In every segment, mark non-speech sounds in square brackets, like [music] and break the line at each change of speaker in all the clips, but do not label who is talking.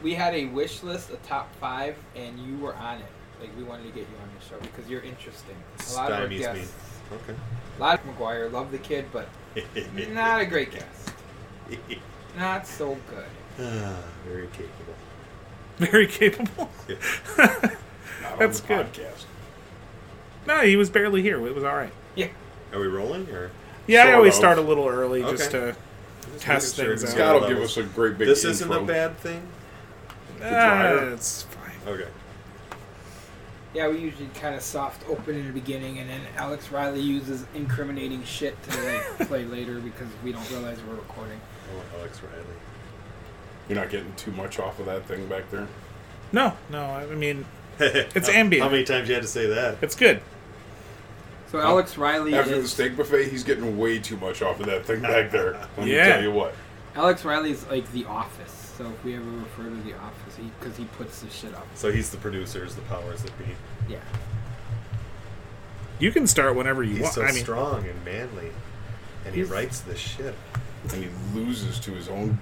We had a wish list, a top five, and you were on it. Like we wanted to get you on the show because you're interesting. A lot of our
Stymies me.
guests,
Okay.
a lot of McGuire, love the kid, but not a great guest. Not so good.
[laughs] Ah, very capable.
[laughs] Very capable.
Not
That's
on the
good.
Podcast.
No, he was barely here. It was all right.
Yeah,
Are we rolling or?
Yeah, I
Sort
always
of.
start a little early just
Okay.
to. Test
Making
things
it's
out.
got
Scott will
levels.
give us a great big.
This isn't
intro.
a bad thing.
Ah,
dryer.
it's fine.
Okay.
yeah. We usually kind of soft open in the beginning, and then Alex Riley uses incriminating shit to
[laughs]
like, play later because we don't realize we're recording.
Oh, Alex Riley.
You're not getting too much off of that thing back there.
No, no. I mean,
it's [laughs]
ambient.
How many times you had to say that?
it's good.
So Alex Riley
After the
is
steak buffet, he's getting way too much off of that thing
[laughs]
back there. Let me
Yeah.
tell you what.
Alex Riley is like the Office. So if we ever refer to the Office, because he, puts the shit up.
So he's the producers, the powers that be.
Yeah.
You can start whenever you
He's
want.
so
I mean,
strong and manly, and he
He's-
writes this shit.
And he loses to his own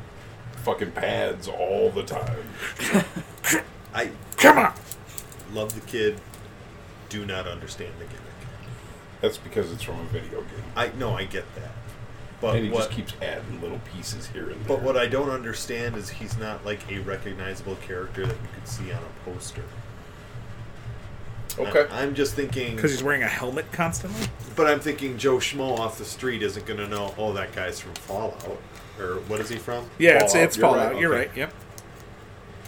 fucking pads all the time.
I
come on.
love the kid. Do not understand the gimmick.
That's because it's from a video game.
I no, I get that, but
and he
what?
just keeps adding little pieces here and there.
but what I don't understand is he's not like a recognizable character that you could see on a poster.
Okay.
[laughs]
I, am just thinking
Because he's wearing a helmet constantly.
But I'm thinking Joe Schmo off the street isn't going to know, oh, that guy's from Fallout. Or what is he from?
Yeah, it's
Fallout,
it's
you're right,
Fallout. You're
okay.
right. Yep.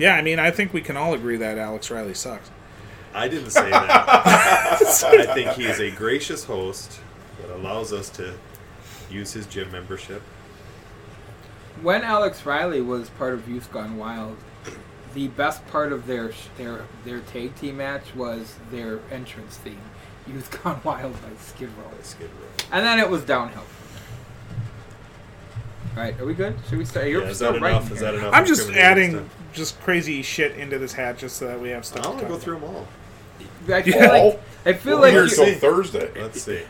Yeah, I mean, I think we can all agree that Alex Riley sucks.
I didn't say that. I think he is a gracious host that allows us to use his gym membership.
When Alex Riley was part of Youth Gone Wild, the best part of their sh- their their tag team match was their entrance theme, "Youth Gone Wild" by Skid Row,
by Skid Row.
and then it was downhill. All right, are we good? Should we start? You're
Yeah, is
still
that
right.
enough? Is that enough?
I'm just
incriminating
adding just crazy shit into this hat just so that we have stuff.
stuff? I want
to
to
talk
go
about.
through them all.
I feel
Yeah.
like I feel
We're
like
here
you-
until Thursday.
Let's see.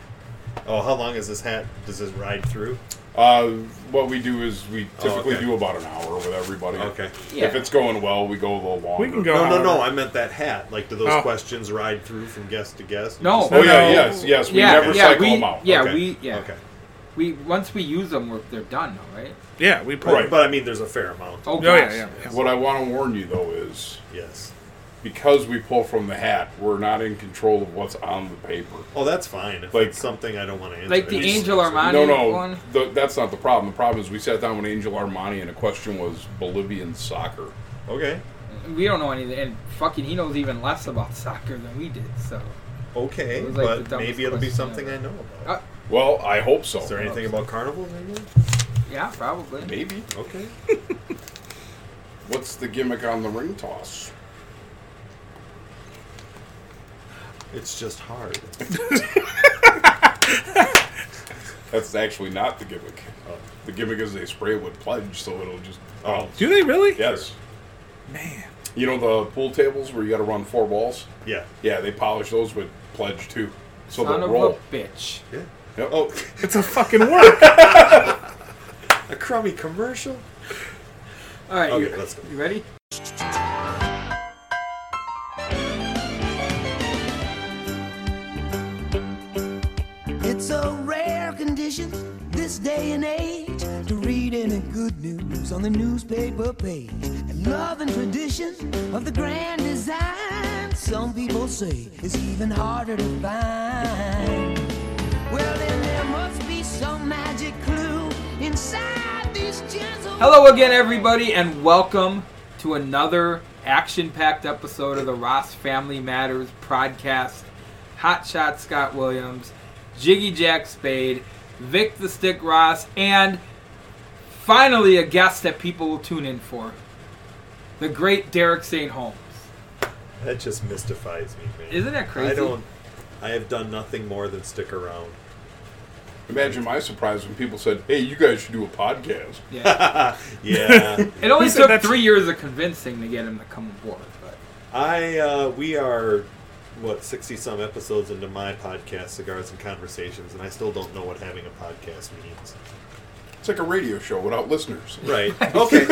Oh, how long is this hat? Does this ride through?
Uh, what we do is we
Oh,
typically
okay.
do about an hour with everybody.
Okay.
Yeah.
If it's going well, we go a little longer.
We can go.
No, no, no.
however.
I meant that hat. Like, do those
uh, Oh.
questions ride through from guest to guest?
No.
Oh yeah,
No.
yes, yes. We
Yeah,
never
yeah,
cycle
we-
them out.
yeah.
Okay.
we- yeah.
Okay.
we once we use them, we're, they're done, though, right?
Yeah, we
But,
put.
Right.
but I mean, there's a fair amount.
Oh,
Oh,
gosh.
yeah, yeah, yeah.
What I want to warn you though is
Yes.
because we pull from the hat, we're not in control of what's on the paper.
Oh, that's fine. If
Like-
it's something I don't want to answer.
Like
I
the
just-
Angel Armani
no, no,
one.
the, that's not the problem. The problem is we sat down with Angel Armani, and the question was Bolivian soccer.
Okay.
We don't know anything, and fucking he knows even less about [laughs] soccer than we did. So,
Okay,
It was like the
but
dumbest
maybe it'll be
question
something
ever. Oh,
I know about.
uh,
Well, I hope so. Uh,
Is there anything about carnivals in there?
yeah, probably.
Maybe.
[laughs]
Okay.
What's the gimmick on the ring toss?
It's
[laughs]
just hard.
That's actually not the gimmick. The gimmick is they spray it with pledge, so it'll just.
Oh,
Do they really?
Yes.
Man.
You know the pool tables where you got to run four balls?
yeah.
Yeah, they polish those with pledge too, so
Son
they'll
of
roll.
a bitch.
Yeah.
Yep.
Oh,
It's a fucking work.
a crummy commercial?
All right,
Okay,
you,
let's go.
you ready?
It's a rare condition this day and age to read any good news on the newspaper page. And love and tradition of the grand design, some people say, is even harder to find. Well, then there must be some magic clue inside these gentle.
Hello again, everybody, and welcome to another action-packed episode of the Ross Family Matters podcast. Hot shot Scott Williams, Jiggy Jack Spade, Vic the Stick Ross, and finally a guest that people will tune in for, the great Derek St. Holmes.
That just mystifies me, man.
Isn't that crazy?
I don't. I have done nothing more than stick around.
[laughs]
[laughs]
Imagine my surprise when people said, "Hey, you guys should do a podcast."
[laughs]
Yeah.
Yeah.
It only
He said
took
that's-
three years of convincing to get him to come aboard, but.
I uh, we are what sixty some episodes into my podcast, cigars and conversations, and I still don't know what having a podcast means.
[laughs]
It's like a radio show without listeners.
Right. Okay.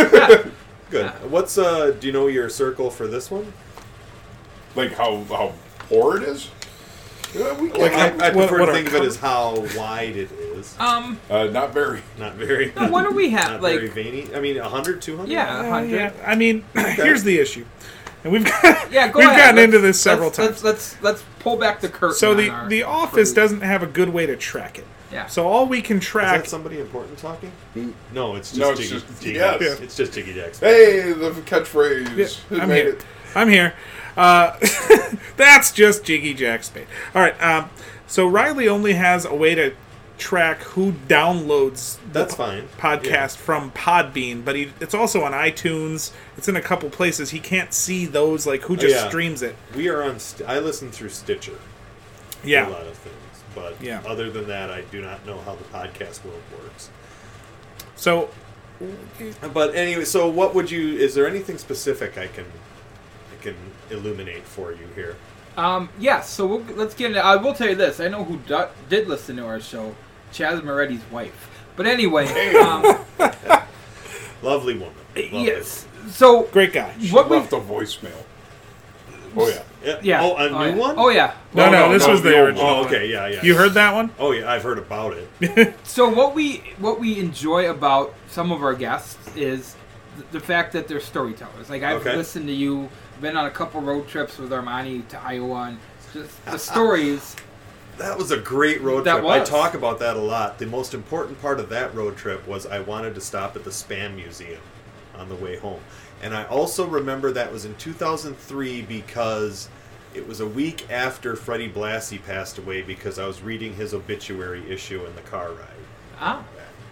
Good. What's uh? Do you know your circle for this one?
Like how how poor it is. Yeah, we
Like I,
can't.
I
what-
prefer
what
to
are
think of it
com-
as how wide it is.
Um,
uh, not very.
Not very. [laughs]
No, what do we have,
Not
like-
very veiny. I mean, 100, 200?
yeah,
Uh,
100.
yeah, I mean, [clears throat] here's the issue, and we've
[laughs]
got,
Yeah, go
we've
ahead.
gotten
Let's-
into this several
let's-
times.
Let's, let's let's pull back the curtain.
so
on
the
our
the office
crew.
doesn't have a good way to track it.
Yeah.
So all we can
Is
track.
that somebody important talking? No, it's just
No, it's
Jiggy.
just-
Jiggy.
yes.
Yeah.
It's just Jiggy Jackson.
Hey, the catchphrase. It
I'm
made
here.
it.
I'm here. Uh, [laughs] that's just Jiggy Jack Spade. All right. Um, so Riley only has a way to track who downloads
That's fine.
podcast from Podbean, but he, it's also on iTunes. It's in a couple places. He can't see those like who just
yeah.
streams it.
Yeah. We are on. St- I listen through Stitcher.
Yeah.
A lot of things, but
Yeah.
other than that, I do not know how the podcast world works.
So
But anyway, so what would you? Is there anything specific I can, I can illuminate for you here?
Um, yeah, so we'll, let's get into. I will tell you this. I know who du- did listen to our show, Chaz Moretti's wife. But anyway,
[laughs]
um,
Lovely woman. Lovely.
Uh, yes. So
great guy.
what we
Left a voicemail. Oh yeah.
Yeah.
yeah.
Oh, a
yeah.
new one.
Oh yeah.
No,
No,
no,
no,
this
no,
was the
the old
original.
Oh, okay. Yeah, yeah.
You heard that one?
Oh, yeah. I've heard about it.
So what we what we enjoy about some of our guests is th- the fact that they're storytellers. Like I've
Okay.
listened to you, been on a couple road trips with Armani to Iowa, and just the
[laughs]
stories.
That was a great road
That
trip. I
was.
talk about that a lot. The most important part of that road trip was I wanted to stop at the Spam Museum on the way home. And I also remember that was in 2003 because it was a week after Freddie Blassie passed away because I was reading his obituary issue in the car ride.
Ah,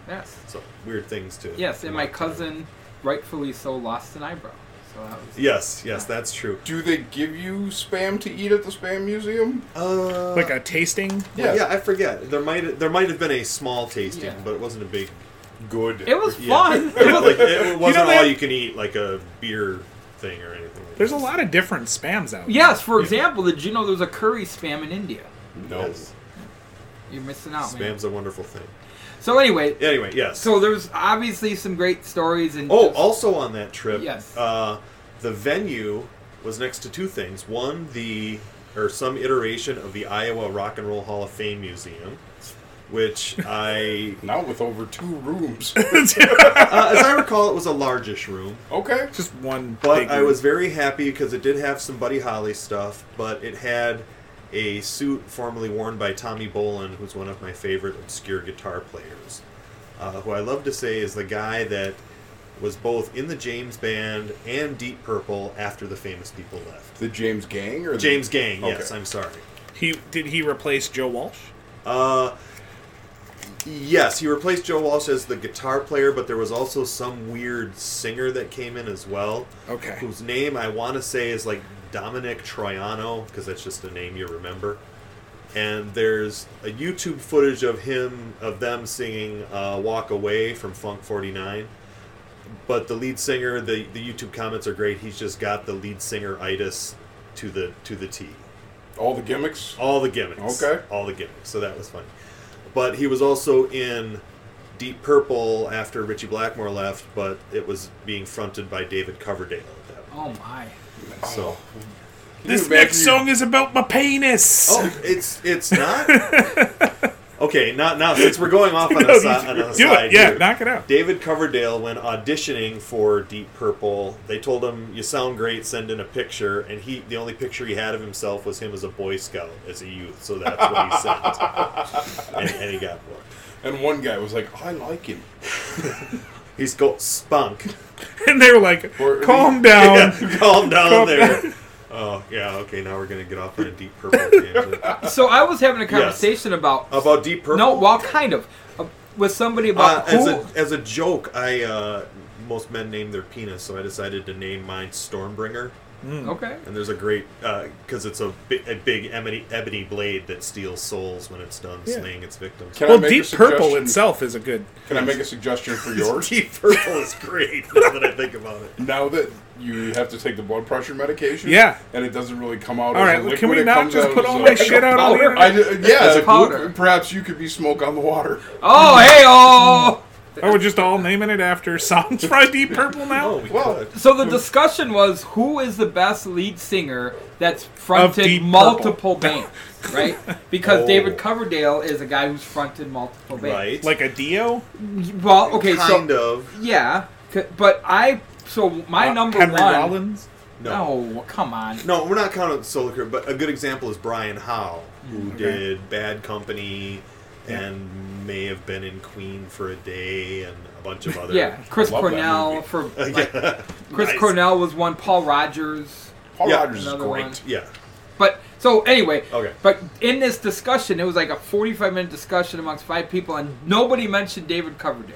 yes,
So weird things to.
yes, and my cousin, rightfully so, lost an eyebrow. So that was
Yes, yes, that's true.
Do they give you spam to eat at the spam museum?
Uh,
Like a tasting?
yeah, yeah, I forget. There might there might have been a small tasting,
Yeah.
but it wasn't a big
Good.
it was
Yeah.
fun.
[laughs]
[laughs]
It was-
like it wasn't
know, they
all
have-
you can eat like a beer thing or anything. like
There's a
that.
lot of different spams out. there.
yes, for example, did you know there's a curry spam in India?
No.
Yes. You're
You're missing out, Oh, man.
Spam's a wonderful thing.
So anyway,
Anyway, yes.
so there's obviously some great stories and
oh,
just-
also on that trip,
Yes.
uh, the venue was next to two things. One, the or some iteration of the Iowa Rock and Roll Hall of Fame Museum, which I, [laughs]
Now with over two rooms. [laughs]
uh, as I recall, it was a largish room.
okay.
[laughs] Just one.
But
big
I was very happy because it did have some Buddy Holly stuff, but it had a suit formerly worn by Tommy Bolin, who's one of my favorite obscure guitar players, uh, who I love to say is the guy that was both in the James Band and Deep Purple after the famous people left.
The James Gang or the-
James Gang, yes,
Okay.
I'm sorry.
He did he replace Joe Walsh?
Uh, yes, he replaced Joe Walsh as the guitar player, but there was also some weird singer that came in as well.
Okay.
Whose name I want to say is like Dominic Troiano, because that's just a name you remember. And there's a YouTube footage of him, of them singing uh, "Walk Away" from Funk 49. But the lead singer, the the YouTube comments are great. He's just got the lead singer itis to the to the T.
All the gimmicks.
All the gimmicks.
Okay.
All the gimmicks. So that was funny. But he was also in Deep Purple after Richie Blackmore left, but it was being fronted by David Coverdale at that point.
Oh my.
So
Can you
This
imagine
next
you-
song is about my penis. [laughs]
Oh, it's it's not Okay, not now since we're going off on a, si- on a
Do
side
it. Yeah,
here.
knock it out. [laughs]
David Coverdale, when auditioning for Deep Purple, they told him, "You sound great. Send in a picture." And he, the only picture he had of himself was him as a Boy Scout, as a youth. So that's what he sent,
[laughs]
and, and he got booked.
And one guy was like, I like him.
He's got spunk.
And they were like,
Or-
calm down.
[laughs] Calm down
Calm
there. Oh yeah, okay. Now we're gonna get off on a deep purple tangent
So I was having a conversation about
about deep purple.
no, well, kind of uh, with somebody
uh,
about
as
who.
a as a joke, I uh, most men name their penis, so I decided to name mine Stormbringer.
okay,
And there's a great because it's a, bi- a big ebony, ebony blade that steals souls when it's done slaying its victims.
Can I
well,
make a
Deep Purple
suggestion?
itself is a good.
Can I make a
[laughs]
suggestion for yours?
Deep [laughs] purple is great. [laughs] now that I think about it.
now that you have to take the blood pressure medication,
Yeah.
and it doesn't really come out.
All
as a
right, well,
liquid,
can we
it
not
comes
just
out
put
as
all
a-
my shit
[laughs]
out on the
powder.
internet?
I ju- yeah,
It's powder. [laughs]
perhaps you could be smoke on the water.
Oh, hey, oh,
Or we're just all naming it after songs from Deep Purple now?
Oh, we
Well,
could.
So the discussion was who is the best lead singer that's
Deep
fronted
Purple.
multiple bands, right? Because
Oh.
David Coverdale is a guy who's fronted multiple bands.
Right.
Like a Dio?
Well, okay,
kind
so
of.
yeah, c- but I so my
Uh,
number
Henry
one.
Rollins?
No.
No, come on.
No, we're not counting solo career, but a good example is Brian Howe, who did Bad Company and may have been in Queen for a day and a bunch of other.
Yeah, Chris
love that
Cornell
movie.
for like, Chris
Nice.
Cornell was one. Paul Rogers.
Paul
Yeah,
Rogers is
another
great.
one.
Yeah.
But so anyway,
Okay.
But in this discussion, it was like a forty-five minute discussion amongst five people, and nobody mentioned David Coverdale,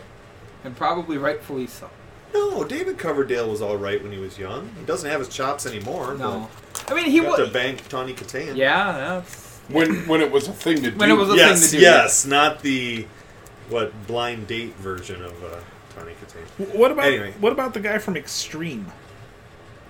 and probably rightfully so.
No, David Coverdale was all right when he was young. He doesn't have his chops anymore.
No,
but
I mean he
He got to
was.
bank Tawny Katan.
Yeah, that's,
When when it was a thing to do.
When it was a-
Yes,
thing to do.
yes, not the what blind date version of uh, Tawny Katan.
What about
Anyway.
what about the guy from Extreme?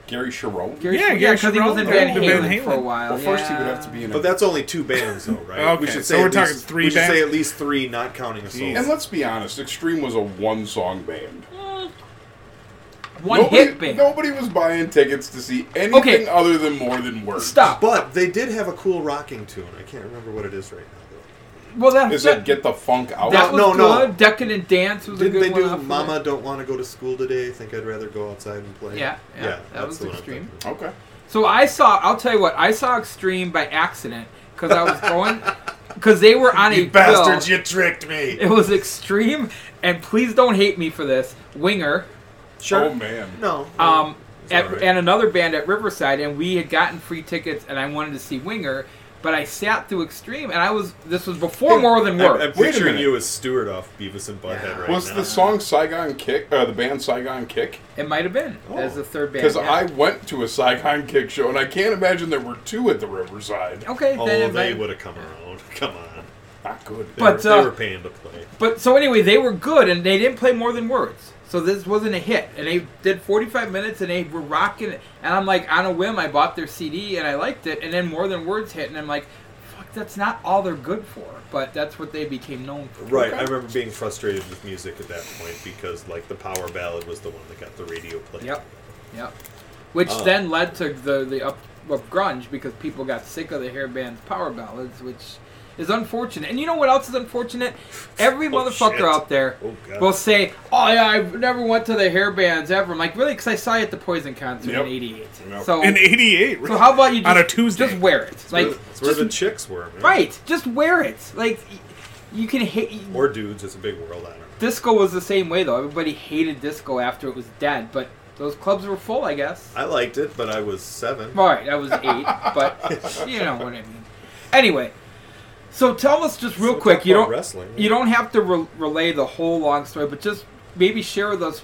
Gary Sharon.
Gary,
Yeah,
yeah,
Gary
because he was in
Sharon
Van
was in Van
Halen for a
Halen.
while.
Well, first he
yeah.
would have to be in a.
But that's only two bands, though, right?
Okay, so we're
at
talking three
We should
bands?
say at least three, not counting a solo.
and let's be honest, Extreme was a one-song band.
one
nobody,
hit band.
Nobody was buying tickets to see anything
Okay.
other than More Than Words.
Stop.
But they did have a cool rocking tune. I can't remember what it is right now.
well, that,
Is
that,
it Get the Funk Out?
that was
No, no.
good. Decadent Dance was
Though. Didn't
a
they
good one.
do
off of
"Mama
it.
Don't Want to Go to School Today"? Think I'd rather go outside and play.
Yeah, yeah, that
that's
was
the one I'm
extreme.
thinking
Okay.
So I saw. I'll tell you what. I saw Extreme by accident because I was going because they were on
of.
a
You bastards!
bill.
You tricked me.
It was Extreme, and please don't hate me for this. Winger,
Sure.
Oh man.
No.
um,
It's
at,
alright.
and another band at Riverside, and we had gotten free tickets, and I wanted to see Winger, but I sat through Extreme, and I was this was before more than
I'm, I'm
words.
Wait a
picturing
minute.
you as Stewart off Beavis and Butthead
Yeah.
right
Was
now.
the song Saigon Kick, uh, the band Saigon Kick?
It might have been
Oh.
as the third band.
Because
yeah.
I went to a Saigon Kick show, and I can't imagine there were two at the Riverside.
okay.
Oh,
then it
they
might-
would have come around. [laughs] Come on.
Not good.
They,
But,
were,
uh,
they were paying to play.
But so anyway, they were good, and they didn't play more than words. So this wasn't a hit, and they did 45 minutes, and they were rocking it. And I'm like, on a whim, I bought their CD, and I liked it. And then more than words hit, and I'm like, fuck, that's not all they're good for. But that's what they became known for.
Right, I remember being frustrated with music at that point because, like, the power ballad was the one that got the radio play.
Yep, yep. Which
Oh.
then led to the the up of grunge because people got sick of the hair band's power ballads, which is unfortunate. And you know what else is unfortunate? Every
Oh,
motherfucker
shit.
out there
Oh, God.
will say, "Oh yeah, I never went to the hair bands ever." I'm like, really? Because I saw you at the Poison concert
Yep.
in '88.
Yep.
So,
In 88.
so how about you just,
On a Tuesday.
just wear it? Like,
It's where the
just-
chicks were, man.
right? Just wear it. Like, y- you can hate.
Or dudes. It's a big world. I don't know.
Disco was the same way though. Everybody hated disco after it was dead, but those clubs were full, I guess.
I liked it, but I was seven.
All right, I was eight, but you know what I mean. Anyway, so tell us just real
Let's
quick.
talk
You
about
don't
wrestling.
you don't have to re- relay the whole long story, but just maybe share with us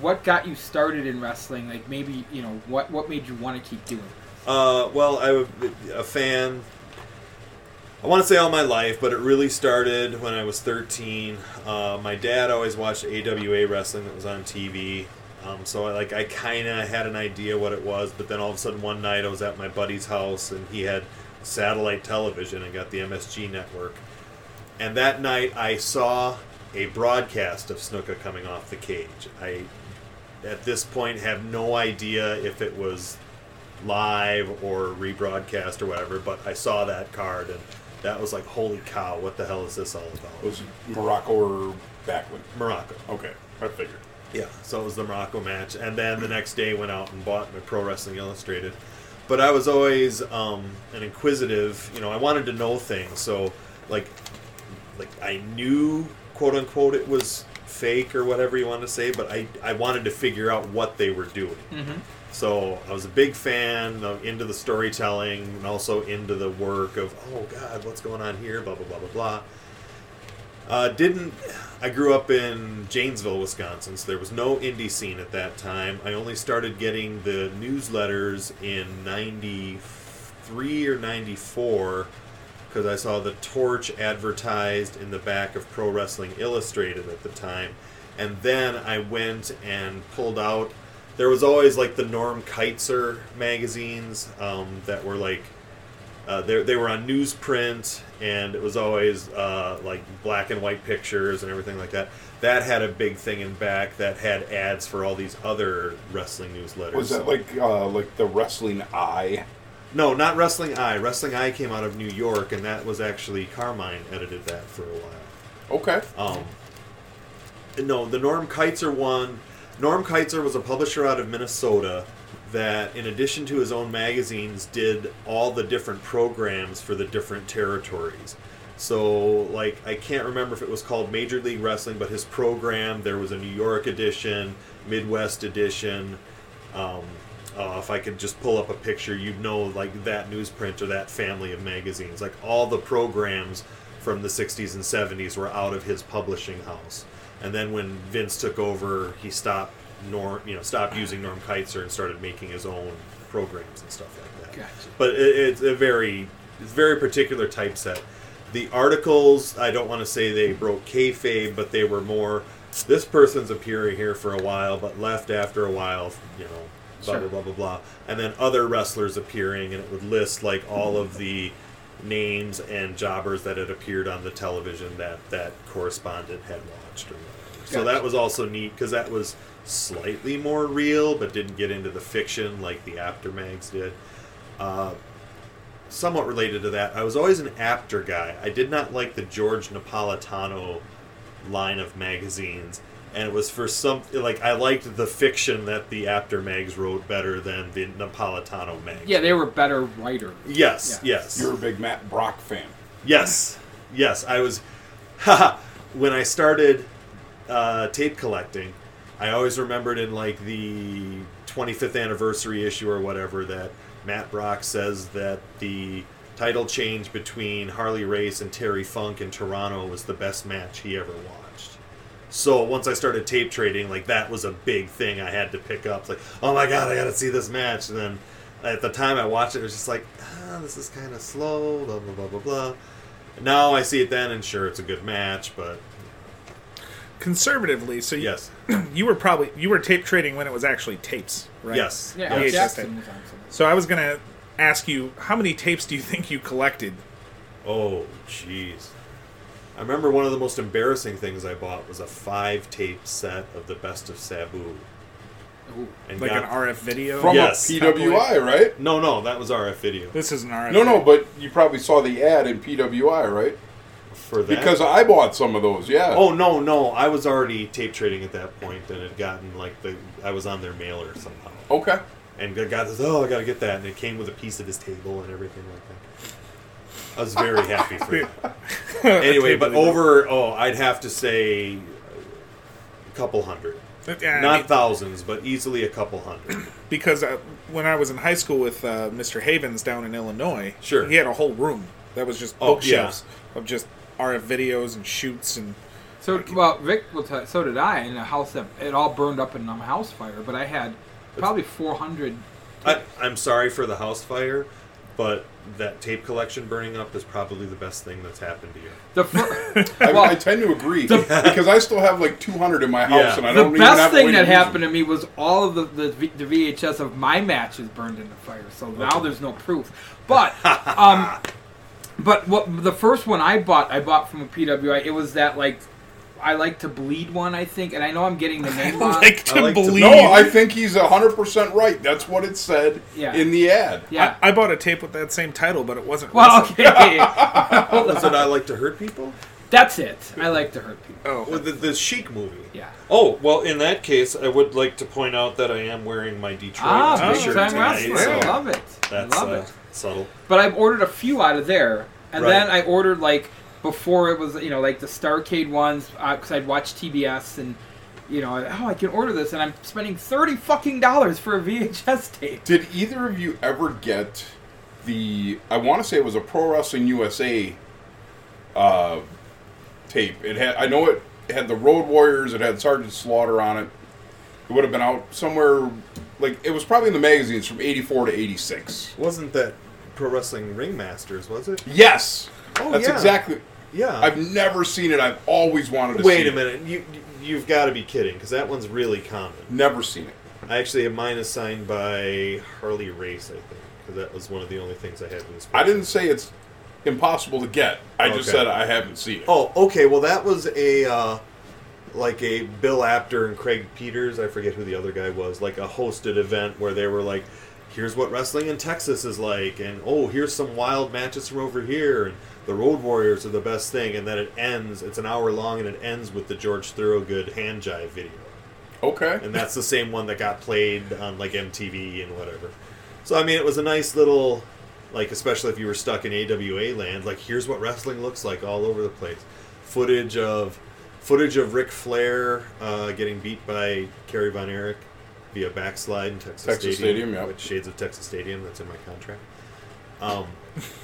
what got you started in wrestling. Like maybe you know what what made you want to keep doing. it.
Uh, well, I was a fan. I want to say all my life, but it really started when I was 13. Uh, my dad always watched AWA wrestling that was on TV, um, so I like I kind of had an idea what it was. But then all of a sudden one night I was at my buddy's house and he had satellite television and got the MSG network. And that night I saw a broadcast of Snuka coming off the cage. I at this point have no idea if it was live or rebroadcast or whatever, but I saw that card and that was like, holy cow, what the hell is this all about?
Was it Morocco or Backlund?
Morocco.
Okay, I figured.
Yeah, so it was the Morocco match, and then the next day went out and bought my Pro Wrestling Illustrated. But I was always um, an inquisitive, you know. I wanted to know things, so like, like I knew quote unquote it was fake or whatever you want to say, but I I wanted to figure out what they were doing. So I was a big fan, of, into the storytelling, and also into the work of oh god, what's going on here? Blah blah blah blah blah. Uh, didn't I grew up in Janesville, Wisconsin, so there was no indie scene at that time. I only started getting the newsletters in '93 or '94 because I saw the torch advertised in the back of Pro Wrestling Illustrated at the time, and then I went and pulled out. There was always like the Norm Keitzer magazines um, that were like Uh, they, they were on newsprint, and it was always uh, like black and white pictures and everything like that. That had a big thing in back that had ads for all these other wrestling newsletters.
Was that like uh, like the wrestling eye?
No, not Wrestling Eye. Wrestling Eye came out of New York, and that was actually Carmine edited that for a while.
Okay.
Um, no, the Norm Keitzer one. Norm Keitzer was a publisher out of Minnesota that, in addition to his own magazines, did all the different programs for the different territories. So, like, I can't remember if it was called Major League Wrestling, but his program, there was a New York edition, Midwest edition. Um, uh, if I could just pull up a picture, you'd know, like, that newsprint or that family of magazines. Like, all the programs from the 60s and 70s were out of his publishing house. And then when Vince took over, he stopped Norm, you know, stopped using Norm Keitzer and started making his own programs and stuff like that.
Gotcha.
But it, it's a very, it's a very particular typeset. The articles, I don't want to say they broke kayfabe, but they were more. This person's appearing here for a while, but left after a while. You know, blah
Sure.
blah blah blah blah. And then other wrestlers appearing, and it would list like all of the names and jobbers that had appeared on the television that that correspondent had watched or whatever. So
Gotcha.
that was also neat because that was slightly more real, but didn't get into the fiction like the aftermags did. Uh, somewhat related to that, I was always an after guy. I did not like the George Napolitano line of magazines. And it was for some like I liked the fiction that the after mags wrote better than the Napolitano mag.
Yeah, they were better writers.
Yes.
Yeah.
Yes.
You're a big Matt Brock fan.
Yes, yes, I was. haha, when I started uh, tape collecting, I always remembered in like the 25th anniversary issue or whatever that Matt Brock says that the title change between Harley Race and Terry Funk in Toronto was the best match he ever watched. So once I started tape trading, like that was a big thing I had to pick up. It's like, oh my god, I got to see this match. And then at the time I watched it, it was just like, ah, this is kind of slow. Blah blah blah blah blah. Now I see it then, and sure, it's a good match, but
Conservatively, so you,
yes,
[clears throat] you were probably you were tape trading when it was actually tapes, right?
yes,
Yeah,
Yeah,
Al
it's just
Jackson
that-
was on some of
So I was gonna ask you, how many tapes do you think you collected?
Oh, jeez. I remember one of the most embarrassing things I bought was a five tape set of the best of Sabu.
that. Ooh.
And
Like
got,
an RF video?
From
Yes.
a PWI, right?
No, no, that was RF video.
This is an RF.
No, no, but you probably saw the ad in PWI, right?
For that.
Because I bought some of those, yeah.
Oh no, no, I was already tape trading at that point and had gotten like the I was on their mailer somehow.
Okay.
And I got this, oh I gotta get that and it came with a piece of his table and everything like that. I was very happy
[laughs]
for
[laughs]
that. anyway, but over oh, I'd have to say a couple hundred,
Yeah, I
not
mean,
thousands, but easily a
[coughs]
couple hundred.
because uh, when I was in high school with uh, Mr. Havens down in Illinois,
Sure.
he had a whole room that was just
Oh,
bookshelves of just RF videos and shoots and
So well, Vic will tell. So did I in a house that it all burned up in a house fire. But I had probably 400.
I, I'm sorry for the house fire, but that tape collection burning up is probably the best thing that's happened to you.
The
[laughs]
fir-
I,
well,
I tend to agree because I still have like 200 in my house,
Yeah.
and I
the
don't even have
best
a way
thing
to
that
use them.
happened to me was all of the, the, V- the VHS of my matches burned in the fire. So now there's no proof. But um, but what the first one I bought, I bought from a PWI. It was that like I like to bleed one, I think, and I know I'm getting the name wrong.
[laughs] like to
like to-
believe.
No, I think he's 100% right. That's what it said
Yeah.
in the ad.
[laughs]
yeah.
I, I bought a tape with that same title, but it wasn't.
well,
wrestling.
okay. [laughs] Oh.
Is it I like to hurt people?
That's it. I like to hurt people.
Well,
Oh,
the, the Chic movie.
Yeah.
Oh well, in that case, I would like to point out that I am wearing my Detroit
Ah,
Oh,
big
T-shirt
time
tonight,
wrestler.
so
I love it.
That's
I love
uh,
it.
subtle.
But I've ordered a few out of there, and
Right.
then I ordered like before it was you know like the Starcade ones because I'd watched TBS and you know oh I can order this and I'm spending thirty fucking dollars for a VHS tape.
Did either of you ever get the? I want to say it was a Pro Wrestling USA uh, tape. It had. I know it had the Road Warriors. It had Sergeant Slaughter on it. It would have been out somewhere. Like it was probably in the magazines from '84 to '86.
Wasn't that pro wrestling ringmasters? Was it?
Yes,
Oh,
that's
yeah.
exactly.
Yeah.
I've never seen it. I've always wanted to.
Uh-huh. Wait
see
a minute. You you've got to be kidding because that one's really common.
It. Never seen it.
I I actually have mine is signed by Harley Race, I think, because that was one of the only things I had in this.
I didn't say it's impossible to get. I just
Okay.
said I haven't seen it.
Oh, okay. Well, that was a uh, like a Bill Apter and Craig Peters. I forget who the other guy was. Like a hosted event where they were like, "Here's what wrestling in Texas is like," and "Oh, here's some wild matches from over here," and "The Road Warriors are the best thing." And then it ends. It's an hour long, and it ends with the George Thorogood hand jive video,
Okay.
and that's the same one that got played on like MTV and whatever. So I mean, it was a nice little. Like especially if you were stuck in AWA land, like here's what wrestling looks like all over the place footage of footage of Ric Flair uh, getting beat by Kerry Von Erich via backslide in Texas,
Texas Stadium, yep.
with Shades of Texas Stadium. That's in my contract. Um,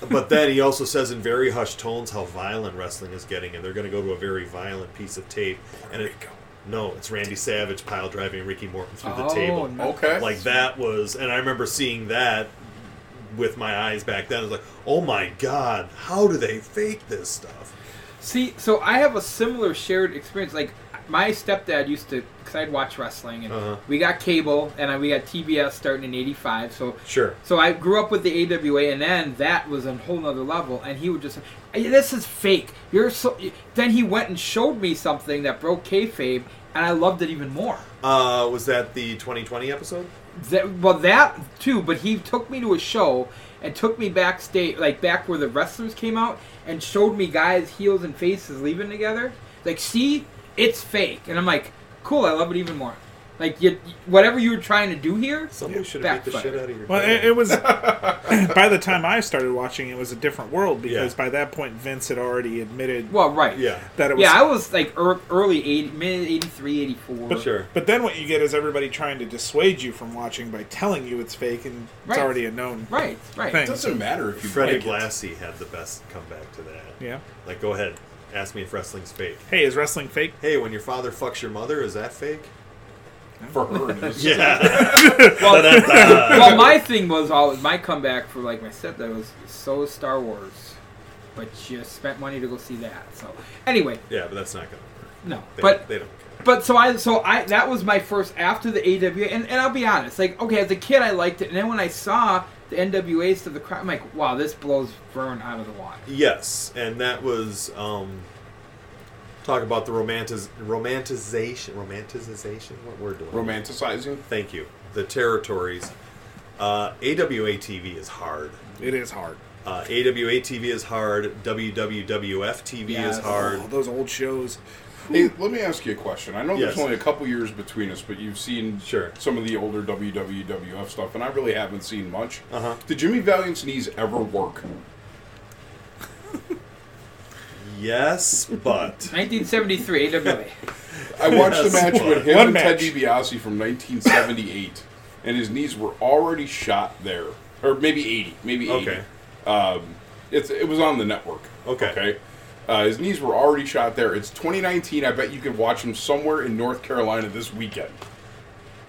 but then he also says in very hushed tones how violent wrestling is getting, and they're going to go to a very violent piece of tape. And it, no, it's Randy Savage pile driving Ricky Morton through the
Oh,
table.
nice.
Okay.
Like that was, and I remember seeing that with my eyes back then. I was like, oh my god, how do they fake this stuff?
See, so I have a similar shared experience. Like my stepdad used to, because I'd watch wrestling, and
Uh-huh.
we got cable, and I, we got TBS starting in '85. So,
Sure.
so I grew up with the AWA, and then that was a whole nother level. And he would just, "Hey, "This is fake. You're so." Then he went and showed me something that broke kayfabe, and I loved it even more.
Uh, was that the 2020 episode?
That, well, that too, but he took me to a show and took me backstage, like back where the wrestlers came out, and showed me guys' heels and faces leaving together. Like, see, it's fake, and I'm like, cool, I love it even more. Like, you, whatever you were trying to do here,
Somebody should have beat the
backfired.
shit out of your.
Well,
dad.
it,
[laughs]
it was by the time I started watching, it was a different world because
Yeah.
by that point Vince had already admitted
Well, right,
yeah,
that it was.
yeah. I was like er- early eighty, mid '83, '84.
for sure.
but then what you get is everybody trying to dissuade you from watching by telling you it's fake and it's
Right.
already a known.
Right, right.
It
Thanks.
doesn't matter if you
Freddie
break it.
Blassie had the best comeback to that.
Yeah.
Like, go ahead, ask me if wrestling's fake.
Hey, is wrestling fake?
Hey, when your father fucks your mother, is that fake? [laughs]
for her. it is.
Yeah. uh,
[laughs] well, my thing was always my comeback for like my set that was so Star Wars, but just spent money to go see that. So anyway,
yeah, but that's not gonna work.
no,
They,
but
they don't care.
But so I so I that was my first after the AWA and, and I'll be honest, like okay, as a kid I liked it and then when I saw the NWA stuff the crowd I'm like, wow, this blows Vern out of the water.
Yes, and that was um, talk about the romantiz- romanticization. Romanticization. What word do I?
Romanticizing.
Thank you. The territories. Uh, AWA TV is hard.
It is hard.
Uh, AWA TV is hard. WWWF TV
Yes.
is hard.
Oh, those old shows.
Hey, let me ask you a question. I know
Yes.
there's only a couple years between us, but you've seen
Sure.
some of the older WWWF stuff, and I really haven't seen much.
Uh-huh.
Did Jimmy Valiant's knees ever work?
Yes, but
[laughs] 1973 AWA.
[laughs]
I watched
Yes.
the match with him
One
and
match.
Ted DiBiase from 1978, and his knees were already shot there, or maybe 80, maybe 80.
Okay.
Um, it's it was on the network.
Okay.
Okay. Uh, his knees were already shot there. It's 2019. I bet you could watch him somewhere in North Carolina this weekend.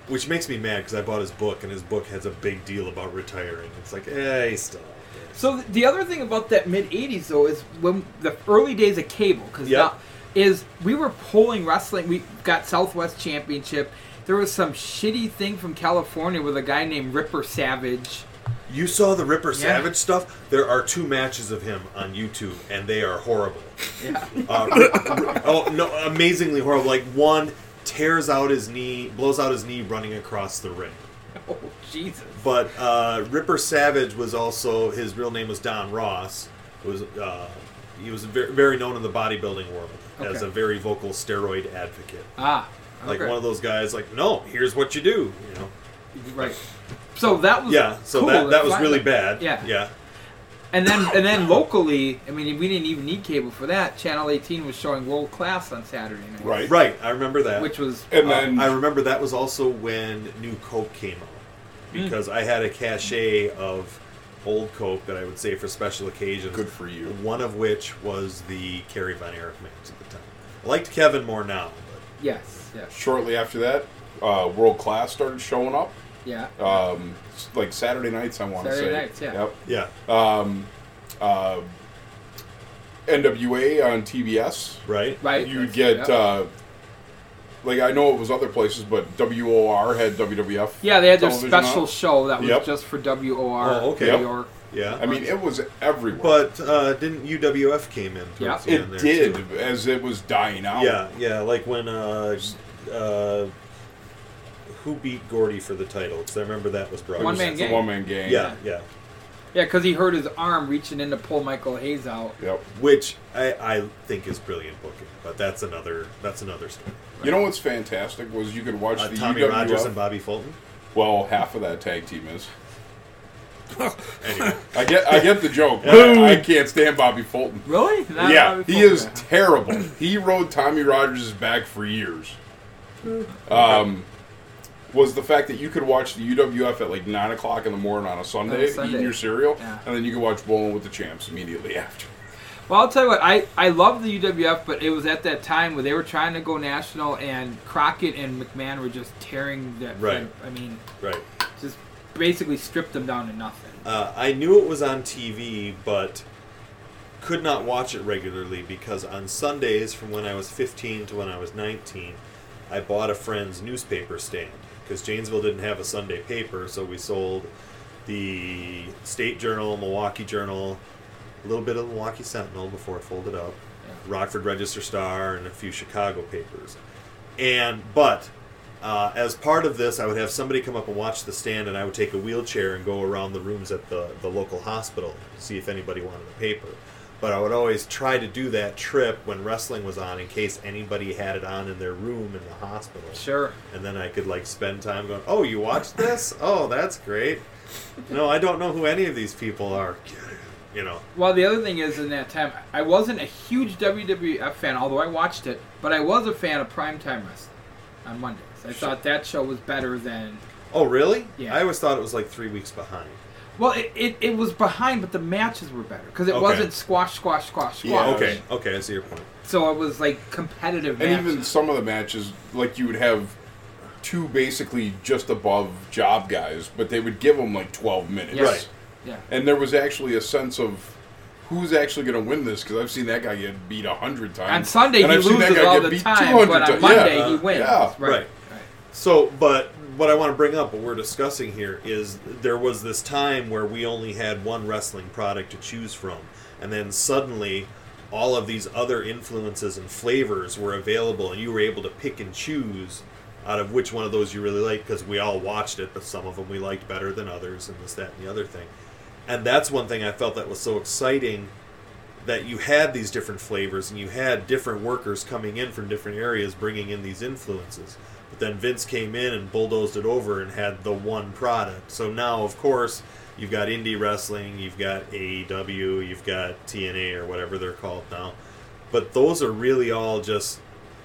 which makes me mad because I bought his book and his book has a big deal about retiring. It's like, eh, he's still. out there.
so th- the other thing about that mid 80s though is when the early days of cable cuz
Yep.
is we were pulling wrestling. We got Southwest Championship. There was some shitty thing from California with a guy named Ripper Savage.
You saw the Ripper
Yeah.
Savage stuff. There are two matches of him on YouTube, and they are horrible.
Yeah.
Uh, Rip- Rip- oh no, amazingly horrible. Like one tears out his knee, blows out his knee running across the ring.
[laughs] Oh Jesus.
But uh, Ripper Savage was also his real name was Don Ross. Was uh, he was very, very known in the bodybuilding world as
Okay.
a very vocal steroid advocate,
Ah.
like
okay.
one of those guys. Like, no, here's what you do. You know,
Right. So that was
yeah. So
cool,
that that was
finally-
really bad.
Yeah.
yeah.
And then and then locally, I mean, we didn't even need cable for that. Channel 18 was showing World Class on Saturday night,
Right.
Right, I remember that.
Which was
And
uh,
then
I remember that was also when New Coke came out
Hmm.
because I had a cachet of old Coke that I would save for special occasions.
Good for you.
One of which was the Kerry Von Erich match at the time. I liked Kevin more now, but
yes, yes,
shortly after that, uh, World Class started showing up.
yeah.
Uh,
Um, s- like Saturday nights, I want to say.
Saturday nights, yeah.
Yep. Um,
yeah,
Uh, NWA on TBS.
right.
right.
You'd
that's-
get
yeah.
uh, like I know it was other places, but WOR had WWF.
Yeah, they had their
television on
special
it.
show that was
Yep.
just for WOR.
Oh, okay.
New York.
Yeah.
I mean, it was everywhere.
but uh, didn't UWF came in? towards
Yeah.
the end
it
there,
did
too?
as it was dying out.
Yeah, yeah. Like when uh, uh, who beat Gordy for the title? Because I remember that was brought.
One man
It's
gang.
a one man gang.
Yeah, yeah.
Yeah, because he hurt his arm reaching in to pull Michael Hayes out.
Yep.
Which I, I think is brilliant booking, but that's another that's another story.
You know what's fantastic was you could watch
Uh,
the
Tommy
UWF.
Rogers and Bobby Fulton.
well, half of that tag team is.
Anyway,
I get, I get the joke. but I, I can't stand Bobby Fulton.
Really? Not
yeah,
Bobby
he
Fulton.
is terrible. he rode Tommy Rogers' back for years.
Hmm.
Um, was the fact that you could watch the UWF at like nine o'clock in the morning on a Sunday,
Sunday.
eating your cereal,
Yeah.
and then you could watch Bowling with the Champs immediately after.
Well, I'll tell you what, I, I love the UWF, but it was at that time where they were trying to go national, and Crockett and McMahon were just tearing that.
Right.
I mean,
right.
just basically stripped them down to nothing.
Uh, I knew it was on TV, but could not watch it regularly because on Sundays, from when I was 15 to when I was 19, I bought a friend's newspaper stand because Janesville didn't have a Sunday paper, so we sold the State Journal, Milwaukee Journal, a little bit of the Milwaukee Sentinel before it folded up, Rockford Register Star, and a few Chicago papers. And but uh, as part of this, I would have somebody come up and watch the stand, and I would take a wheelchair and go around the rooms at the the local hospital to see if anybody wanted the paper. But I would always try to do that trip when wrestling was on, in case anybody had it on in their room in the hospital.
Sure.
And then I could like spend time going, "Oh, you watched this? Oh, that's great." No, I don't know who any of these people are. You know,
Well, the other thing is, in that time, I wasn't a huge WWF fan, although I watched it, but I was a fan of primetime wrestling on Mondays. I thought that show was better than.
Oh, really?
Yeah.
I always thought it was like three weeks behind.
Well, it, it, it was behind, but the matches were better because it
Okay.
wasn't squash, squash, squash, squash.
Yeah,
Okay. Okay. I see your point.
So it was like competitive
And
matches.
even some of the matches, like you would have two basically just above job guys, but they would give them like twelve minutes.
Yes.
Right.
Yeah.
And there was actually a sense of who's actually going to win this because I've seen that guy get beat a hundred times.
On Sunday
And
he
I've seen that
loses
guy
all
get
the
beat
time,
200
but on
times.
Monday
Yeah.
he wins.
yeah.
Right. right.
Right. So, but what I want to bring up, what we're discussing here, is there was this time where we only had one wrestling product to choose from, and then suddenly all of these other influences and flavors were available, and you were able to pick and choose out of which one of those you really liked because we all watched it, but some of them we liked better than others, and this, that, and the other thing. And that's one thing I felt that was so exciting that you had these different flavors and you had different workers coming in from different areas bringing in these influences. But then Vince came in and bulldozed it over and had the one product. So now, of course, you've got indie wrestling, you've got AEW, you've got TNA or whatever they're called now. But those are really all just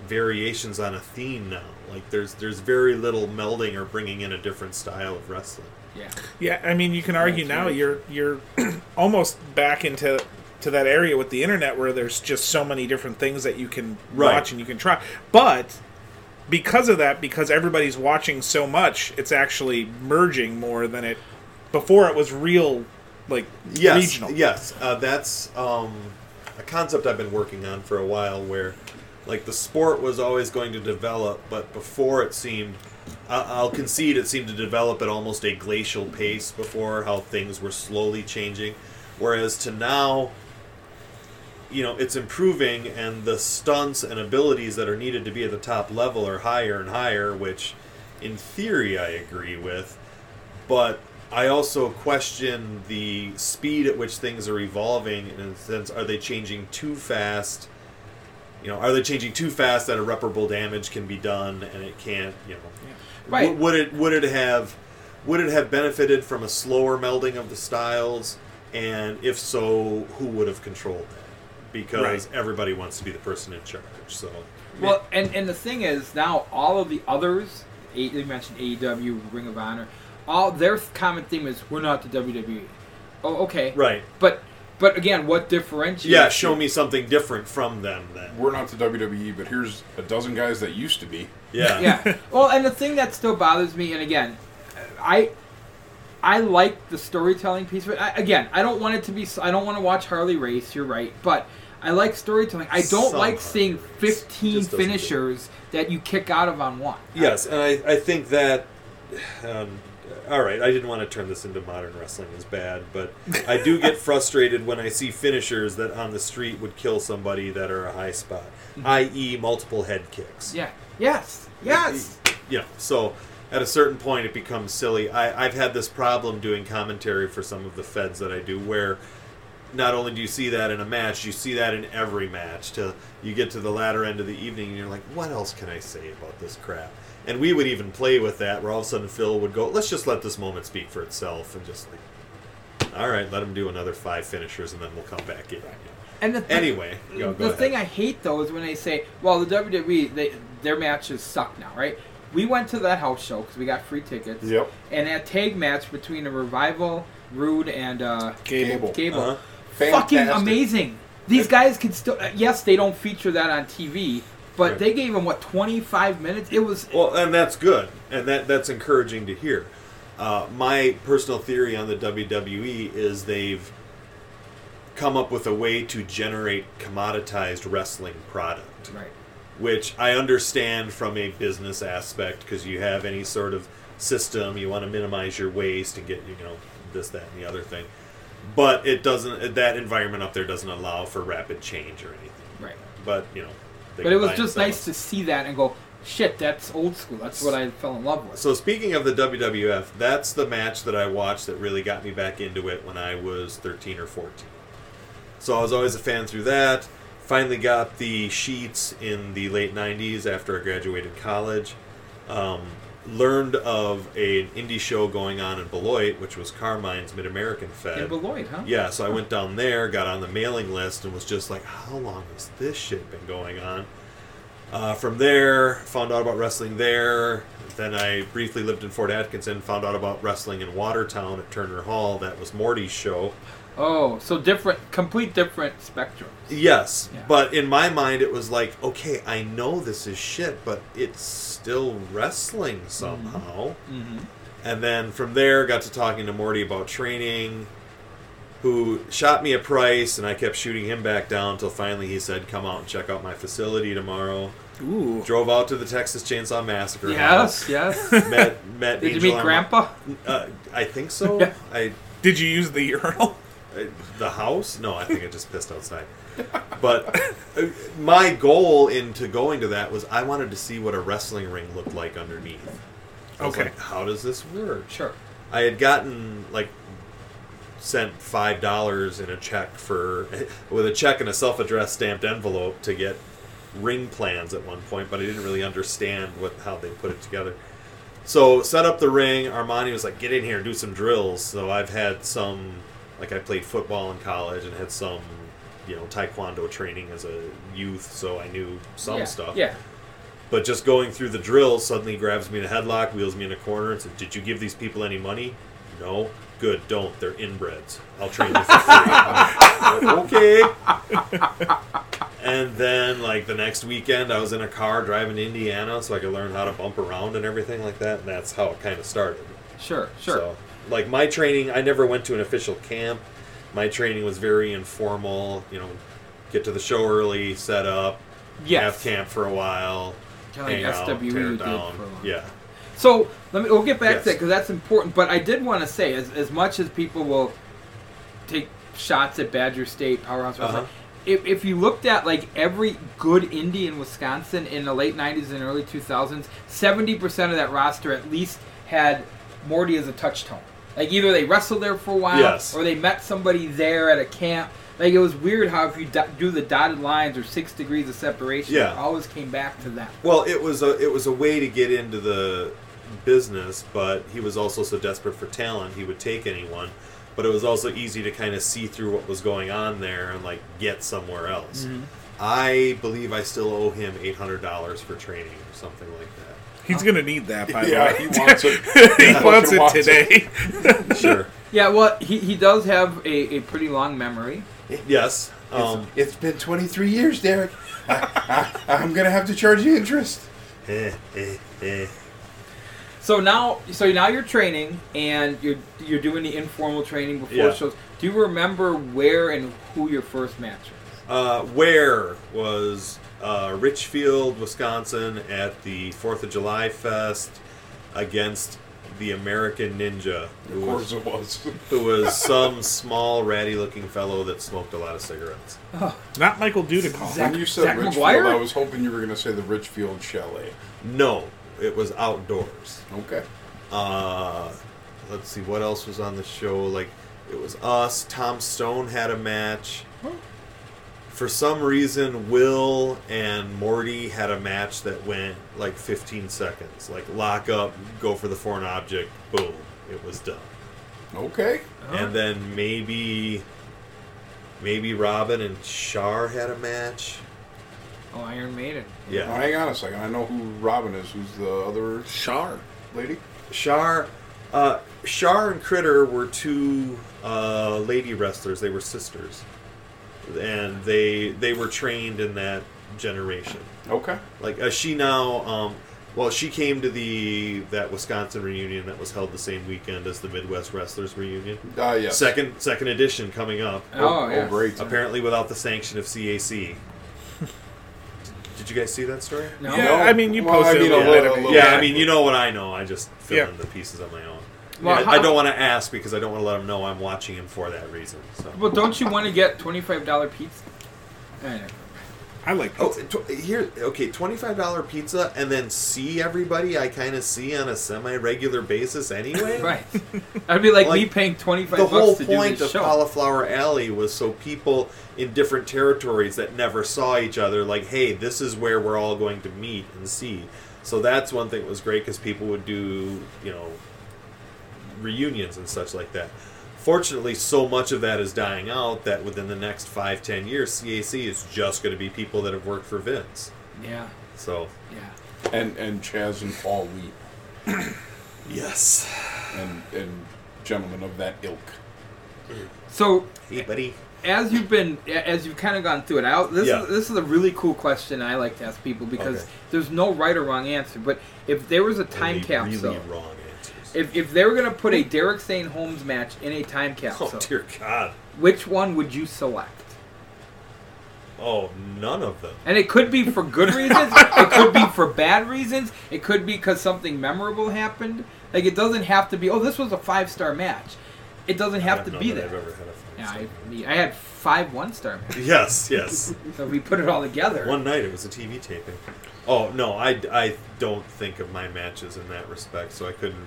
variations on a theme now. Like there's there's very little melding or bringing in a different style of wrestling.
Yeah.
Yeah, I mean, you can argue now you're you're [clears throat] almost back into to that area with the internet where there's just so many different things that you can
Right.
watch and you can try. But because of that, because everybody's watching so much, it's actually merging more than it before. It was real, like
yes,
regional.
Yes, uh, that's um, a concept I've been working on for a while. Where, like, the sport was always going to develop, but before it seemed, I I'll concede, it seemed to develop at almost a glacial pace. Before how things were slowly changing, whereas to now, you know, it's improving, and the stunts and abilities that are needed to be at the top level are higher and higher, which, in theory, I agree with but I also question the speed at which things are evolving. In a sense, are they changing too fast? You know, are they changing too fast that irreparable damage can be done and it can't? You know,
Right.
W- would it would it have would it have benefited from a slower melding of the styles? And if so, who would have controlled that? Because everybody wants to be the person in charge. So
Well, and and the thing is now all of the others, A- you mentioned AEW, Ring of Honor, all their common theme is we're not the WWE. Oh, okay.
right,
But but again, what differentiates?
yeah. Show me something different from them then.
We're not the WWE, E, but here's a dozen guys that used to be.
Yeah. [laughs]
yeah. Well, and the thing that still bothers me, and again, I I like the storytelling piece, but I, again, I don't want it to be. I don't want to watch Harley race. You're right, but I like storytelling. I don't
Some
like
hard
seeing
remakes.
15
Just doesn't do it.
finishers that you kick out of on one.
Yes, and I, I think that. Um, all right, I didn't want to turn this into modern wrestling is bad, but I do get frustrated when I see finishers that on the street would kill somebody that are a high spot, i.e., multiple head kicks.
Yeah. Yes. Yes.
You know, so at a certain point it becomes silly. I, I've had this problem doing commentary for some of the feds that I do where not only do you see that in a match, you see that in every match. Till you get to the latter end of the evening, and you're like, "What else can I say about this crap?" And we would even play with that, where all of a sudden Phil would go, "Let's just let this moment speak for itself," and just like, "All right, let him do another five finishers, and then we'll come back in." you know.
And the th-
Anyway, go- go
the
ahead.
thing I hate though is when they say, "Well, the WWE, they, their matches suck now, right?" We went to that house show because we got free tickets.
Yep.
And that tag match between the revival, Rude, and uh,
Gable.
Gable,
Uh-huh.
fucking
Fantastic.
amazing. These guys could still. uh, Yes, they don't feature that on TV, but
Right. Oh.
they gave them what 25 minutes. It was
Well, and that's good, and that that's encouraging to hear. Uh, my personal theory on the WWE is they've come up with a way to generate commoditized wrestling product,
right.
which I understand from a business aspect because you have any sort of system, you want to minimize your waste and get you know this, that, and the other thing. But it doesn't. That environment up there doesn't allow for rapid change or anything.
Right.
But you know, they
But it
can
was
buy and
just
sell
nice
us.
to see that and go, shit, that's old school. That's what I fell in love with.
So speaking of the WWF, that's the match that I watched that really got me back into it when I was 13 or 14. So I was always a fan through that. Finally got the sheets in the late 90s after I graduated college. Um, learned of a- an indie show going on in Beloit, which was Carmine's Mid American Fed.
In Beloit, huh?
Yeah, so I went down there, got on the mailing list, and was just like, how long has this shit been going on? Uh, from there, found out about wrestling there. Then I briefly lived in Fort Atkinson, found out about wrestling in Watertown at Turner Hall. That was Morty's show.
Oh, so different, complete different spectrum.
Yes,
Yeah.
but in my mind, it was like, okay, I know this is shit, but it's still wrestling somehow.
Mm-hmm.
And then from there, got to talking to Morty about training, who shot me a price, and I kept shooting him back down until finally he said, "Come out and check out my facility tomorrow."
Ooh.
Drove out to the Texas Chainsaw Massacre.
Yes,
house, [laughs]
yes.
Met
[laughs]
met.
Did you
Angel
meet
Arma-
Grandpa?
Uh, I think
[laughs]
so.
Yeah.
I
Did you use the [laughs] urinal?
uh, the house? No, I think I just pissed outside. But uh, my goal into going to that was I wanted to see what a wrestling ring looked like underneath. I was
Okay.
like, how does this work?
Sure.
I had gotten like sent five dollars in a check for [laughs] with a check and a self-addressed stamped envelope to get ring plans at one point, but I didn't really understand what how they put it together. So set up the ring. Armani was like, "Get in here, and do some drills." So I've had some, like I played football in college and had some, you know, taekwondo training as a youth, so I knew some
yeah.
stuff.
Yeah.
But just going through the drill suddenly grabs me in a headlock, wheels me in a corner, and says, Did you give these people any money? No. Good, don't. They're inbreds. I'll train you for free. okay. [laughs] And then, like, the next weekend, I was in a car driving to Indiana so I could learn how to bump around and everything like that. And that's how it kind of started.
Sure. Sure.
So, like my training, I never went to an official camp. My training was very informal. You know, get to the show early, set up,
Yes.
have camp for a while,
Kinda like
hang out,
SWE
tear
did
down.
for a while.
Yeah,
So let me. We'll get back
Yes.
to that because that's important. But I did want to say, as as much as people will take shots at Badger State powerhouse wrestling,
Uh-huh.
if if you looked at like every good indie in Wisconsin in the late '90s and early 2000s, 70 percent of that roster at least had Morty as a touchstone. Like either they wrestled there for a while,
Yes.
or they met somebody there at a camp. Like it was weird how if you do, do the dotted lines or six degrees of separation,
Yeah.
it always came back to that.
Well, it was a it was a way to get into the business, but he was also so desperate for talent, he would take anyone. But it was also easy to kind of see through what was going on there and like get somewhere else.
Mm-hmm.
I believe I still owe him eight hundred dollars for training or something like that.
[laughs] He's gonna need that, by
Yeah,
the
[laughs]
he [laughs]
way.
wants it.
He [laughs] wants
fucking
it
wants
today. [laughs]
Sure.
Yeah, well, he, he does have a, a pretty long memory.
[laughs] yes. Um,
it's been 23 years, Derek. I, I, I'm gonna have to charge you interest.
eh, eh, eh.
So now, so now you're training and you're you're doing the informal training before
Yeah.
shows. Do you remember where and who your first match was?
Uh, Ware was uh, Richfield, Wisconsin, at the Fourth of July Fest against the American Ninja, who
Of
was,
course it was.
who was some small ratty-looking fellow that smoked a lot of cigarettes.
Not Michael Dudikoff.
Zach-
when you said
Zach
Richfield,
McGuire?
I was hoping you were going to say the Richfield Chalet.
No, it was outdoors.
Okay.
Uh, let's see what else was on the show. Like it was us. Tom Stone had a match. For some reason, Will and Morty had a match that went like 15 seconds. Like lock up, go for the foreign object, boom, it was done.
Okay.
Alright.
And then maybe, maybe Robin and Char had a match.
Oh, Iron Maiden.
Now,
Yeah,
hang on a second. I know who Robin is. Who's the other
Char.
lady?
Char, uh, Char and Critter were two uh, lady wrestlers. They were sisters, and they they were trained in that generation.
Okay.
Like uh, she now, um, well, she came to the that Wisconsin reunion that was held the same weekend as the Midwest Wrestlers reunion.
Ah, yes.
Second second edition coming up.
Oh,
oh,
yeah.
great.
Apparently, without the sanction of CAC. [laughs] Did you guys see that story?
No.
Yeah, I mean, you
Well, I
posted
mean,
a
a
little,
little- a
bit.
little-
Yeah, I mean, you know what I know. I just fill
Yeah.
in the pieces on my own.
Well,
I-
how-
I don't want to ask because I don't want to let them know I'm watching him for that reason. So.
Well, don't you want to get twenty-five dollar pizza? Eh,
I like
Oh,
pizza.
tw- here, okay, twenty-five dollar pizza, and then see everybody I kind of see on a semi-regular
[laughs]
basis anyway.
Right. That'd be like, me
Like,
paying twenty-five
The
bucks
whole
to do
point
this
of
show.
Cauliflower Alley was so people in different territories that never saw each other, like, hey, this is where we're all going to meet and see. So that's one thing that was great because people would do, you know, reunions and such like that. Fortunately, so much of that is dying out that within the next five, ten years, CAC is just going to be people that have worked for Vince.
yeah.
So,
Yeah.
And and Chaz and Paul Lee
yes.
and and gentlemen of that ilk.
So
Hey, buddy.
as you've been as you've kind of gone through it out this
Yeah.
is this is a really cool question i like to ask people because
Okay.
there's no right or wrong answer but if there was a time
Only
capsule
Really wrong answers.
if, if they were going to put a derek st holmes match in a time capsule
oh, dear God.
which one would you select
Oh, none of them.
and it could be for good reasons it could be for bad reasons it could be because something memorable happened like it doesn't have to be oh this was a five star match it doesn't have to be
that.
that
I've ever had a fight.
yeah, I,
so. [laughs]
me- I had five one star matches
Yes, yes.
so if we put it all together
[laughs] One night it was a TV taping. Oh no, I, I don't think of my matches in that respect, so I couldn't.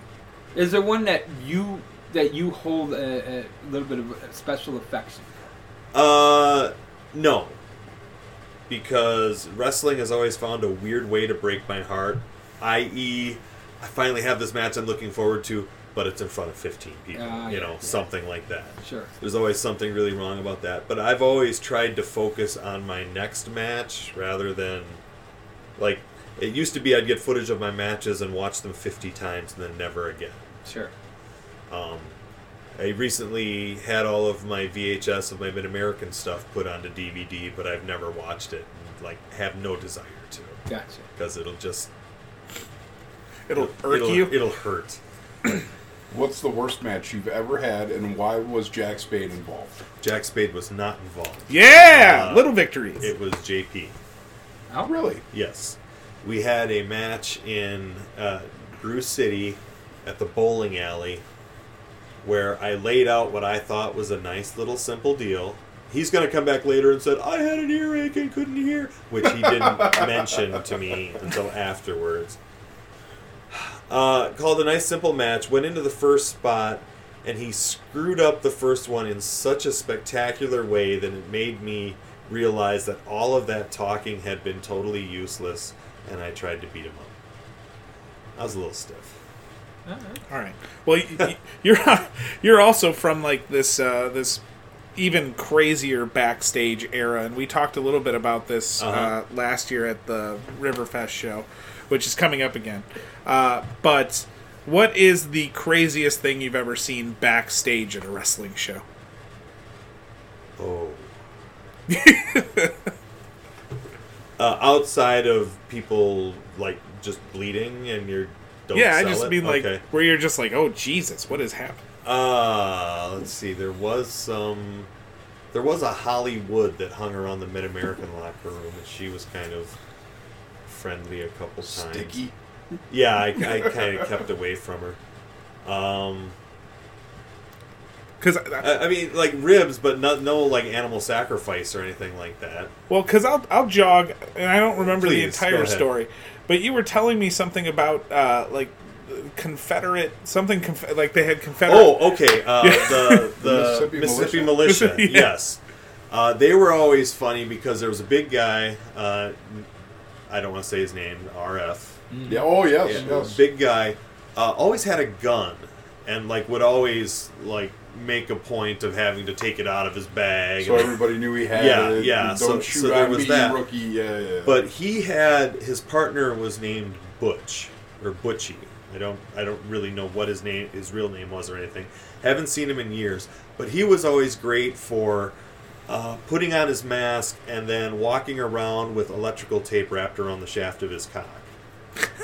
Is there one that you that you hold a, a little bit of a special affection?
Uh, no, because wrestling has always found a weird way to break my heart. I.e., I finally have this match I'm looking forward to, but it's in front of 15 people.
Ah,
you
yeah,
know,
yeah.
something like that.
Sure.
There's always something really wrong about that. But I've always tried to focus on my next match rather than like it used to be I'd get footage of my matches and watch them 50 times and then never again.
Sure.
Um, I recently had all of my VHS of my Mid American stuff put onto DVD, but I've never watched it. And, like, have no desire to
Gotcha.
because it'll just
It'll irk
it'll,
you.
It'll hurt.
What's the worst match you've ever had, and why was Jack Spade involved?
Jack Spade was not involved.
yeah,
Uh,
little victories.
It was JP.
Oh,
Really?
Yes. We had a match in uh, Brew City at the bowling alley where I laid out what I thought was a nice little simple deal. He's going to come back later and said, I had an earache and couldn't hear, which he didn't mention to me until afterwards. Uh, called a nice simple match, went into the first spot, and he screwed up the first one in such a spectacular way that it made me realize that all of that talking had been totally useless, and I tried to beat him up. I was a little stiff.
All right. Well, y- [laughs] y- you're you're also from like this uh, this even crazier backstage era, and we talked a little bit about this uh
Uh-huh.
last year at the Riverfest show, which is coming up again. Uh, but what is the craziest thing you've ever seen backstage at a wrestling show? [laughs]
Oh. uh, outside of people like just bleeding and you're don't
yeah, I
Oh, sell
just
it?
mean like
Okay.
where you're just like, oh Jesus, what has happened?
Uh, let's see. There was some. There was a Holly Wood that hung around the Mid American locker room, and she was kind of friendly a couple times.
Sticky.
Yeah, I, I
[laughs]
kind of kept away from her. Um,
Because
I, I mean, like ribs, but no, no like animal sacrifice or anything like that.
Well, because I'll, I'll jog, and I don't remember the
Please, go
entire
ahead.
story, but you were telling me something about uh, like Confederate something conf- like they had Confederate.
Oh, okay. Uh, the the
Mississippi
Mississippi, militia.
Mississippi, yeah.
Yes, uh, they were always funny because there was a big guy. Uh, I don't want to say his name. RF.
Yeah. Oh yes.
Mm. Yeah,
Yes.
Big guy. Uh, always had a gun, and like would always like make a point of having to take it out of his bag.
So
and-
everybody knew he had
Yeah,
it.
yeah,
Don't
so-
shoot
so there
at
was
me,
that.
rookie. Yeah, yeah.
but he had his partner was named Butch or Butchie. I don't I don't really know what his name his real name was or anything. Haven't seen him in years, but he was always great for uh, putting on his mask and then walking around with electrical tape wrapped around the shaft of his cock.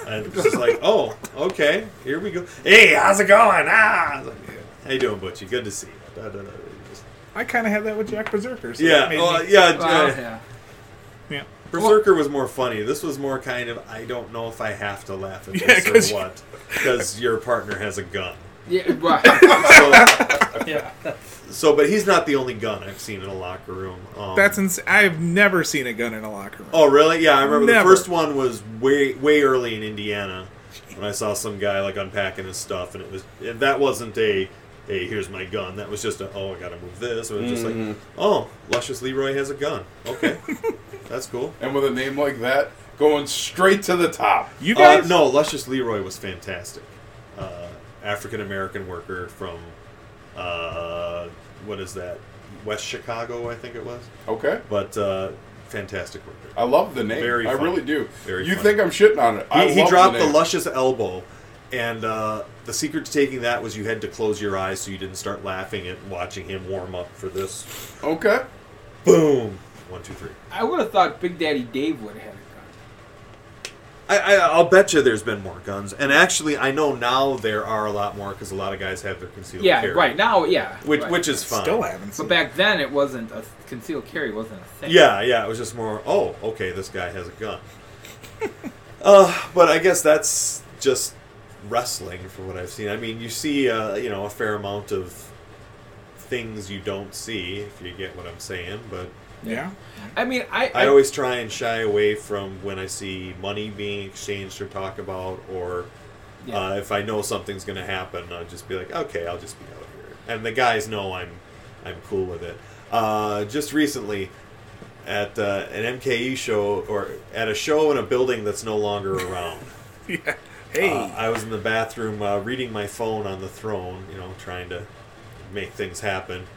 And it's just like, oh, okay, here we go. Hey, how's it going? Ah, I was like, how you doing, Butchie? Good to see you. Da, da, da. Just-
I kind of had that with Jack Berserker. So
Yeah,
that made
well,
me-
yeah,
Wow,
yeah.
yeah.
yeah.
Berserker was more funny. This was more kind of I don't know if I have to laugh at
Yeah,
this
'cause
or
you-
what
[laughs]
because your partner has a gun.
Yeah, right.
So,
yeah.
[laughs] so, but he's not the only gun I've seen in a locker room. Um,
That's ins- I've never seen a gun in a locker room.
oh really? Yeah, I remember
Never.
the first one was way way early in Indiana when I saw some guy like unpacking his stuff, and it was and that wasn't a hey here's my gun. That was just a oh I gotta move this. It was just
Mm-hmm.
like oh luscious Leroy has a gun.
[laughs]
Okay, that's cool.
and with a name like that, going straight to the top.
You
Uh,
guys?
no, Luscious Leroy was fantastic. Uh, African American worker from uh, what is that? West Chicago, I think it was.
Okay.
But uh, fantastic worker.
I love the name.
Very
I
funny.
really do.
Very
you
funny.
think I'm shitting on it? I
He, he
love
dropped the,
name.
luscious elbow, and uh, the secret to taking that was you had to close your eyes so you didn't start laughing and watching him warm up for this.
Okay.
Boom. One, two, three.
[laughs] I would have thought Big Daddy Dave would have had a gun.
I, I, I'll bet you there's been more guns, and actually, I know now there are a lot more because a lot of guys have their concealed
Yeah,
carry.
right now, yeah.
Which,
right.
which is fine.
still haven't. Seen
But back then, it wasn't a concealed carry wasn't a thing.
Yeah, yeah. It was just more, oh, okay, this guy has a gun. [laughs] uh, but I guess that's just wrestling for what I've seen. I mean, you see, uh, you know, a fair amount of things you don't see, if you get what I'm saying. But
it. Yeah.
I mean, I,
I always try and shy away from when I see money being exchanged or talk about, or
Yeah.
uh, if I know something's going to happen, I'll just be like, okay, I'll just be out here. And the guys know I'm, I'm cool with it. Uh, just recently, at uh, an MKE show or at a show in a building that's no longer around.
Yeah. [laughs] Hey.
Uh, I was in the bathroom uh, reading my phone on the throne, you know, trying to make things happen.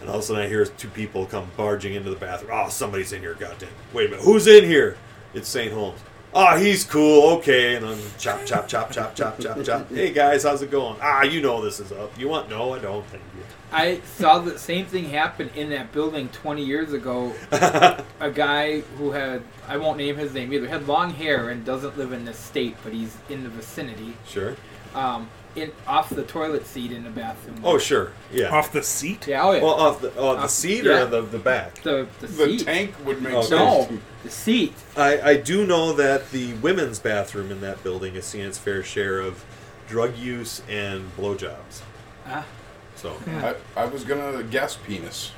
And all of a sudden, I hear two people come barging into the bathroom. Oh, somebody's in here, goddamn. Wait a minute, who's in here? It's St. Holmes. Ah, he's cool, okay. And I'm chop, chop, chop, chop, chop, chop, chop. Hey guys, how's it going? Ah, you know this is up. You want? No, I don't. Thank you.
I saw the same thing happen in that building 20 years
[laughs]
ago. a guy who had, I won't name his name either, had long hair and doesn't live in this state, but he's in the vicinity,
Sure.
um, in, off the toilet seat in the bathroom.
Oh, sure. Yeah.
Off the seat.
Yeah, oh, yeah.
Well, off the, oh, the
Uh,
seat
yeah.
or the, the back?
the, the,
The
seat.
tank would make
Okay.
sense.
No,
to me.
the seat.
I, I do know that the women's bathroom in that building has seen its fair share of drug use and blowjobs.
Ah, [laughs]
So
I, I was gonna guess penis.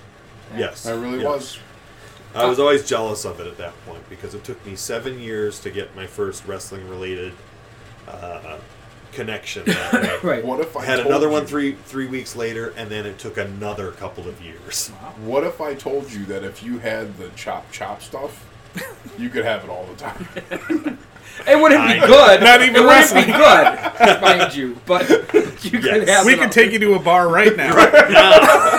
yes,
I really
yes.
was.
I was always jealous of it at that point because it took me seven years to get my first wrestling-related uh, connection.
[laughs]
That way.
right.
What if I
I had
told
another one
you-
three three weeks later, and then it took another couple of years.
What if I told you that if you had the chop chop stuff, you could have it all
[laughs]
the time?
It wouldn't be
I-
good.
Not even
it wouldn't
wrestling.
be
[laughs]
good, mind you. But you
Yes.
could have.
We
it
could
all.
take you to a
[laughs]
bar right now.
[laughs]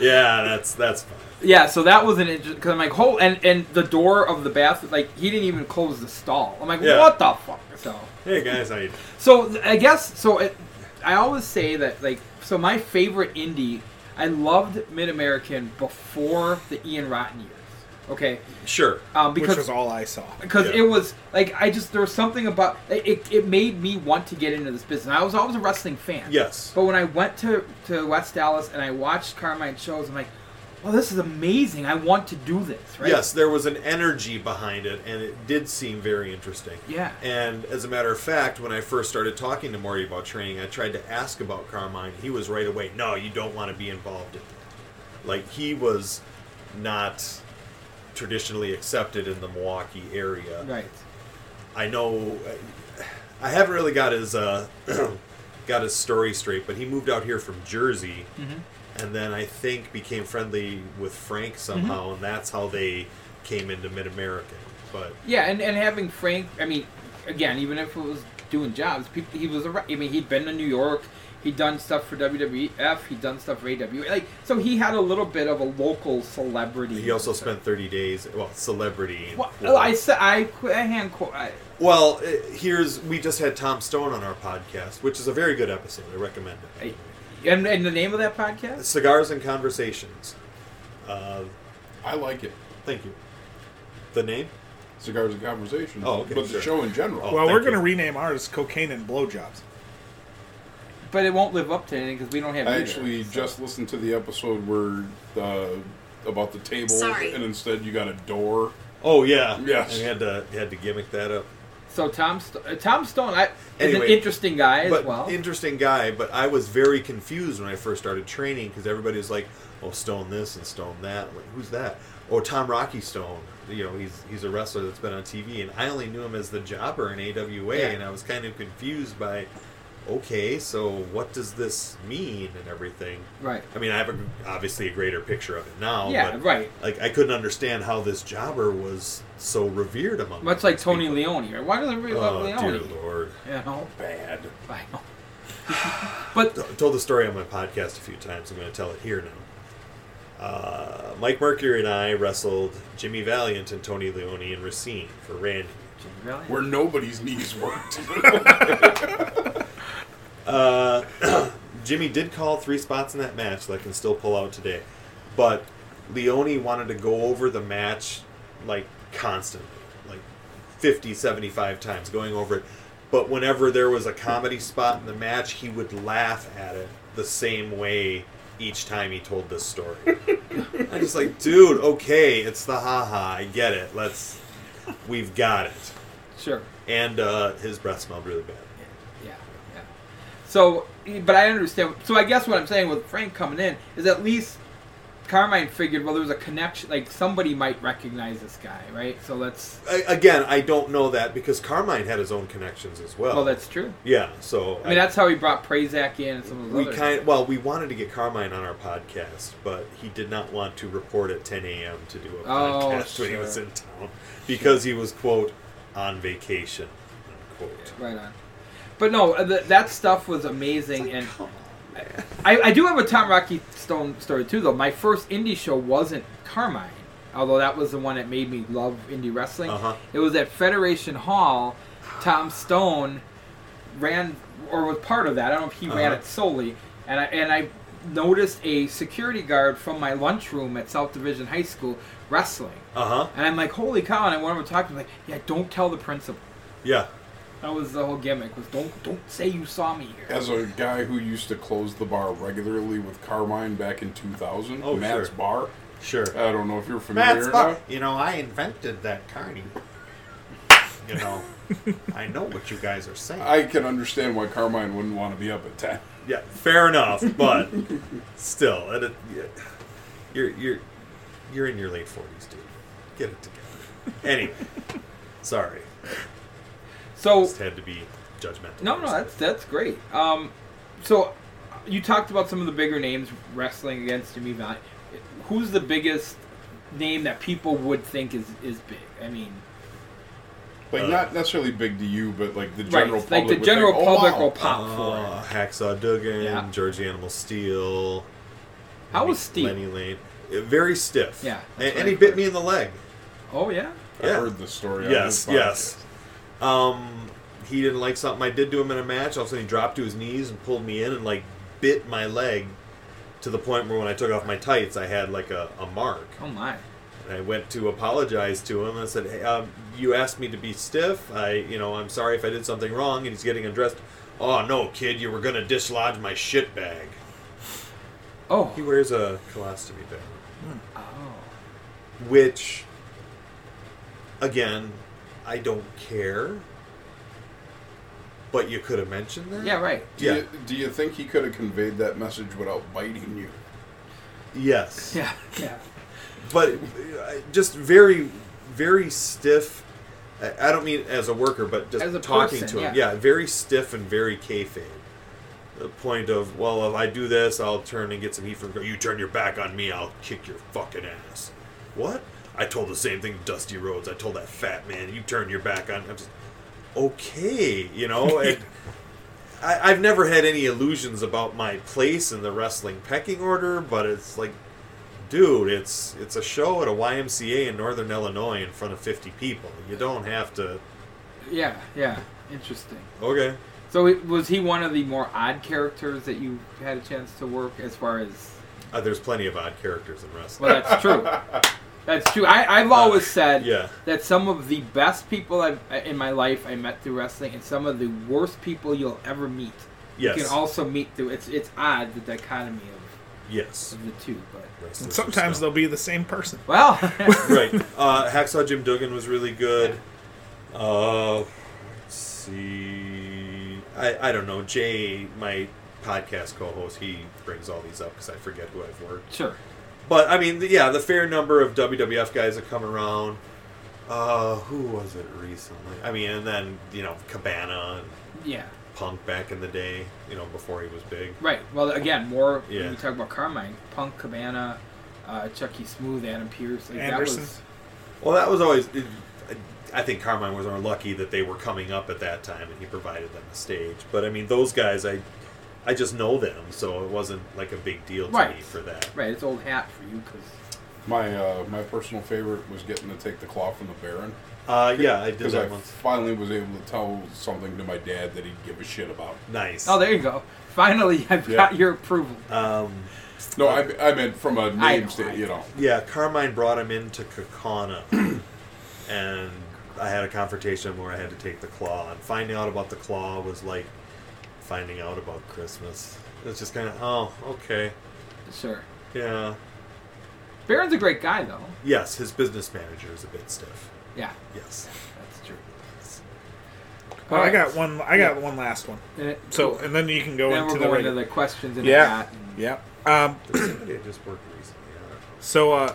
Yeah, that's that's fine.
Yeah, so that was an interesting because I'm like, hold, and and the door of the bathroom, like he didn't even close the stall. I'm like,
Yeah.
what the fuck? So,
Hey guys, how you doing?
so th- I guess so. It, I always say that like, so my favorite indie, I loved Mid American before the Ian Rotten years. Okay,
Sure.
um,
Which was
because
all I saw.
because it
Yeah.
was like I just there was something about it, it. It made me want to get into this business. I was always a wrestling fan.
Yes.
But when I went to to West Dallas and I watched Carmine shows, I'm like, oh, this is amazing. I want to do this, right?
Yes, there was an energy behind it, and it did seem very interesting.
Yeah.
And as a matter of fact, when I first started talking to Marty about training, I tried to ask about Carmine. He was right away, no, you don't want to be involved in that. Like, he was not traditionally accepted in the Milwaukee area.
Right.
I know I haven't really got his uh, [clears throat] got his story straight, but he moved out here from Jersey,
Mm-hmm.
and then I think became friendly with Frank somehow, and that's how they came into Mid American. But
Yeah, and, and having Frank, I mean, again, even if it was doing jobs, people, he was around. I mean, he'd been to New York, he'd done stuff for WWF, he'd done stuff for AWA. Like, so he had a little bit of a local celebrity.
he also spent 30 days, well, celebrity. in
Well,
Florida.
I said I, qu- I hand quote. I,
Well, uh, here's we just had Tom Stone on our podcast, which is a very good episode. I recommend it.
I- and, and the name of that podcast?
Cigars and Conversations. Uh,
I like it.
thank you. The name?
Cigars and conversation.
Oh, okay,
but
sure.
the show in general.
Oh.
well, we're
thank
going to
you.
rename ours "Cocaine and Blowjobs."
But it won't live up to anything because we don't have.
I
either,
actually
so.
just listened to the episode where uh, about the table,
Sorry.
and instead you got a door.
Oh yeah,
Yes.
And we had to had to gimmick that up.
So Tom St- uh, Tom Stone I, is
Anyway,
an interesting guy as
but
well.
interesting guy. But I was very confused when I first started training because everybody was like, "Oh, Stone this and Stone that." I'm like, who's that? Oh, Tom Rocky Stone. You know, he's he's a wrestler that's been on TV, and I only knew him as the Jobber in AWA,
Yeah.
and I was kind of confused by, okay, so what does this mean and everything?
right.
I mean, I have a, obviously a greater picture of it now.
Yeah,
Oh, but,
right.
Like, I couldn't understand how this Jobber was so revered among
Much like Tony Leone, right? Why do they really love
Oh, dear
Leone?
Lord.
You know, [laughs]
Bad.
I know.
[laughs]
but
I told the story on my podcast a few times. I'm going to tell it here now. Uh, Mike Mercury and I wrestled Jimmy Valiant and Tony Leone in Racine for Randy.
really?
Where nobody's knees worked.
Jimmy did call three spots in that match that I can still pull out today, but Leone wanted to go over the match like constantly, like 50, 75 times going over it. But whenever there was a comedy spot in the match, he would laugh at it the same way each time he told this story. [laughs] I'm just like, dude, okay, it's the haha, I get it. Let's, we've got it.
sure.
And uh, his breath smelled really bad.
Yeah, yeah. So, but I understand. So I guess what I'm saying with Frank coming in is at least Carmine figured, well, there was a connection. Like somebody might recognize this guy, right? So let's.
I, again, I don't know that because Carmine had his own connections as well.
Well, that's true.
yeah. So
I mean, that's how he brought Prazak in and some of those
we
others.
kind well, we wanted to get Carmine on our podcast, but he did not want to report at 10 a.m. to do a
Oh,
podcast when
sure.
he was in town because he was quote on vacation. Unquote.
Right on. But no, uh, the, that stuff was amazing, and I, I do have a Tom Rocky Stone story too. Though my first indie show wasn't Carmine, although that was the one that made me love indie wrestling.
Uh-huh.
It was at Federation Hall. Tom Stone ran or was part of that. I don't know if he ran
Uh-huh.
it solely, and I and I noticed a security guard from my lunchroom at South Division High School wrestling,
Uh huh.
and I'm like, holy cow! And I went over to talk to him, like, yeah, don't tell the principal.
Yeah.
That was the whole gimmick. Was don't don't say you saw me here.
As a guy who used to close the bar regularly with Carmine back in 2000,
Oh,
Matt's
sure.
Bar.
Sure.
Uh,
I don't know if you're familiar
Matt's
or
fu-
not.
You know, I invented that carny.
[laughs]
You know, I know what you guys are saying.
I can understand why Carmine wouldn't want to be up at 10.
Yeah, fair enough, but still, and it, yeah, you're you're you're in your late forties, dude. Get it together. Anyway, sorry,
So
just had to be judgmental.
no, no, that's that's great. Um, so you talked about some of the bigger names wrestling against Jimmy Valiant. Who's the biggest name that people would think is is big? I mean,
Like,
Uh,
not necessarily big to you, but like the general
right?
public.
Like the
would
general
think, "Oh,
public
wow."
will pop for
Uh, Hacksaw Duggan,
Yeah.
George the Animal Steel.
it. How
Lenny-
was Steve?
Lenny Lane. Uh, Very stiff.
Yeah,
A-
that's
and,
what
he
I've
bit
heard.
me in the leg.
Oh yeah,
I
Yeah.
heard the story. on
Yes,
his podcast.
yes. Um, he didn't like something I did to him in a match. All of a sudden, he dropped to his knees and pulled me in and like bit my leg to the point where when I took off my tights, I had like a, a mark.
oh my.
And I went to apologize to him and I said, "Hey, um, you asked me to be stiff. I, you know, I'm sorry if I did something wrong." And he's getting undressed. Oh no, kid, you were gonna dislodge my shit bag.
Oh,
He wears a colostomy bag. Which, again, I don't care. But you could have mentioned that.
yeah, right.
Do,
Yeah.
you, do you think he could have conveyed that message without biting you?
Yes.
Yeah, yeah.
But uh, just very, very stiff. I I don't mean as a worker, but just
As a
talking
person,
to him.
yeah.
Yeah. very stiff and very kayfabe. The point of, well, if I do this, I'll turn and get some heat from you. Turn your back on me, I'll kick your fucking ass. What? I told the same thing to Dusty Rhodes. I told that fat man, you turn your back on. I'm just okay, you
[laughs]
know. and I, I've never had any illusions about my place in the wrestling pecking order, but it's like dude, it's it's a show at a YMCA in Northern Illinois in front of 50 people. You don't have to.
Yeah, yeah. Interesting.
Okay.
So it, was he one of the more odd characters that you had a chance to work as far as?
Uh, there's plenty of odd characters in wrestling.
Well, that's
[laughs]
true. that's true. I, I've always said
Uh, yeah.
that some of the best people I've, in my life I met through wrestling, and some of the worst people you'll ever meet.
Yes.
You can also meet through. It's it's odd the dichotomy of,
yes.
of the two, but
Wrestlers
And
are
sometimes
still-
they'll be the same person.
well, [laughs]
right. Uh, Hacksaw Jim Duggan was really good. Uh, let's see. I, I don't know. Jay, my podcast co host, he brings all these up because I forget who I've worked
sure.
But I mean, the- yeah, the fair number of WWF guys that come around. Uh, who was it recently? I mean, and then you know Cabana and
Yeah.
Punk back in the day. You know, before he was big.
Right. Well, again, more
Yeah.
when you talk about Carmine, Punk, Cabana, uh, Chucky Smooth, Adam Pierce. Like
Anderson.
Well, that was always. It, I- I think Carmine was unlucky that they were coming up at that time, and he provided them a stage. But I mean, those guys, I, I just know them, so it wasn't like a big deal to
Right.
me for that.
That was right. It's old hat for you because
My uh, my personal favorite was getting to take the claw from the Baron
Uh, yeah, I did
because I
that once.
finally was able to tell something to my dad that he'd give a shit about.
Nice.
oh, there you go. Finally, [laughs] I've
Yeah.
got your approval.
um,
No, I, I meant from a
I
name
know, I
state, you know.
Yeah, Carmine brought him into
[clears throat]
Kakana, and I had a confrontation where I had to take the claw. And finding out about the claw was like finding out about Christmas. It's just kind of oh, okay,
Sure.
yeah,
Baron's a great guy, though.
yes. His business manager is a bit stiff.
Yeah,
Yes.
that's true.
Well, Oh, I
Alright.
got one. I got one last one.
And it-
So, and then you can go
Uh, then
into
we're
the
going to
rating.
the questions and
yeah,
that.
yeah. Um,
There's somebody I just worked recently. I don't know.
so, uh,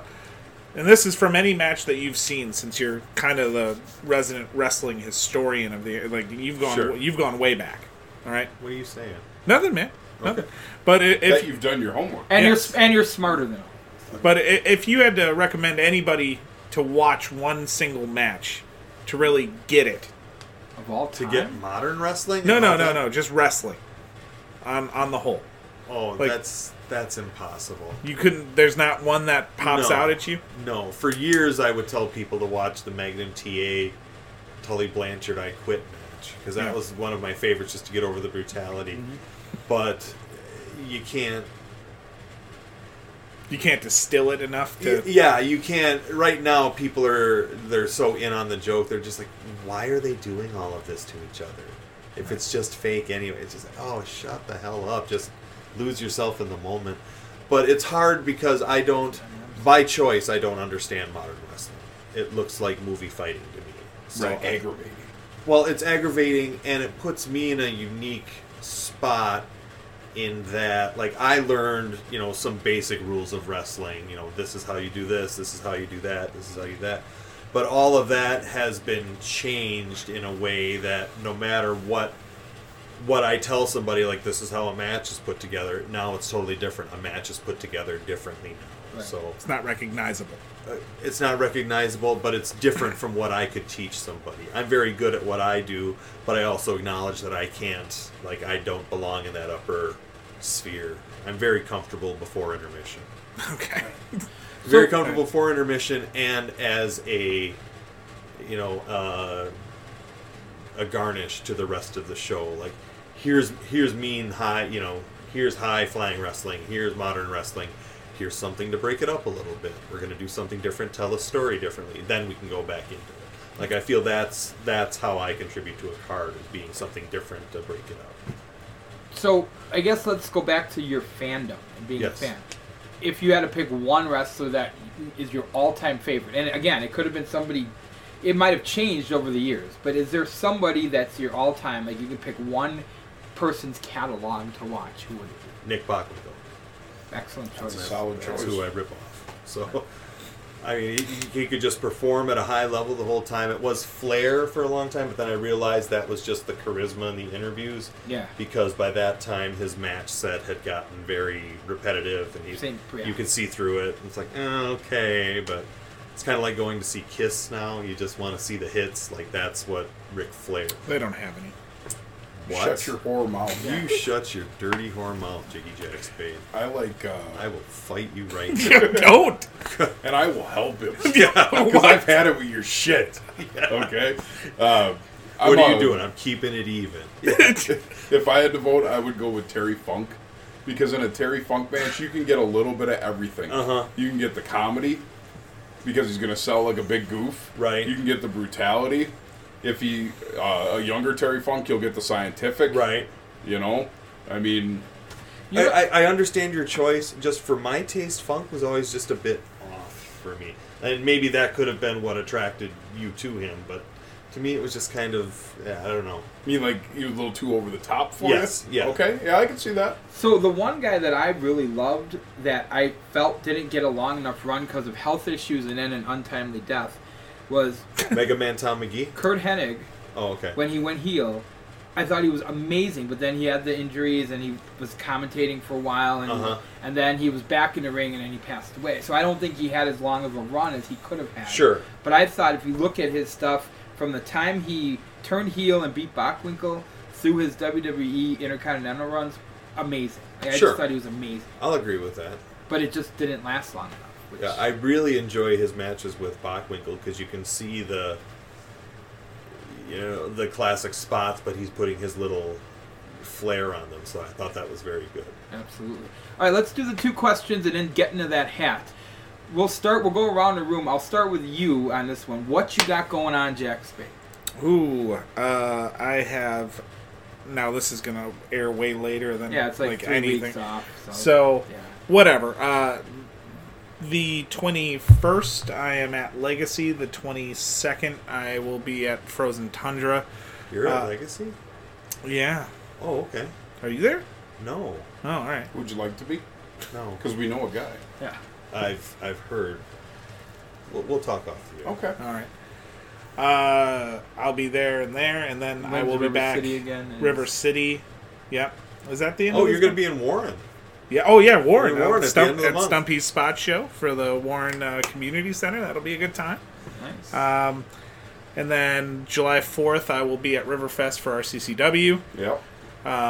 and this is from any match that you've seen, since you're kind of the resident wrestling historian of the like. You've gone,
Sure.
you've gone way back. All right,
What are you saying?
nothing, man, nothing. But i- if
That you've done your homework.
And
Yes.
you're and you're smarter than all.
But i- if you had to recommend anybody to watch one single match to really get it,
of all
To
time.
get modern wrestling?
no, no,
About
no,
that?
no, just wrestling on on the whole.
Oh,
Like-
that's that's impossible.
You couldn't. There's not one that pops
No.
out at you.
No, for years I would tell people to watch the Magnum TA Tully Blanchard I Quit match because that
Yeah.
was one of my favorites just to get over the brutality. But you can't.
You can't distill it enough to.
y- Yeah, you can't. Right now, people are they're so in on the joke. They're just like, why are they doing all of this to each other? If it's just fake anyway, it's just like, oh, shut the hell up. Just lose yourself in the moment. But it's hard because I don't, by choice, I don't understand modern wrestling. It looks like movie fighting to me. So
So
I-
aggravating.
well, it's aggravating and it puts me in a unique spot in that like I learned, you know, some basic rules of wrestling, you know, this is how you do this, this is how you do that, this is how you do that. But all of that has been changed in a way that no matter what what I tell somebody like this is how a match is put together, now it's totally different. A match is put together differently now.
Right.
So
It's not recognizable.
uh, it's not recognizable, but it's different from what I could teach somebody. I'm very good at what I do, but I also acknowledge that I can't, like, I don't belong in that upper sphere. I'm very comfortable before intermission.
Okay.
Very comfortable before intermission and as a, you know, uh, a garnish to the rest of the show. Like, here's here's mean high, you know, here's high flying wrestling, here's modern wrestling, here's something to break it up a little bit. We're gonna do something different, tell a story differently. Then we can go back into it. Like, I feel that's that's how I contribute to a card is being something different to break it up.
So I guess let's go back to your fandom and being
Yes.
a fan. If you had to pick one wrestler that is your all-time favorite, and again, it could have been somebody, it might have changed over the years. But is there somebody that's your all-time? Like you could pick one person's catalog to watch. Who would it be?
Nick Bockwinkel.
Excellent choice.
a solid
That's
choice.
who I rip off. So, I mean, he, he could just perform at a high level the whole time. It was flair for a long time, but then I realized that was just the charisma in the interviews.
Yeah.
Because by that time, his match set had gotten very repetitive, and he,
Same- yeah.
you could see through it. It's like, eh, okay, but it's kind of like going to see Kiss now. You just want to see the hits. Like, that's what Ric Flair.
They don't have any.
What?
Shut your whore mouth.
You shut your dirty whore mouth, Jiggy Jack Spade.
I like, uh,
I will fight you
[laughs]
right now.
don't.
and I will
[laughs]
help him. [laughs] yeah, because I've had it with your shit. Okay. Uh,
What
I'm
are you
a-
doing? I'm keeping
[laughs]
it even.
If I had to vote, I would go with Terry Funk. Because in a Terry Funk match, you can get a little bit of everything.
Uh-huh.
You can get the comedy, because he's going to sell like a big goof.
Right.
You can get the brutality. If he, uh, a younger Terry Funk, you'll get the scientific.
Right.
You know? I mean,
You
I,
know-
I, I understand your choice. Just for my taste, funk was always just a bit off for me, and maybe that could have been what attracted you to him. But to me, it was just kind of yeah, I don't
[laughs]
know.
I mean, like, you're a little too over the top for
Yes,
you.
yeah.
Okay. Yeah, I can see that.
So the one guy that I really loved that I felt didn't get a long enough run because of health issues and then an untimely death was
Mega Man Tom McGee.
Kurt Hennig
Oh, okay.
when he went heel. I thought he was amazing, but then he had the injuries and he was commentating for a while, and
Uh-huh.
and then he was back in the ring and then he passed away. So I don't think he had as long of a run as he could have had.
Sure.
But I thought if you look at his stuff from the time he turned heel and beat Bockwinkel through his WWE Intercontinental runs, amazing. Like, I
Sure.
just thought he was amazing
I'll agree with that.
but it just didn't last long enough. Which,
Yeah, I really enjoy his matches with Bockwinkel because you can see the, you know, the classic spots, but he's putting his little flair on them. So I thought that was very good.
absolutely. All right, let's do the two questions and then get into that hat. We'll start. We'll go around the room. I'll start with you on this one. What you got going on, Jack Spade?
Ooh, uh, I have. Now this is gonna air way later than
Yeah, it's like, three
Um, anything.
weeks off. So,
So,
yeah.
whatever. Uh, the 21st, I am at Legacy. The 22nd, I will be at Frozen Tundra.
You're at
Uh,
Legacy.
Yeah.
Oh, okay.
Are you there?
No,
Oh, all right.
Would you like to be?
no.
Because we know a guy.
yeah.
I've I've heard. We'll, we'll talk off the air.
Okay.
All right. Uh, I'll be there and there, and then I
When's
will be
River
back.
City again and-
River City. Yep. Is that the end?
Oh,
of
you're
this
going to be in Warren.
one? Yeah. Oh, yeah. Warren.
You're in Warren
uh,
at the
Stump-
end of the
at
month.
Stumpy's Spot Show for the Warren uh, Community Center. That'll be a good time.
Nice.
Um, and then July 4th, I will be at Riverfest for RCCW.
Yep.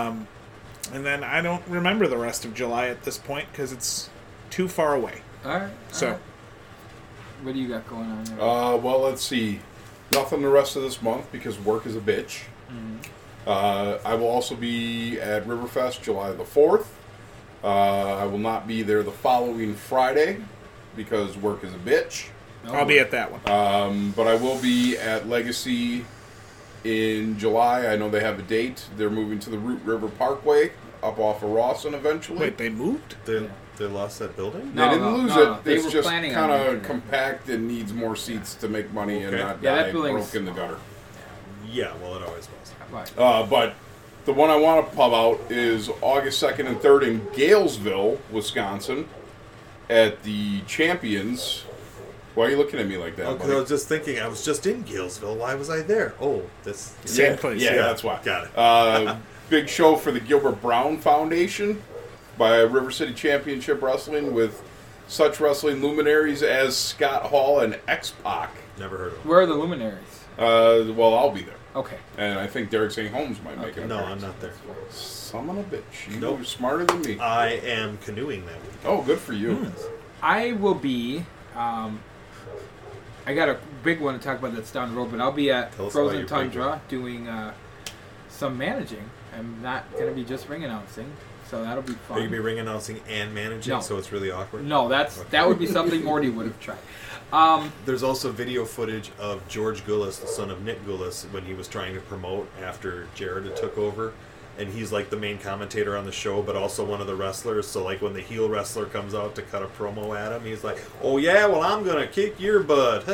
And then I don't remember the rest of July at this point because it's too far away.
all right. all
So, Oh,
right. what do you got going on? There?
Uh, well, let's see. Nothing the rest of this month because work is a bitch.
Mm-hmm.
Uh, I will also be at Riverfest July the 4th. Uh, I will not be there the following Friday because work is a bitch.
I'll
Oh,
be at that one.
Um, but I will be at Legacy in July. I know they have a date. They're moving to the Root River Parkway up off of Rawson eventually.
Wait, they moved?
They they lost that building.
They
No,
didn't
no,
lose
no, no.
it.
They
it's
were
just
planning
kind
on moving
of
it.
compact and needs more seats to make money and
Okay.
not
Yeah, that
die
building's
broke in the gutter.
Yeah, well, it always was.
Right.
Uh, but the one I want to pub out is August 2nd and 3rd in Galesville, Wisconsin, at the Champions. Why are you looking at me like that?
Oh, 'cause
buddy?
I was just thinking, I was just in Galesville. Why was I there? Oh, this.
Same
yeah,
place,
Yeah,
yeah.
that's why.
Got it.
Uh, big show for the Gilbert Brown Foundation by River City Championship Wrestling with such wrestling luminaries as Scott Hall and X Pac.
Never heard of him.
Where are the luminaries?
Uh, well, I'll be there.
Okay.
And I think Derek St. Holmes might make it.
No, I'm not there.
Son of a bitch. You
Nope. Uh,
are smarter than me.
I am canoeing that week.
oh, good for you.
hmm,
I will be. Um, I got a big one to talk about that's down the road, but I'll be at
Tell us about
Frozen
your big
Tundra doing uh, some managing. I'm not going to be just ring announcing, so that'll be
Are
fun.
you gonna be ring announcing and managing?
No.
So it's really awkward.
no, that's
Okay.
that would be something Morty would have tried. Um,
There's also video footage of George Gullis, the son of Nick Gullis, when he was trying to promote after Jared had took over. and he's like the main commentator on the show, but also one of the wrestlers. So like when the heel wrestler comes out to cut a promo at him, he's like, "Oh yeah, well I'm gonna kick your butt."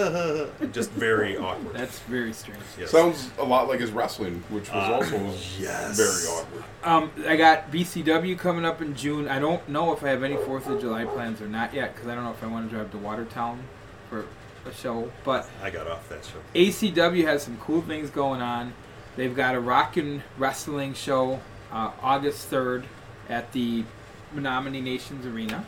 [laughs] Just very awkward.
That's very strange.
Yes. Uh,
Sounds a lot like his wrestling, which was also
yes.
very awkward.
Um, I got BCW coming up in June. I don't know if I have any Fourth of July plans or not yet because I don't know if I want to drive to Watertown for a show. But
I got off that show.
ACW has some cool things going on. They've got a rockin' wrestling show uh, August 3rd at the Menominee Nations Arena.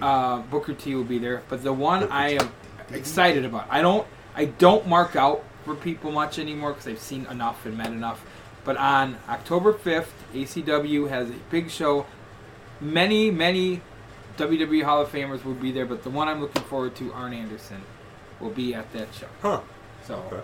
Uh, Booker T will be there, but the one
Booker
I
T.
am excited about. I don't I don't mark out for people much anymore because I've seen enough and met enough. But on October 5th, ACW has a big show. Many many WWE Hall of Famers will be there, but the one I'm looking forward to, Arn Anderson, will be at that show.
huh?
So
Okay.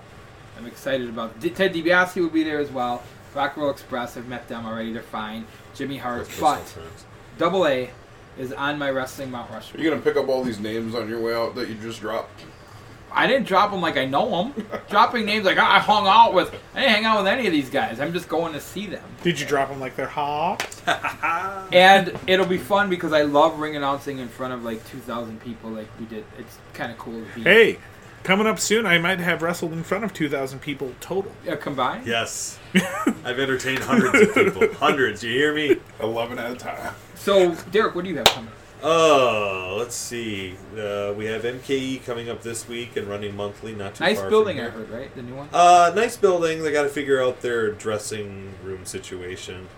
I'm excited about D- Ted DiBiase will be there as well. Rock and Roll Express, I've met them already. They're fine. Jimmy Hart,
That's
but
personal terms.
Double A is on my wrestling Mount Rushmore.
Are you gonna pick up all these names on your way out that you just dropped?
I didn't drop them like I know
[laughs]
them. Dropping names like "Ah, I hung out with. I didn't hang out with any of these guys. I'm just going to see them.
Did you drop them like they're hot?
And it'll be fun because I love ring announcing in front of like 2,000 people like we did. It's kind of cool to be
Hey, coming up soon, I might have wrestled in front of 2,000 people total.
uh, combined.
Yes. I've entertained hundreds of people. Hundreds. You hear me?
Eleven at a time.
So, Derek, what do you have coming?
Oh, let's see. Uh, we have MKE coming up this week and running monthly. Not too
Nice
far
building,
from
I
here.
heard, right? The new one?
Uh, nice building. They got to figure out their dressing room situation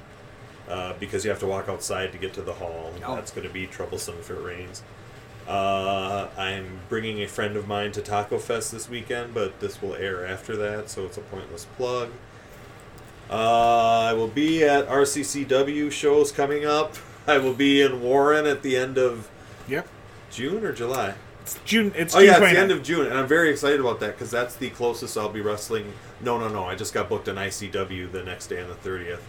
uh, because you have to walk outside to get to the hall. and
Oh.
That's going to be troublesome if it rains. Uh, I'm bringing a friend of mine to Taco Fest this weekend, but this will air after that, so it's a pointless plug. Uh, I will be at RCCW shows coming up. [laughs] I will be in Warren at the end of
Yep.
June or July.
It's June. It's
Oh
June
yeah, it's the
29th.
end of June, and I'm very excited about that because that's the closest I'll be wrestling. No, no, no. I just got booked in ICW the next day on the 30th.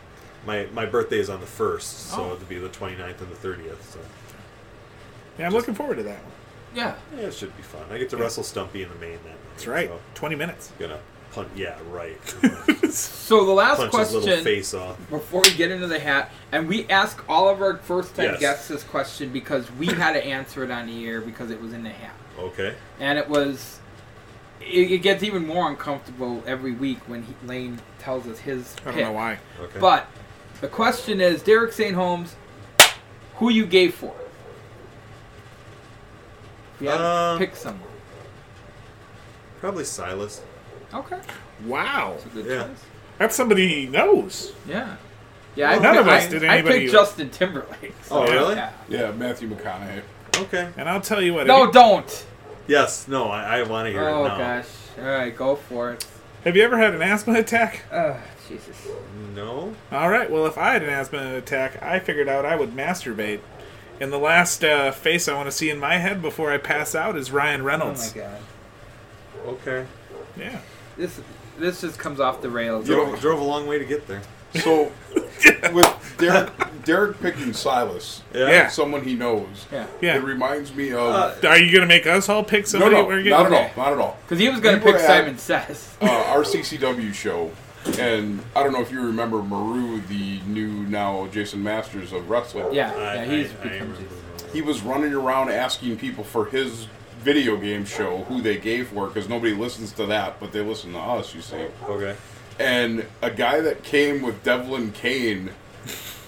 My my birthday is on the first, so
Oh.
it'll be the 29th and the 30th. So
yeah, I'm looking forward to that one.
yeah.
yeah, it should be fun. I get to wrestle Stumpy in the main that night.
That's right.
So
20 minutes.
gonna punch. Yeah, right.
So, the last
punch his little
question
face off.
before we get into the hat, and we ask all of our first time
Yes.
guests this question because we had to answer it on the air because it was in the hat.
Okay.
and it was it, it gets even more uncomfortable every week when he, Lane tells us his
I don't
pick.
know why.
Okay.
But the question is, Derek St. Holmes, who you gave for? If you had to
Um,
pick someone.
probably Silas.
Okay.
Wow.
That's a good
Yeah.
choice.
That's somebody he knows.
Yeah. Yeah, I
None
picked,
of us
I,
did
I
anybody-
picked Justin Timberlake.
Oh, really?
Yeah.
Yeah, Matthew McConaughey.
Okay.
And I'll tell you what.
No,
have, you,
don't.
Yes. No. I, I want to hear
Oh
it now.
gosh. All right, go for it.
have you ever had an asthma attack?
Oh, Jesus.
No.
All right. Well, if I had an asthma attack, I figured out I would masturbate. And the last uh, face I want to see in my head before I pass out is Ryan
Oh
Reynolds.
my God.
Okay.
Yeah.
This this just comes off the rails.
Drove, drove a long way to get there.
[laughs]
So with Derek, Derek picking Silas,
Yeah.
someone he knows.
Yeah.
Yeah.
It reminds me of
Uh,
Are you gonna make us all pick
no,
somebody?
no,
we're
not at
getting-
all, not at all.
Because he was going
We
to pick
were at-
Simon Says.
uh, our CCW show, and I don't know if you remember Maru, the new now Jason Masters of wrestling.
Yeah,
I-
yeah,
I-
he's
I
becomes.
remember.
he was running around asking people for his video game show who they gave for because nobody listens to that, but they listen to us. You see,
Okay.
and a guy that came with Devlin Kane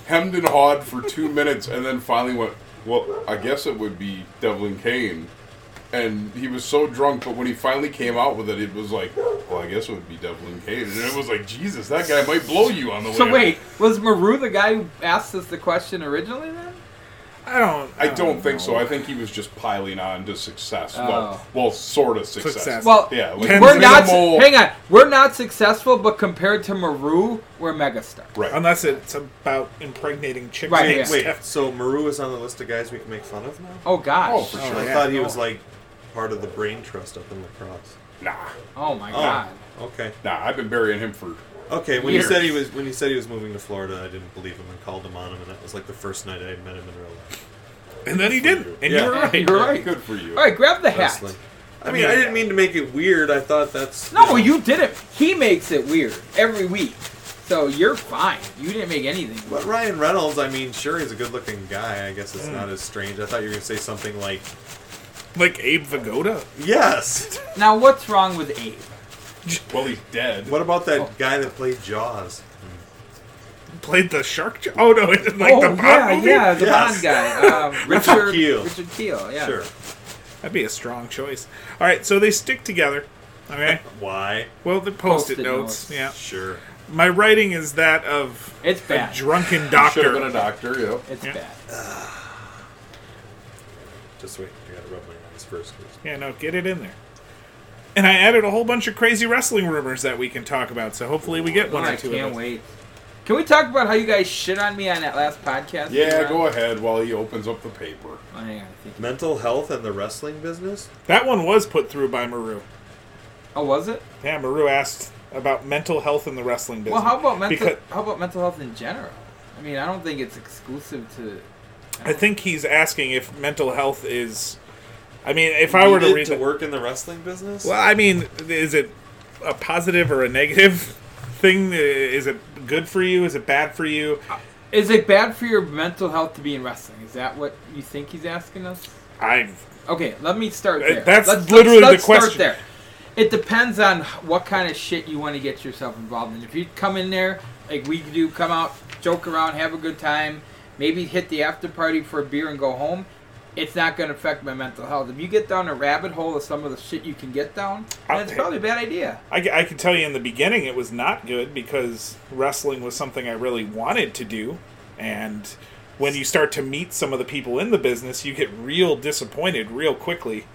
hemmed and hawed for two minutes, and then finally went, "Well, I guess it would be Devlin Kane." And he was so drunk, but when he finally came out with it, it was like, "Well, I guess it would be Devlin Kane." And it was like, "Jesus, that guy might blow you on the way."
So
out."
wait, was Maru the guy who asked us the question originally? Then
I don't.
I don't think so.
know.
I think he was just piling on to success.
Oh.
Well, well, sort of success.
Success.
Well,
yeah,
Ten
we're not.
minimal-
Hang on, we're not successful, but compared to Maru, we're megastar.
Right.
Unless it's about impregnating chicks.
Right,
named
yeah.
Wait,
Steph-
so Maru is on the list of guys we can make fun of now?
Oh gosh.
Oh,
Oh,
for
Oh,
sure.
I
yeah.
thought he was like part of the brain trust up in lacrosse.
Nah,
my
Oh,
god.
okay,
nah. I've been burying him for.
okay. When
Years.
you said he was when you said he was moving to Florida, I didn't believe him and called him on him, and that was like the first night I had met him in real life.
And then he didn't. And
Yeah.
[laughs]
you were right.
You're right.
Good for you.
All right, grab the hat.
Wrestling. I mean, I didn't mean to make it weird. I thought that's
No, you did it. He makes it weird every week. So you're fine. You didn't make anything.
But Ryan Reynolds, I mean, sure, he's a good looking guy. I guess it's not as strange. I thought you were going to say something like,
Like Abe Vigoda.
yes!
Now, what's wrong with Abe?
Well, he's dead.
What about that guy that played Jaws?
Played the shark. Jo- oh no! [laughs] It, like
oh,
the Bond
yeah,
movie?
yeah, the
Yes.
Bond
[laughs]
guy. Um, Richard
Keel.
Richard Keel, yeah.
Sure.
That'd be a strong choice. All right, so they stick together. Okay.
Why?
Well, the
Post-it
post-it, notes.
notes.
Yeah.
Sure.
My writing is that of
It's
a
bad. [laughs]
drunken
Should have been
doctor.
a doctor. Yep.
it's
Yeah.
bad.
Just wait. I gotta rub my eyes first.
Yeah, no, get it in there. And I added a whole bunch of crazy wrestling rumors that we can talk about. So hopefully we get
Oh,
one
I
or two.
can't
of those.
wait. Can we talk about how you guys shit on me on that last podcast?
Yeah, go ahead while he opens up the paper.
Oh, hang on, I think-
Mental health and the wrestling business?
That one was put through by Maru.
Oh, was it?
Yeah, Maru asked about mental health in the wrestling business.
Well, how about mental?
Because
how about mental health in general? I mean, I don't think it's exclusive to.
I think he's asking if mental health is. I mean, if I were to
Needed
read the,
work in the wrestling business?
well, I mean, is it a positive or a negative [laughs] thing? Is it good for you? Is it bad for you?
Is it bad for your mental health to be in wrestling? Is that what you think he's asking us?
I
Okay, let me start
Uh,
there.
that's
Let's- let's-
literally the
let's start
question.
there. It depends on what kind of shit you want to get yourself involved in. If you come in there like we do, come out, joke around, have a good time, maybe hit the after party for a beer and go home. It's not going to affect my mental health. If you get down a rabbit hole of some of the shit you can get down, then it's
I'll-
probably a bad idea.
I, I can tell you in the beginning it was not good because wrestling was something I really wanted to do. And when you start to meet some of the people in the business, you get real disappointed real quickly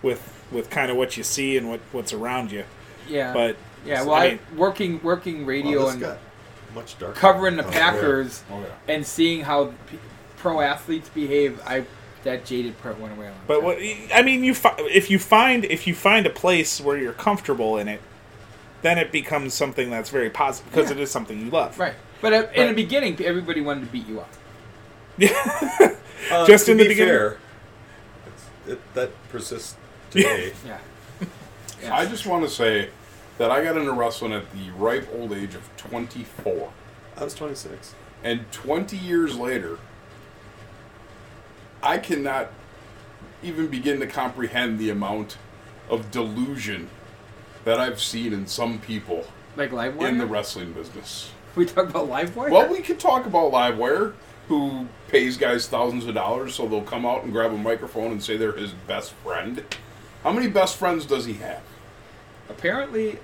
with with kind of what you see and what, what's around you.
Yeah.
But
Uh, yeah, well,
I
I,
mean-
working working radio
this
and
got much darker.
covering the
Oh,
Packers
Oh, yeah.
and seeing how p- pro athletes behave, I that jaded part went away. a long
But
time.
what I mean, you fi- if you find if you find a place where you're comfortable in it, then it becomes something that's very positive because it is something you love.
Right. But at, in the
Right.
beginning, everybody wanted to beat you up.
Uh,
Just
to
in the
be
beginning.
fair, it's, it, that persists
[laughs]
today.
[laughs] Yeah.
I just want to say that I got into wrestling at the ripe old age of 24.
I was 26.
And 20 years later, I cannot even begin to comprehend the amount of delusion that I've seen in some people
Like LiveWire?
in the wrestling business.
we talk about LiveWire?
Well, we could talk about Livewire, who pays guys thousands of dollars so they'll come out and grab a microphone and say they're his best friend. How many best friends does he have?
Apparently,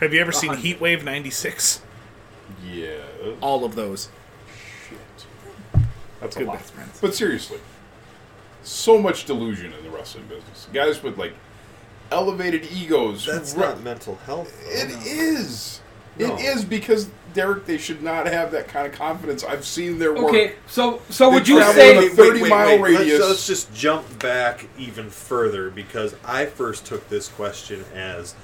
Have you ever seen
hundred.
Heatwave '96?
Yeah.
All of those.
Shit.
That's
lot.
best friends.
But seriously, so much delusion in the wrestling business. Guys with like elevated egos. who
That's
re-
not mental health. though.
It is.
No.
It is because Derek, they should not have that kind of confidence. I've seen their work.
okay, so so
They
would you
travel
say
in a 30 mile radius.
Let's, let's just jump back even further because I first took this question as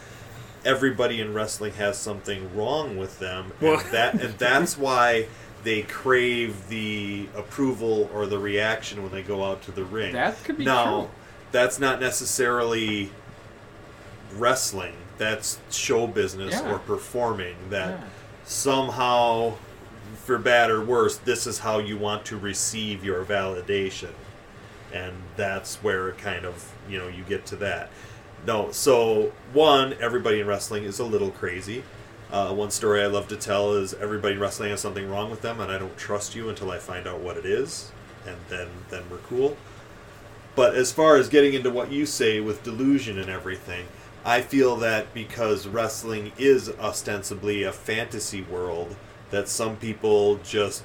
everybody in wrestling has something wrong with them, and
Well-
that
[laughs]
and that's why they crave the approval or the reaction when they go out to the ring.
That could be
now,
true.
that's not necessarily wrestling. That's show business
Yeah.
or performing. That
Yeah.
somehow for bad or worse, this is how you want to receive your validation. And that's where it kind of, you know, you get to that. No, so one, everybody in wrestling is a little crazy. Uh, one story I love to tell is everybody in wrestling has something wrong with them, and I don't trust you until I find out what it is, and then then we're cool. But as far as getting into what you say with delusion and everything, I feel that because wrestling is ostensibly a fantasy world, that some people just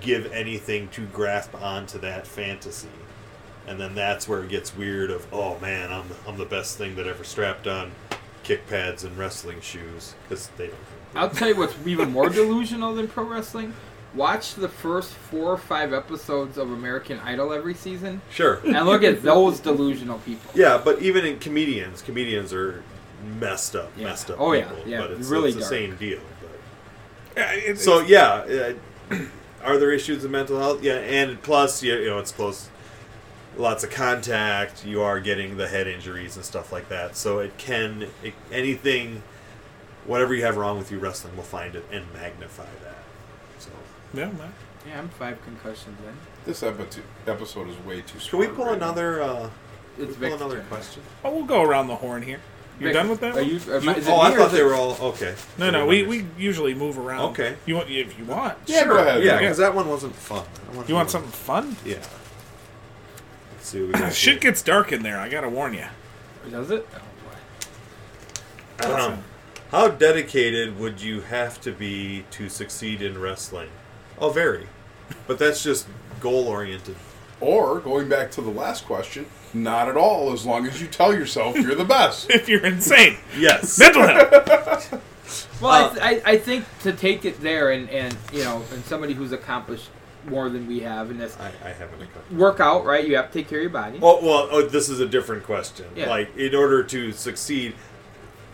give anything to grasp onto that fantasy. And then that's where it gets weird of, oh man, I'm, I'm the best thing that ever strapped on kick pads and wrestling shoes. Because they don't.
I'll tell you what's even more delusional than pro wrestling. Watch the first four or five episodes of American Idol every season
Sure.
and look at those delusional people.
Yeah, but even in comedians, comedians are messed up,
Yeah.
messed up
Oh, yeah,
people.
yeah,
But it's,
really
it's the
dark.
same deal. But.
Yeah, it-
So yeah, uh, [clears throat] are there issues in mental health? Yeah, and plus you, you know it's close, lots of contact. You are getting the head injuries and stuff like that. So it can it, anything whatever you have wrong with you wrestling, will find it and magnify that. So,
Yeah, man.
Yeah, I'm five concussions in.
This epi- episode is way too.
can we
short
pull
right now.
another? Uh,
It's
pull
Vic's
another
turn.
question.
Oh, we'll go around the horn here. You're
Vic,
done with that?
Are
one?
you? am
You-
is it
oh, I
me or
thought
is it-
they were all okay.
No, no. We, we usually move around.
Okay.
You want if you want.
Yeah, go ahead.
Yeah,
Yeah.
because that one wasn't fun. I
You want something fun? [clears throat]
Yeah. Let's see what we got.
Shit
here.
gets dark in there. I gotta warn you.
Does it? Oh, boy.
Um, how dedicated would you have to be to succeed in wrestling? Oh, very. But that's just goal oriented.
Or going back to the last question, not at all. As long as you tell yourself you're
[laughs]
the
[laughs]
best.
If you're insane,
[laughs]
Yes.
mental
[laughs]
health. Uh,
Well, I, th- I, I think to take it there and, and you know and somebody who's accomplished more than we have in this
I, I haven't. accomplished-
work out right. You have to take care of your body.
Oh well, oh, this is a different question.
Yeah.
Like, in order to succeed,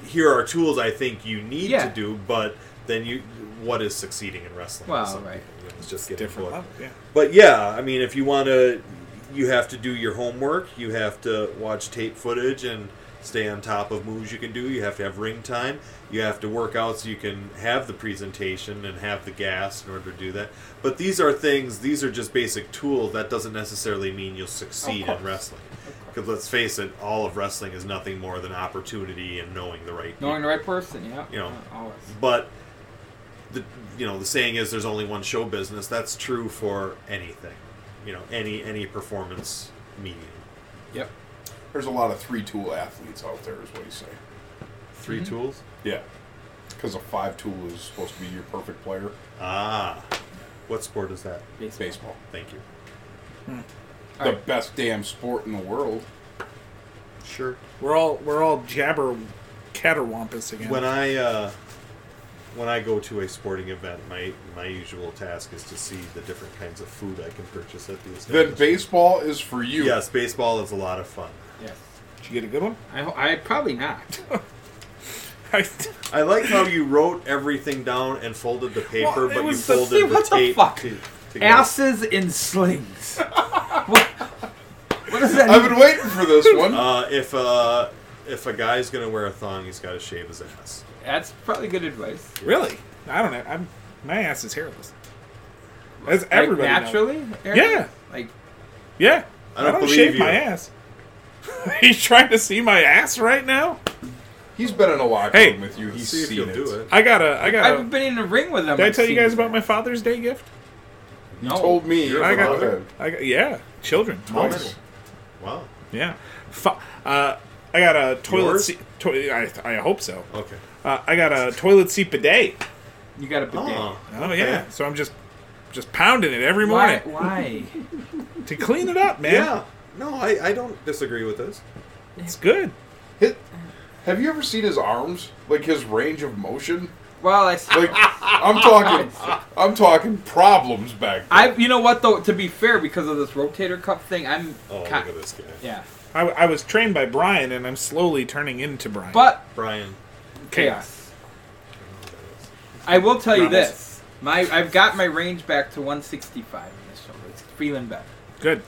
here are tools I think you need
Yeah.
to do. But then you, what is succeeding in wrestling?
Well,
Some
right.
people, you know, It's just getting
Different
booked.
level. Yeah.
But yeah, I mean, if you want to, you have to do your homework. You have to watch tape footage and stay on top of moves you can do. You have to have ring time. You have to work out so you can have the presentation and have the gas in order to do that. But these are things, these are just basic tools. That doesn't necessarily mean you'll succeed in wrestling. Because let's face it, all of wrestling is nothing more than opportunity and knowing the right people
Knowing the right person. Yeah.
You know.
Uh, always.
Mm-hmm.
but the you know the saying is there's only one show business that's true for anything you know any any performance medium
Yep.
There's a lot of three tool athletes out there, is what he's saying.
3
Mm-hmm.
tools
Yeah. Because a five tool is supposed to be your perfect player.
ah what sport is that
Baseball.
Baseball.
thank you
All
the
right.
best damn sport in the world.
sure
We're all we're all jabber caterwampus again.
when i uh when i go to a sporting event my my usual task is to see the different kinds of food i can purchase at the
Then
establishment.
baseball is for you.
yes baseball is a lot of fun
Yes.
Did you get a good one? [laughs]
I, ho- I probably not.
I,
i like how you wrote everything down and folded the paper
Well, it
but you
was the-
folded
See, what the
tape
fuck?
to- together.
Asses in
[laughs]
slings. what? What does that?
I've
mean?
been waiting for this
[laughs]
one.
Uh, if uh, if a guy's gonna wear a thong, he's got to shave his ass.
That's probably good advice.
really? I don't know. I'm my ass is hairless. As
Like,
everybody knows.
naturally. Eric?
Yeah.
Like
Yeah.
I don't believe
shave
you.
my ass. [laughs] Are you trying to see my ass right now?
He's been in a locker
Hey.
room with you. He's
See if
seen
you'll
it.
do it.
I gotta I gotta
I've been in a ring with them.
Did I
I've
tell you
seen
guys
it.
about my Father's Day gift?
No.
Told me.
You're
I
I
got,
allowed
got
I got yeah, children,
twice.
Wow.
yeah. Fa- uh, I got a toilet
Yours?
seat. To- I, I hope so.
Okay.
Uh, I got a toilet seat bidet.
You got a bidet.
Oh,
Oh yeah, so I'm just just pounding it every morning
Why?
[laughs]
Why?
to clean it up, man.
yeah. No, I, I don't disagree with this.
It's good.
Hit. Have you ever seen his arms? Like his range of motion?
well, I. s-
Like I'm talking I'm talking problems back there.
I. You know what though? To be fair, because of this rotator cuff thing, I'm.
Oh, look
ca-
at this guy.
Yeah.
I, I was trained by Brian, and I'm slowly turning into Brian.
But
Brian.
chaos. I will tell you
Rebels.
this. My I've got my range back to 165 in this shoulder. It's feeling better.
good.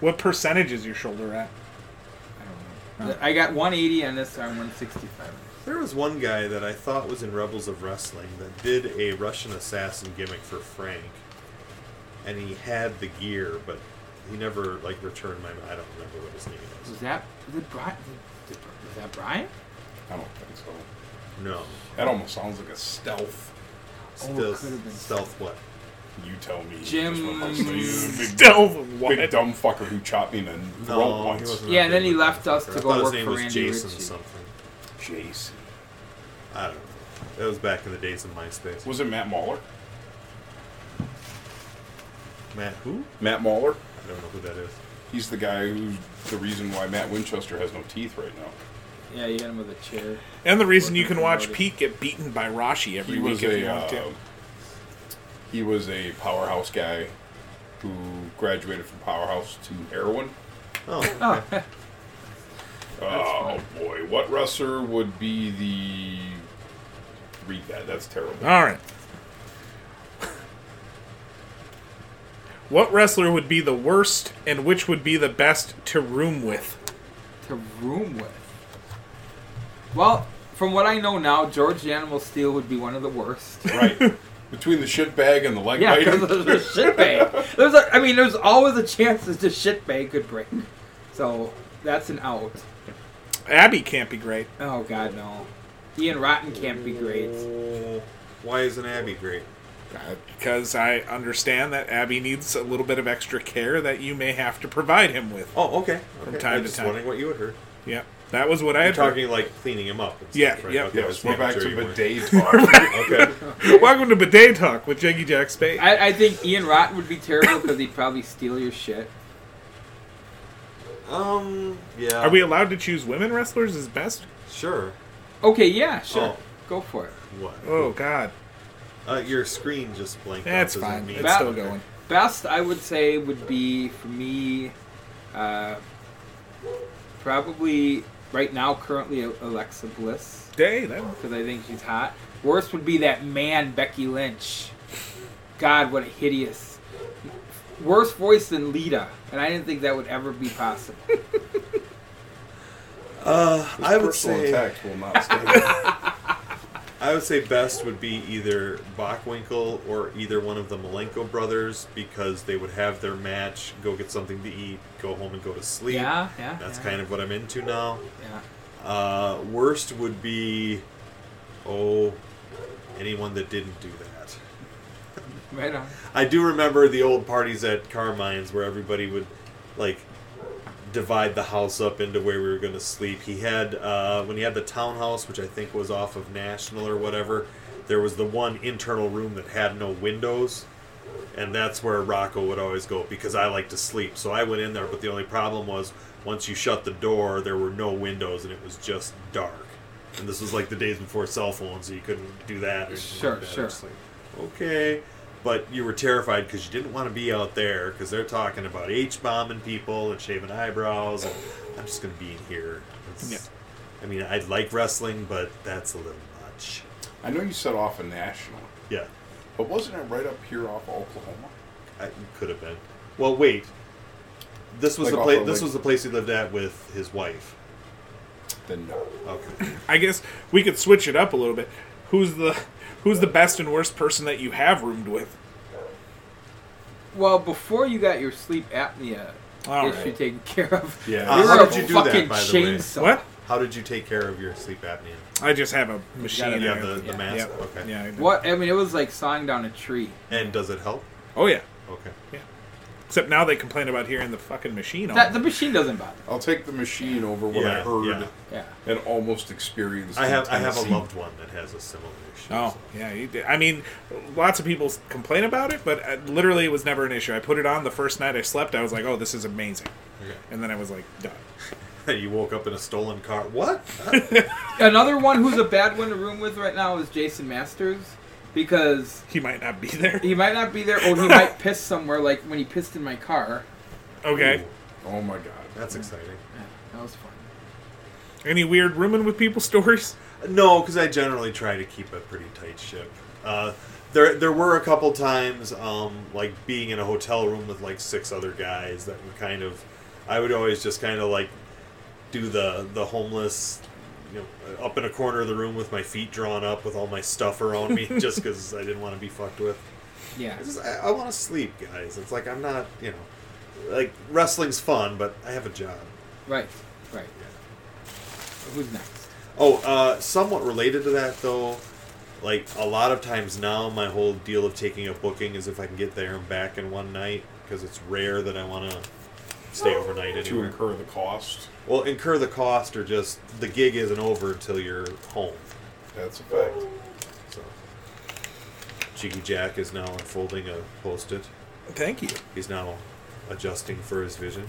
What percentage is your shoulder at?
I
[laughs]
don't know. I got 180 on this arm, 165. on this.
There was one guy that I thought was in Rebels of Wrestling that did a Russian assassin gimmick for Frank, and he had the gear, but he never like returned my. I don't remember what his name
Was
is.
that did Brian? Did, did, was that Brian?
I don't think so.
No.
That almost sounds like a stealth.
it
Still
could've been.
stealth. What?
You tell me.
Jim-
Just one of those things. Big
Still what?
big dumb fucker who chopped me in the
No,
throat
he
once.
wasn't
Yeah,
that
and then
big
he
of a
left us to
motherfucker. I
go
thought
work
his name
for
was
Randy
Jason
Ritchie.
something.
Jason.
I don't know. That was back in the days of MySpace.
Was it Matt Mahler?
Matt who?
Matt Mahler?
I don't know who that is.
He's the guy who's the reason why Matt Winchester has no teeth right now.
Yeah, you hit him with a chair.
And the reason you can watch Pete get beaten by Rashi every
He
week
was
if
a
you want to.
uh, he was a powerhouse guy who graduated from powerhouse to heroin.
[laughs]
Oh,
Oh,
Oh boy, what wrestler would be the read that? That's terrible.
All right. What wrestler would be the worst, and which would be the best to room with?
to room with. Well, from what I know now, George the Animal Steel would be one of the worst.
[laughs] Right. Between the shit bag and the leg [laughs]
Yeah,
biter.
because there's a shit bag. There's a, I mean, there's always a chance that the shit bag could break. So that's an out.
Abby can't be great.
Oh God, no. Ian Rotten can't be great.
Oh, why isn't Abby great?
Because uh, I understand that Abby needs a little bit of extra care that you may have to provide him with.
Oh, okay.
From
okay.
time
I'm
to
just
time.
wondering what you had heard.
Yeah, that was what I
You're
had
talking like cleaning him up. and stuff,
Yeah,
right?
yeah,
Okay, I
Yeah,
was
we're
making
back
sure
to
you weren't. [laughs]
bidet talk.
[laughs]
Okay.
Welcome to Bidet Talk with Jiggy Jack Spade.
I, I think Ian Rotten would be terrible because he'd probably steal your shit.
Um. Yeah.
Are we allowed to choose women wrestlers as best?
sure?
Okay, yeah, sure,
Oh.
go for it.
What?
Oh God,
Uh, your screen just blanked. out.
that's
Doesn't
fine.
mean-
It's
That-
still going.
Best I would say would be for me, uh, probably right now currently Alexa Bliss
Day that
because I think she's hot. Worst would be that man Becky Lynch. God, what a hideous. Worse voice than Lita, and I didn't think that would ever be possible.
Uh, I would
Personal
say
attacks will not stand.
I would say best would be either Bockwinkel or either one of the Malenko brothers because they would have their match, go get something to eat, go home and go to sleep.
Yeah, yeah.
That's
yeah,
kind of what I'm into now.
Yeah.
Uh, worst would be, oh, anyone that didn't do that.
Right on.
I do remember the old parties at Carmine's where everybody would, like, divide the house up into where we were going to sleep. He had, uh, when he had the townhouse, which I think was off of National or whatever, there was the one internal room that had no windows. And that's where Rocco would always go because I like to sleep. So I went in there, but the only problem was once you shut the door, there were no windows and it was just dark. And this was like the days before cell phones, so you couldn't do that. Or anything
Sure,
like that.
sure.
It's like, okay. But you were terrified because you didn't want to be out there because they're talking about H bombing people and shaving eyebrows. And I'm just going to be in here. It's-
Yeah.
I mean, I like wrestling, but that's a little much.
[laughs] I know you set off a national,
Yeah,
but wasn't it right up here off Oklahoma?
I could have been. Well, wait. This was
Like
the
off
place.
of,
This
like-
was the place he lived at with his wife.
Then no.
Okay.
I guess we could switch it up a little bit. Who's the Who's the best and worst person that you have roomed with?
Well, before you got your sleep apnea
All
issue
right.
taken care of,
Yeah.
you
Uh,
were
how
a
did you do that,
fucking
by the way?
chainsaw.
What?
How did you take care of your sleep apnea?
I just have a machine.
You
I
have the, the
Yeah.
mask.
Yep.
Okay.
Yeah. I do.
What? I mean, it was like sawing down a tree.
And does it help?
Oh yeah.
Okay.
Yeah. Except now they complain about hearing the fucking machine. All
That the machine doesn't bother.
I'll take the machine over what I
Yeah,
heard
yeah.
Yeah.
and almost experienced.
I
in
have I have a
Tennessee.
loved one that has a similar issue.
Oh
so-
yeah, you did. I mean, lots of people s- complain about it, but uh, literally it was never an issue. I put it on the first night I slept. I was like, "Oh, this is amazing," and then I was like, "Done."
you woke up in a stolen car. What?
Another one who's a bad one to room with right now is Jason Masters because
[laughs] He might not be there.
he might not be there or he might piss somewhere like when he pissed in my car.
Okay.
Oh my god.
That's exciting.
Yeah, that was fun.
Any weird rooming with people [laughs] stories?
No, because I generally try to keep a pretty tight ship. Uh, there, there were a couple times, um, like being in a hotel room with like six other guys that were kind of. I would always just kind of like do the the homeless, you know, up in a corner of the room with my feet drawn up with all my stuff around me, just because I didn't want to be fucked with.
Yeah.
I just I, I want to sleep, guys. It's like I'm not, you know, like wrestling's fun, but I have a job.
Right. Right. Who's next?
Oh, uh, somewhat related to that though, like a lot of times now, my whole deal of taking a booking is if I can get there and back in one night because it's rare that I want to stay overnight
To
anywhere.
incur the cost.
well, incur the cost or just the gig isn't over until you're home.
That's a fact.
So, Jiggy Jack is now unfolding a post-it.
Thank you.
He's now adjusting for his vision.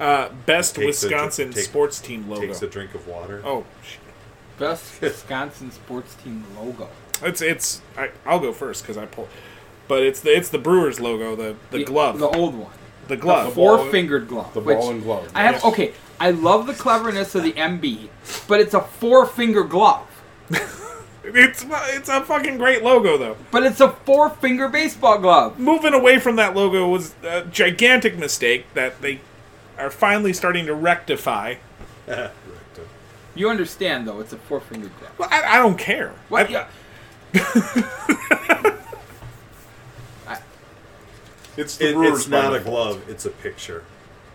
Uh, best
Takes a-
Wisconsin
take-
sports team
Takes a
logo.
drink of water.
Oh, shit.
Best Wisconsin sports team logo.
it's it's. I, I'll go first because I pull. But it's the it's the Brewers logo, the the, glove,
The
the,
old one.
glove.
The four fingered glove.
The
which
ball and glove.
I have
yes.
okay. I love the cleverness of the MB, but it's a four finger glove.
It's it's a fucking great logo though.
But it's a four finger baseball glove.
moving away from that logo was a gigantic mistake that they are finally starting to rectify.
Correct.
You understand, though, it's a four fingered death.
Well, I, I don't care.
What?
I-
yeah.
It's the
It,
Brewers.
it's not
by
a
default.
glove. It's a picture.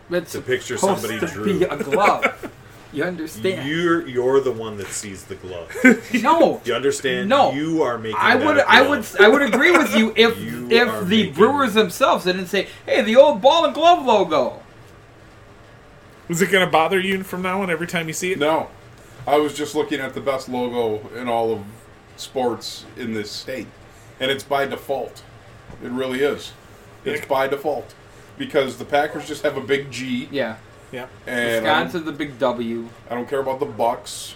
That's
To picture
supposed
somebody
to
drew.
be a glove. You understand?
You're you're the one that sees
[laughs]
the glove.
no.
[laughs] You understand?
No.
You are making.
I
that
would,
a
I
glove.
would, I would agree with
[laughs]
you if
You are
if the
making-
Brewers themselves didn't say, "Hey, the old ball and glove logo."
Is it going to bother you from now on every time you see it?
No, I was just looking at the best logo in all of sports in this state, and it's by default. It really is. It's by default because the Packers just have a big G,
Yeah.
Yeah.
and I don't,
Wisconsin, the big W.
I don't care about the Bucks.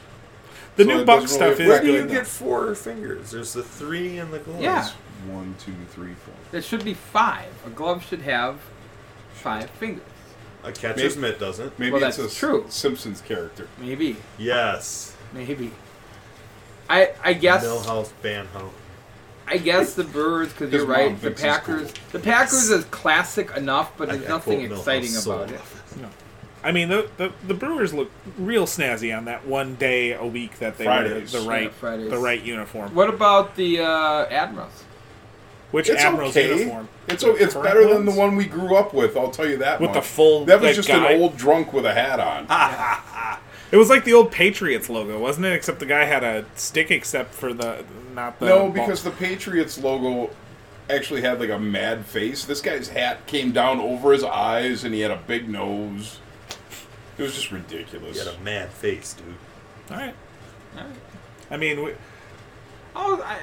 The
So
new
it
Buck
doesn't really
stuff
Where
is
affect
do you
good.
get four fingers? There's the three and the glove.
Yeah.
One, two, three, four.
There should be five. A glove should have five fingers.
A catcher's
Maybe-
mitt doesn't.
Maybe
Well,
it's a
that's true.
Simpsons character.
Maybe,
Yes.
maybe. I I guess
Millhouse Van Houten.
I guess the Brewers because
His
you're
mom
right. The
thinks he's
Packers, the Packers is classic enough, but
I-
there's
I
nothing
quote Milhouse
exciting
so
about it.
often.
I mean, the, the the Brewers look real snazzy on that one day a week that they
Fridays.
wear the
Yeah,
right
Fridays.
the right uniform,
What about the uh, Admirals?
which
It's
Admiral's
okay.
uniform.
It's o- it's
Current
better than the
ones?
one we grew up with. I'll tell you that.
With
much.
the full,
That was
like,
just
guy?
an old drunk with a hat on.
It was like the old Patriots logo, wasn't it? Except the guy had a stick, except for the not the
no,
ball.
because the Patriots logo actually had like a mad face. This guy's hat came down over his eyes, and he had a big nose. It was just ridiculous.
You had a mad face, dude.
all right.
All right.
I mean, we,
Oh, I,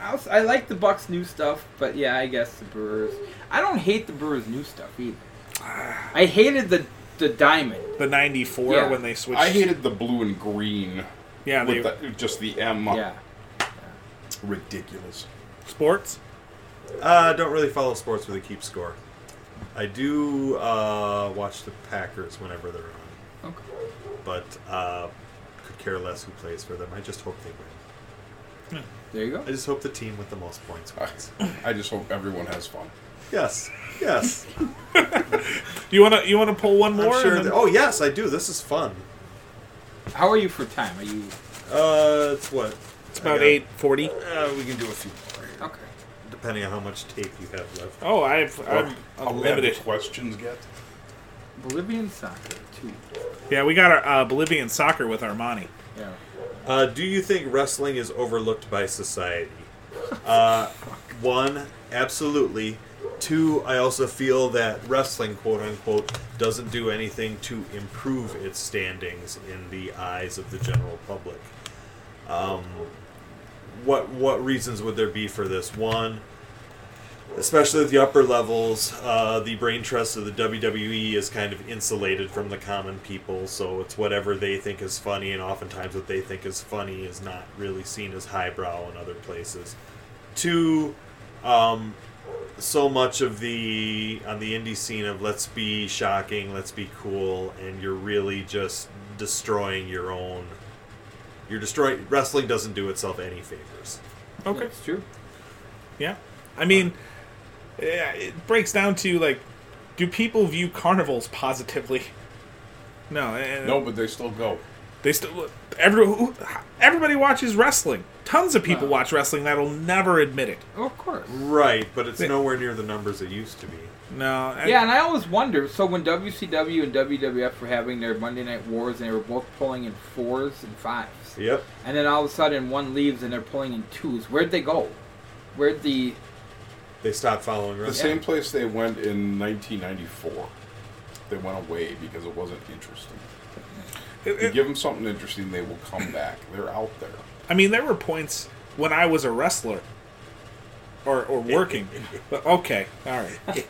I'll, I like the Bucks' new stuff, but yeah, I guess the Brewers. I don't hate the Brewers' new stuff either. I hated the the diamond.
the '94
Yeah.
when they switched.
I hated the blue and green
Yeah, they,
with the, just the M.
Yeah,
Ridiculous.
sports.
Uh, don't really follow sports with a keep score. I do uh, watch the Packers whenever they're on,
okay.
but uh, could care less who plays for them. I just hope they win.
there you go.
I just hope the team with the most points
[laughs]
wins.
I just hope everyone has fun.
yes,
[laughs]
yes.
You wanna you wanna pull one more?
I'm sure.
and
that-
then-
oh yes, I do. This is fun.
How are you for time? Are you
Uh, it's what?
it's about eight forty.
Uh, we can do a few more,
okay?
depending on how much tape you have left.
Oh, I've I'm unlimited.
questions get.
Bolivian soccer too.
Yeah, we got our uh, Bolivian soccer with Armani.
Yeah.
Uh, do you think wrestling is overlooked by society? Uh, one, absolutely. Two, I also feel that wrestling, quote unquote, doesn't do anything to improve its standings in the eyes of the general public. Um, what what reasons would there be for this? One, especially at the upper levels, uh, the brain trust of the WWE is kind of insulated from the common people, so it's whatever they think is funny, and oftentimes what they think is funny is not really seen as highbrow in other places. Two, um, so much of the on the indie scene of let's be shocking, let's be cool, and you're really just destroying your own. You're destroying wrestling doesn't do itself any favors.
Okay.
That's true.
Yeah. I mean, yeah, it breaks down to like, do people view carnivals positively? No. eh,
No, but they still go.
They still every who- everybody watches wrestling. Tons of people watch wrestling that'll never admit it.
Oh, of course.
Right, but it's
Yeah.
nowhere near the numbers it used to be.
No. I-
Yeah, and I always wonder. So when WCW and WWF were having their Monday Night Wars, and they were both pulling in fours and fives,
Yep.
and then all of a sudden one leaves and they're pulling in twos. Where'd they go? Where'd the
They stopped following
The
wrestling.
same place they went in 1994. They went away because it wasn't interesting.
it-
You
it-
give them something interesting, they will come back. They're out there.
I mean, there were points when I was a wrestler. Or, or working. But, okay, all right.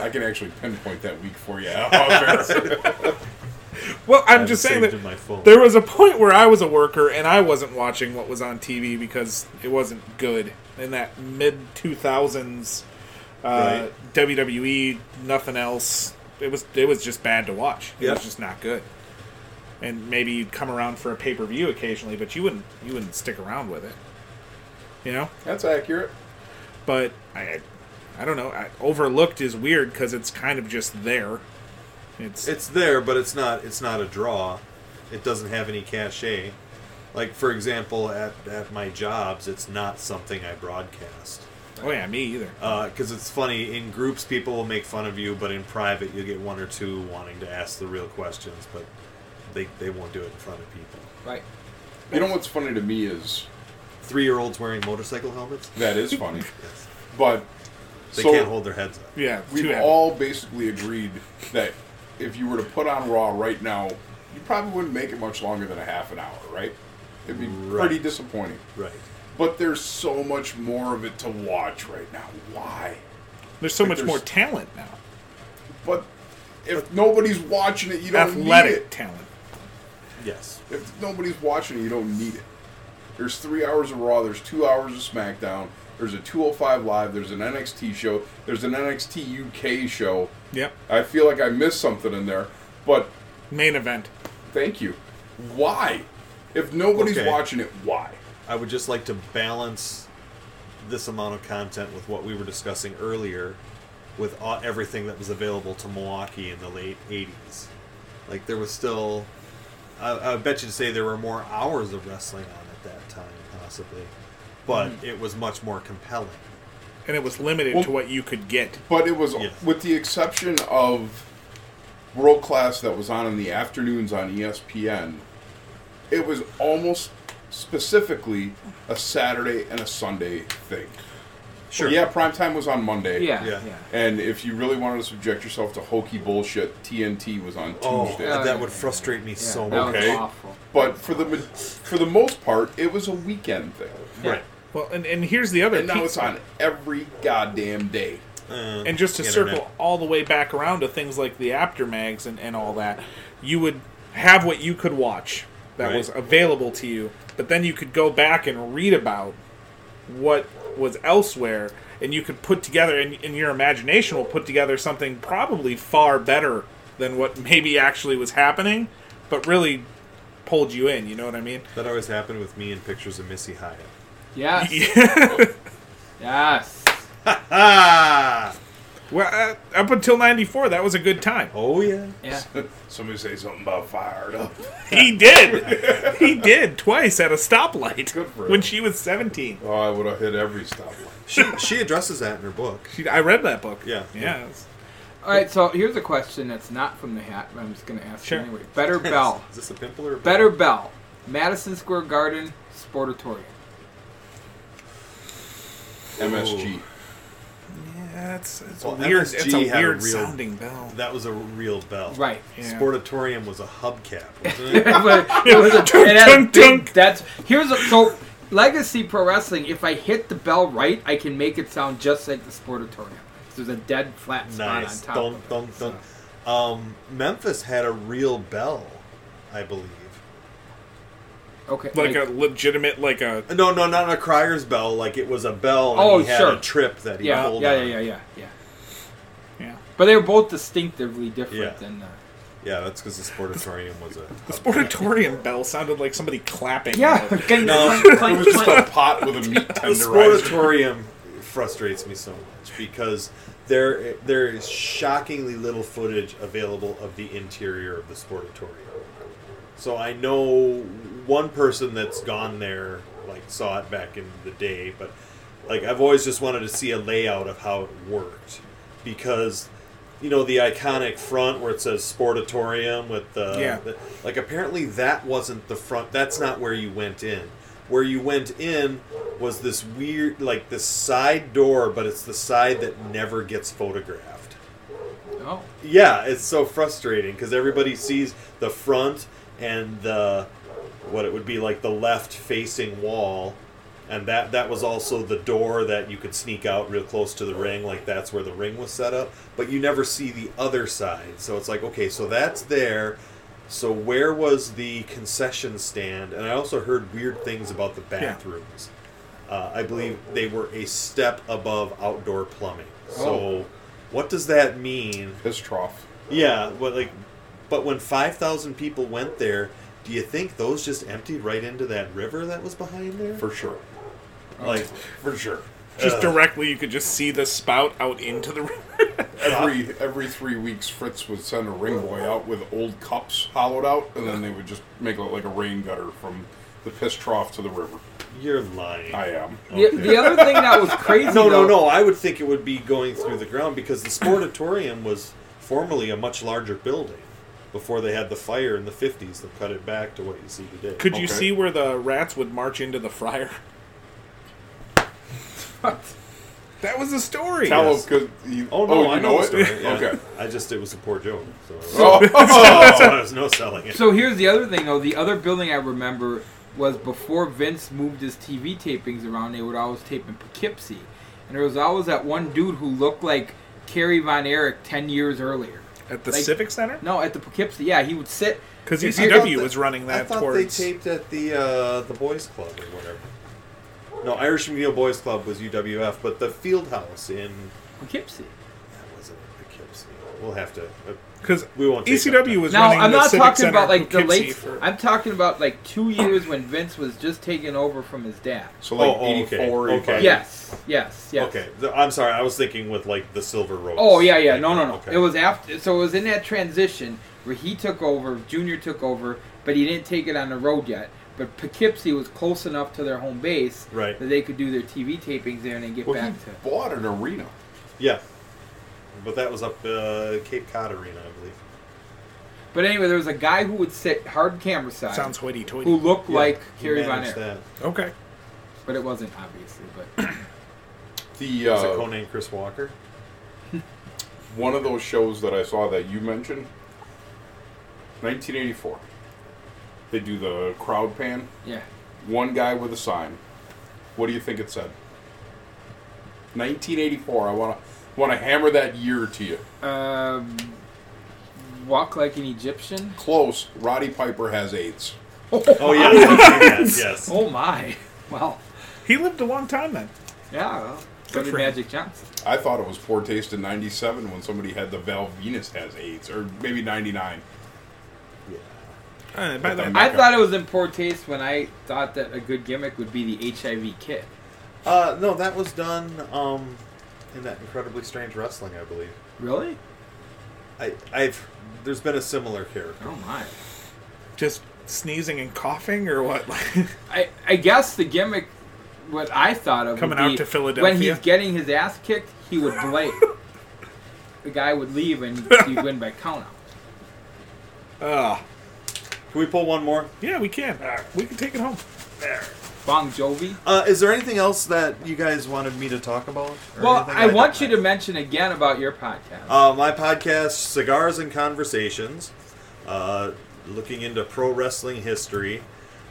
I can actually pinpoint that week for you. [laughs] Off air.
Well, I'm
have
just
it
saying
saved
that
in my phone.
there was a point where I was a worker and I wasn't watching what was on TV because it wasn't good. In that mid 2000s uh,
Right.
WWE, nothing else. It was it was just bad to watch. It
Yep.
was just not good. And maybe you'd come around for a pay per view occasionally, but you wouldn't you wouldn't stick around with it. You know.
That's accurate.
But I, I, I don't know. I, overlooked is weird because it's kind of just there. It's,
It's there, but it's not. It's not a draw. It doesn't have any cachet. Like for example, at at my jobs, it's not something I broadcast.
Oh yeah, me either.
Because it's funny, in groups people will make fun of you, but in private you'll get one or two wanting to ask the real questions, but they, they won't do it in front of people.
Right.
You know what's funny to me is
Three year olds wearing motorcycle helmets?
that is funny,
Yes.
but
They
so
can't hold their heads up.
Yeah, too
We've
heavy.
all basically agreed that if you were to put on Raw right now, you probably wouldn't make it much longer than a half an hour, right? It'd be
Right.
pretty disappointing.
Right.
But there's so much more of it to watch right now. Why?
There's so
like
much
there's-
more talent now.
But if nobody's watching it, you don't
Athletic
need it.
talent.
Yes.
If nobody's watching it, you don't need it. There's three hours of Raw. There's two hours of SmackDown. There's a 205 Live. There's an NXT show. There's an NXT UK show.
Yep.
I feel like I missed something in there, but
Main event.
Thank you. Why? If nobody's
Okay.
watching it, why?
I would just like to balance this amount of content with what we were discussing earlier with all, everything that was available to Milwaukee in the late 80s. Like, there was still. I, I bet you'd say there were more hours of wrestling on at that time, possibly. But
Hmm.
it was much more compelling.
And it was limited
Well-
to what you could get.
But it was,
Yes.
with the exception of World Class that was on in the afternoons on E ESPN, it was almost specifically a Saturday and a Sunday thing.
Sure.
Yeah, primetime was on Monday.
Yeah.
Yeah.
Yeah.
And if you really wanted to subject yourself to hokey bullshit, TNT was on
Oh,
Tuesday.
Yeah.
that would frustrate me so
that
much.
Okay.
was awful.
But for the ma- for the most part, it was a weekend thing.
Right.
Well, and, and here's the other.
And now
piece-
it's on every goddamn day.
Uh,
and just to
internet.
circle all the way back around to things like the aftermags and, and all that you would have what you could watch that
Right.
was available to you but then you could go back and read about what was elsewhere and you could put together and, and your imagination will put together something probably far better than what [laughs] maybe actually was happening but really pulled you in you know what i mean
That always happened with me in pictures of Missy Hyatt.
Yes. Yes.
Ah!
[laughs] well uh, up until 94 that was a good time
Oh, yeah.
Yeah.
[laughs] Somebody say something about fired up.
He did. he did twice at a stoplight
Good for
when
him.
she was 17.
Oh, I would have hit every stoplight.
She, she addresses that in her book.
She, I read that book.
Yeah.
Yeah. it's-
All right. So here's a question that's not from the hat, but I'm just gonna ask
Sure.
it anyway. Better Bell.
Is this a pimple or a
Better Bell. Madison Square Garden Sportatorium.
MSG.
Yeah, it's, it's
Well,
a weird,
MSG
it's a
had a
weird
real-
sounding
[laughs]
bell.
That was a real bell.
Right.
Yeah.
Sportatorium was a
[laughs]
hubcap, wasn't it?
but it was a, it had a big-
Dunk, dunk.
That's here's a so legacy pro wrestling. If I hit the bell right, I can make it sound just like the Sportatorium. So there's a dead flat spot
nice.
on top.
Dun,
of it,
dun,
so.
dun. Um, Memphis had a real bell, I believe.
Okay.
Like a legitimate, like a.
Uh, No, no, not a crier's bell. Like it was a bell. And
Oh,
he had
sure.
a trip that he
yeah,
pulled
yeah, yeah,
on.
yeah, yeah, yeah.
Yeah.
But they were both distinctively different.
Yeah.
Than, uh,
Yeah, that's because the Sportatorium was a.
[laughs] The sportatorium bell sounded like somebody clapping.
[laughs] Okay.
No.
Oh.
[laughs] It was
[laughs]
just a pot with a meat
the
tenderizer.
sportatorium frustrates me so much because there there is shockingly little footage available of the interior of the sportatorium. So I know one person that's gone there like saw it back in the day, but like I've always just wanted to see a layout of how it worked because you know the iconic front where it says sportatorium with the,
Yeah.
the like apparently that wasn't the front that's not where you went in where you went in was this weird like this side door but it's the side that never gets photographed
Oh,
yeah it's so frustrating because everybody sees the front and the what it would be like the left facing wall and that that was also the door that you could sneak out real close to the ring like that's where the ring was set up but you never see the other side so it's like okay so that's there so where was the concession stand and i also heard weird things about the bathrooms uh, i believe they were a step above outdoor plumbing so what does that mean
Piss trough.
yeah, but like, but when five thousand people went there, do you think those just emptied right into that river that was behind there?
For sure.
like,
For sure.
Just directly, you could just see the spout out into the river.
Every every three weeks, Fritz would send a ring boy out with old cups hollowed out, and then they would just make it like a rain gutter from the piss trough to the river.
You're lying.
I am.
The, the other thing that
[laughs]
was crazy.
No, no,
though-
no. I would think it would be going through the ground because the sportatorium was formerly a much larger building before they had the fire in the 50s that cut it back to what you see today.
Could you
Okay.
see where the rats would march into the fryer? That was the story.
Tell
Yes.
him because
oh, no, I
you
know,
know,
the
it. [laughs]
story. yeah. [laughs]
Okay.
I just, it was a poor joke. So,
[laughs] Oh,
so there was no selling it.
So here's the other thing, though. The other building I remember was before Vince moved his TV tapings around, they would always tape in Poughkeepsie. And there was always that one dude who looked like Kerry Von Erich 10 years earlier.
at the
Like-
Civic Center?
No, at the Poughkeepsie, yeah, he would sit.
Because
If
I thought
ECW was running
I
that
thought
towards.
they taped at the uh, the boys club or whatever. No, Irish Mule Boys Club was UWF, but the Field House in
Poughkeepsie.
that wasn't Poughkeepsie. We'll have to. Uh,
Because
We won't take
ECW
that.
E was
Now,
running
I'm
the
not
Civic
talking
Center
about like the
Poughkeepsie
late.
for-
I'm talking about like two years when Vince was just taking over from his dad.
so like
Oh, oh, okay.
84, 85.
Okay.
Yes, yes, yes.
Okay, the, I'm sorry. I was thinking with like the Silver Rose.
Oh yeah, yeah. No, no, no.
Okay.
It was after. So it was in that transition where he took over, Junior took over, but he didn't take it on the road yet. But Poughkeepsie was close enough to their home base
Right.
that they could do their TV tapings there and then get
Well, he
back to.
bought an arena.
yeah, but that was up uh, Cape Cod Arena, I believe.
But anyway, there was a guy who would sit hard camera side
Sounds hoity toity.
who looked
Yeah,
like
he
Kerry Von
managed
Erich,
that.
Okay.
but it wasn't obviously. But [clears throat]
The
Was it
uh,
Conan Chris Walker?
one of those shows that I saw that you mentioned, 1984. They do the crowd pan.
yeah,
One guy with a sign. What do you think it said? 1984. I want to want to hammer that year to you.
um, walk like an Egyptian.
Close. Roddy Piper has AIDS.
[laughs] Oh yeah, yes, [laughs] yes.
Oh my! [laughs] Well,
He lived a long time then.
yeah. Well, so
Good
did
for him.
Magic Johnson.
I thought it was poor taste in 97 when somebody had the Val Venus has AIDS or maybe 99.
Uh, by the
Okay.
I thought it was in poor taste when I thought that a good gimmick would be the HIV kit.
Uh, no, that was done um, in that incredibly strange wrestling, I believe.
Really?
I, I've there's been a similar character.
Oh my.
just sneezing and coughing or what? [laughs]
I, I guess the gimmick, what I thought of would
Coming out
be
to Philadelphia.
when he's getting his ass kicked, he would
[laughs]
blade. the guy would leave and he'd win by countout.
Ah,
Can we pull one more?
yeah, we can. We can take it home.
Bon Jovi.
Uh, is there anything else that you guys wanted me to talk about? or
Well,
anything
I want you
don't
to mention again about your podcast.
Uh, my podcast, Cigars and Conversations, uh, looking into pro wrestling history.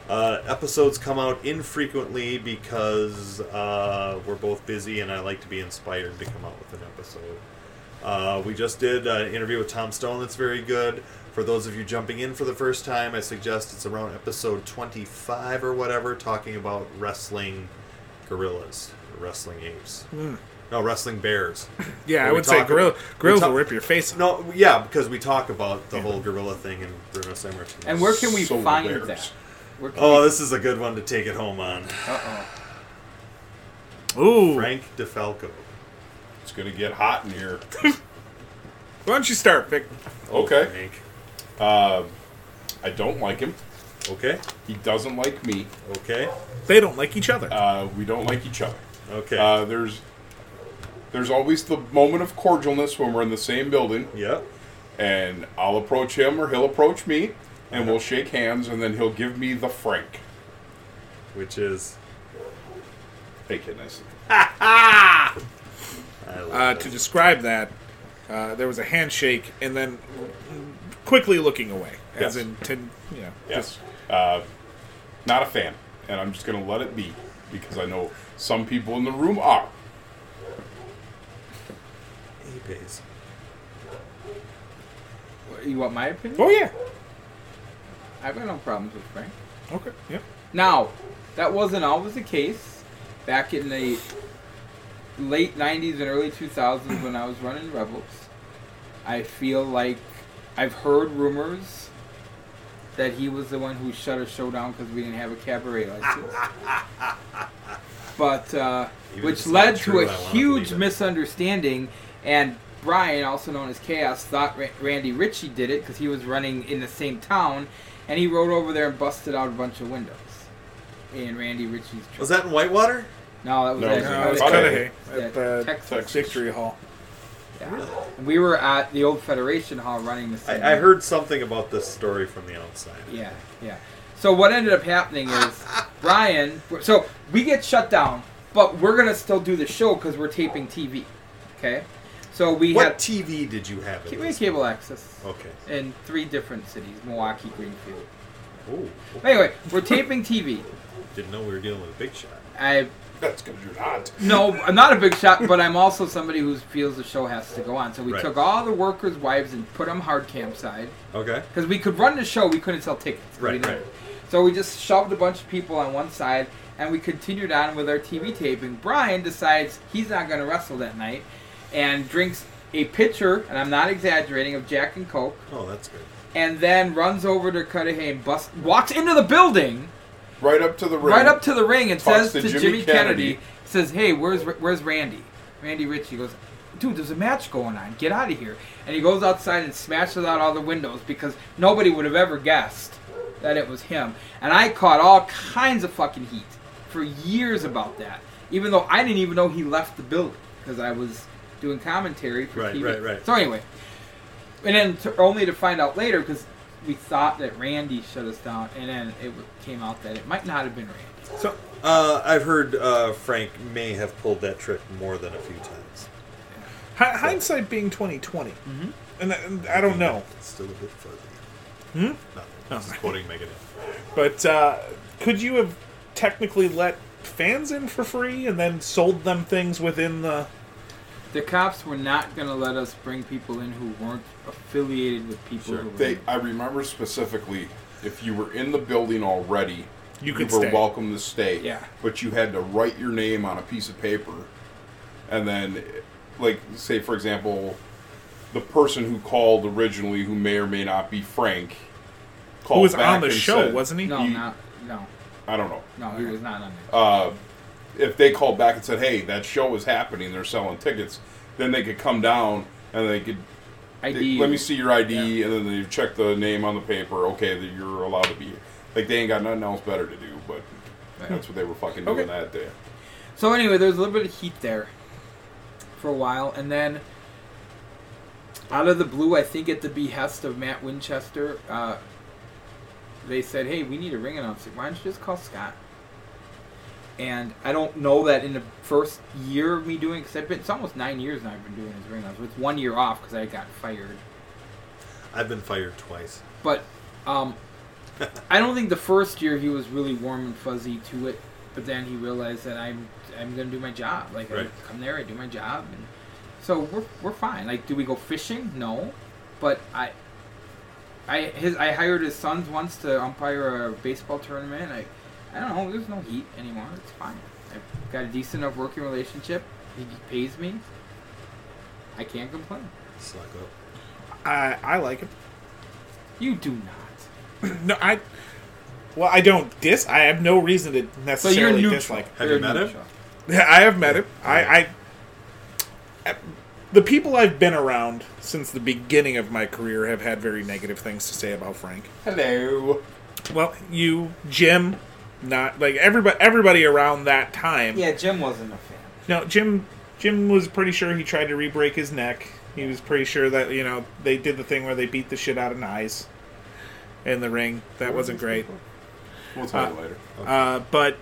Uh, episodes come out infrequently because uh, we're both busy and I like to be inspired to come out with an episode. Uh, we just did an interview with Tom Stone that's very good. For those of you jumping in for the first time, I suggest it's around episode 25 or whatever, talking about wrestling gorillas, wrestling apes. No, wrestling bears.
Yeah, I
we
would say
talk-
gorilla,
we
gorillas
talk-
will rip your face. off.
No, yeah, because we talk about the whole gorilla thing in Bruno Sammartino.
and where can we
so
find
bears.
that? Where can
Oh,
we,
this is a good one to take it home on.
uh-oh.
Ooh,
Frank DeFalco.
It's going to get hot in here.
why don't you start, Vic?
Oh,
Okay.
Frank.
I don't like him.
Okay.
He doesn't like me.
Okay.
They don't like each other.
Uh, we don't like each other.
Okay.
Uh, there's there's always the moment of cordialness when we're in the same building,
yep.
and I'll approach him or he'll approach me, and we'll shake hands, and then he'll give me the Frank.
Which is.
Hey, kid, nice.
I love
uh,
it.
to describe that, uh, there was a handshake and then quickly looking away, as
Yes.
in to you know,
Yes. Uh, not a fan, and I'm just gonna let it be because I know some people in the room are.
He pays.
You want my opinion?
Oh yeah.
I've got no problems with Frank.
Okay. Yep.
Now, that wasn't always the case. Back in the late 90s and early 2000s when I was running Rebels, I feel like I've heard rumors that he was the one who shut a show down because we didn't have a cabaret
[laughs]
license. but, uh,
Even if
which
it's not
led
true,
to
I
a
wanna
huge
believe it.
misunderstanding and Brian, also known as Chaos, thought Ra- Randy Ritchie did it because he was running in the same town, and he rode over there and busted out a bunch of windows in Randy Ritchie's truck.
Was that in Whitewater?
No, that was
No,
actually-
no,
No, it was
Okay.
Cudahy at
Yeah,
the
Texas.
Victory Hall.
Yeah. And We were at the old Federation Hall running the same.
I, I heard something about this story from the outside.
Yeah, yeah. So what ended up happening
[laughs]
is Brian. So we get shut down, but we're gonna still do the show because we're taping TV. Okay. So we
What
had
TV did you have? at
we had
this
cable access
point? Okay.
in three different cities: Milwaukee, Greenfield.
Ooh.
Anyway, we're taping TV.
Didn't know we were dealing with a big shot.
I
That's because you're not.
no, I'm not a big shot, but I'm also somebody who feels the show has to go on. So we
Right.
took all the workers' wives and put them hard campside.
Okay.
because we could run the show, we couldn't sell tickets. 'cause we
Right,
didn't
right.
know. So we just shoved a bunch of people on one side, and we continued on with our TV taping. Brian decides he's not going to wrestle that night, and drinks a pitcher, and I'm not exaggerating, of Jack and Coke,
Oh, that's good.
and then runs over to Cudahy and bust, walks into the building,
Right up to the ring.
right up to the ring, and
Talks
says
to
to,
Jimmy
Jimmy, Kennedy,
Kennedy.
says, "Hey, where's where's Randy?" Randy Ritchie goes, "Dude, there's a match going on. Get out of here!" And he goes outside and smashes out all the windows because nobody would have ever guessed that it was him. And I caught all kinds of fucking heat for years about that, even though I didn't even know he left the building because I was doing commentary for
Right,
TV.
right, right.
So anyway, and then to, only to find out later because. We thought that Randy shut us down, and then it w- came out that it might not have been Randy.
So uh, I've heard uh, Frank may have pulled that trick more than a few times.
Hi- hindsight being twenty
Mm-hmm.
and, and I don't know,
It's still a bit fuzzy. Hmm? Nothing. I'm just quoting Megadeth.
but uh, could you have technically let fans in for free and then sold them things within the?
The cops were not going to let us bring people in who weren't affiliated with people who were.
They, I remember specifically, if you were in the building already,
You could
were
stay.
welcome to stay.
Yeah.
But you had to write your name on a piece of paper, and then, like, say for example, the person who called originally, who may or may not be Frank, called
Who was
back
on the
and
show,
said-
wasn't he?
no,
you-
not no,
I don't know.
no. He was not on there.
Uh, if they called back and said, "Hey, that show is happening. They're selling tickets," then they could come down and they could
ID.
let me see your ID, and then they check the name on the paper. Okay, that you're allowed to be here. Like they ain't got nothing else better to do, but that's what they were fucking doing
Okay.
that day.
So anyway, there was a little bit of heat there for a while, and then out of the blue, I think at the behest of Matt Winchester, uh, they said, "Hey, we need a ring announcer. Why don't you just call Scott?" And I don't know that in the first year of me doing, because it's almost nine years now I've been doing this ring announcer. It's one year off because I got fired.
I've been fired twice.
But um, I don't think the first year he was really warm and fuzzy to it. But then he realized that I'm I'm gonna do my job. Like
Right.
I come there, I do my job, and so we're we're fine. Like, do we go fishing? No, but I. I, his, I hired his sons once to umpire a baseball tournament. I, I don't know. There's no heat anymore. It's fine. I've got a decent enough working relationship. He pays me. I can't complain.
Suck up.
I I like it.
You do not.
[clears throat] No, I. Well, I don't dis. I have no reason
So
to
you're
necessarily
neutral.
dislike.
Have
You're
you met him?
neutral.
I have met him. I, I the people I've been around since the beginning of my career have had very negative things to say about Frank.
Hello.
Well, you, Jim, not like everybody. Everybody around that time.
Yeah, Jim wasn't a fan.
No, Jim. Jim was pretty sure he tried to re-break his neck. He was pretty sure that you know they did the thing where they beat the shit out of Nyes in the ring. That wasn't great.
We'll tell you later.
Uh, but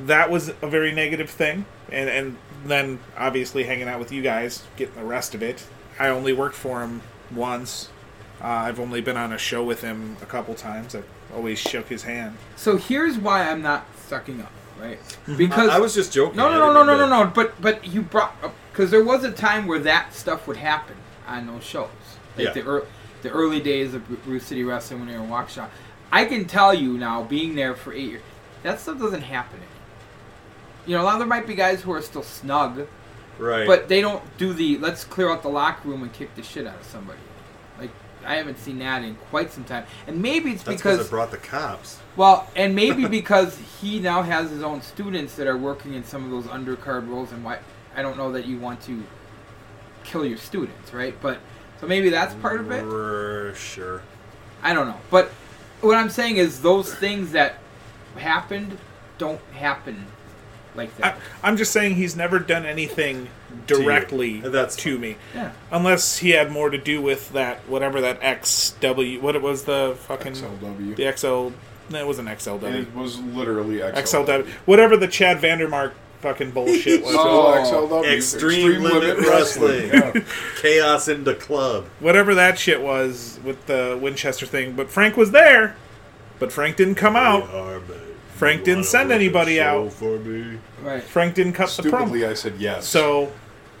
that was a very negative thing, and and then obviously hanging out with you guys, getting the rest of it. I only worked for him once. Uh, I've only been on a show with him a couple times. I've always shook his hand.
So here's why I'm not sucking up, right? Because
Mm-hmm. I, I was just joking.
no,
I
no, no, no,
didn't
no, no,
mean to-
no. But but you brought because there was a time where that stuff would happen on those shows, like
Yeah.
the ear the early days of Bru- Bruce City Wrestling when they were in Waukesha. I can tell you now, being there for eight years, that stuff doesn't happen. Anymore. You know, now there might be guys who are still snug,
Right.
but they don't do the let's clear out the locker room and kick the shit out of somebody. Like I haven't seen that in quite some time, and maybe it's
that's because
because
I brought the cops.
well, and
[laughs]
maybe because he now has his own students that are working in some of those undercard roles, and why I don't know that you want to kill your students, right? But so maybe that's part of it.
R- Sure.
I don't know. But what I'm saying is those things that happened don't happen like
I,
that.
I'm just saying he's never done anything
you.
directly to,
That's fine.
me,
yeah.
unless he had more to do with that whatever that XW what it was the fucking
XLW.
the XL no, it was an XLW
It was literally XLW.
XLW whatever the Chad Vandermark fucking bullshit was.
Still
Oh.
XLW.
Extreme, Limit, Wrestling. [laughs] Chaos in the Club.
whatever that shit was with the Winchester thing. But Frank was there, but Frank didn't
Oh,
come out. Frank didn't send anybody out.
For me.
Right.
Frank didn't cut the
Stupidly,
promo.
I said yes.
So,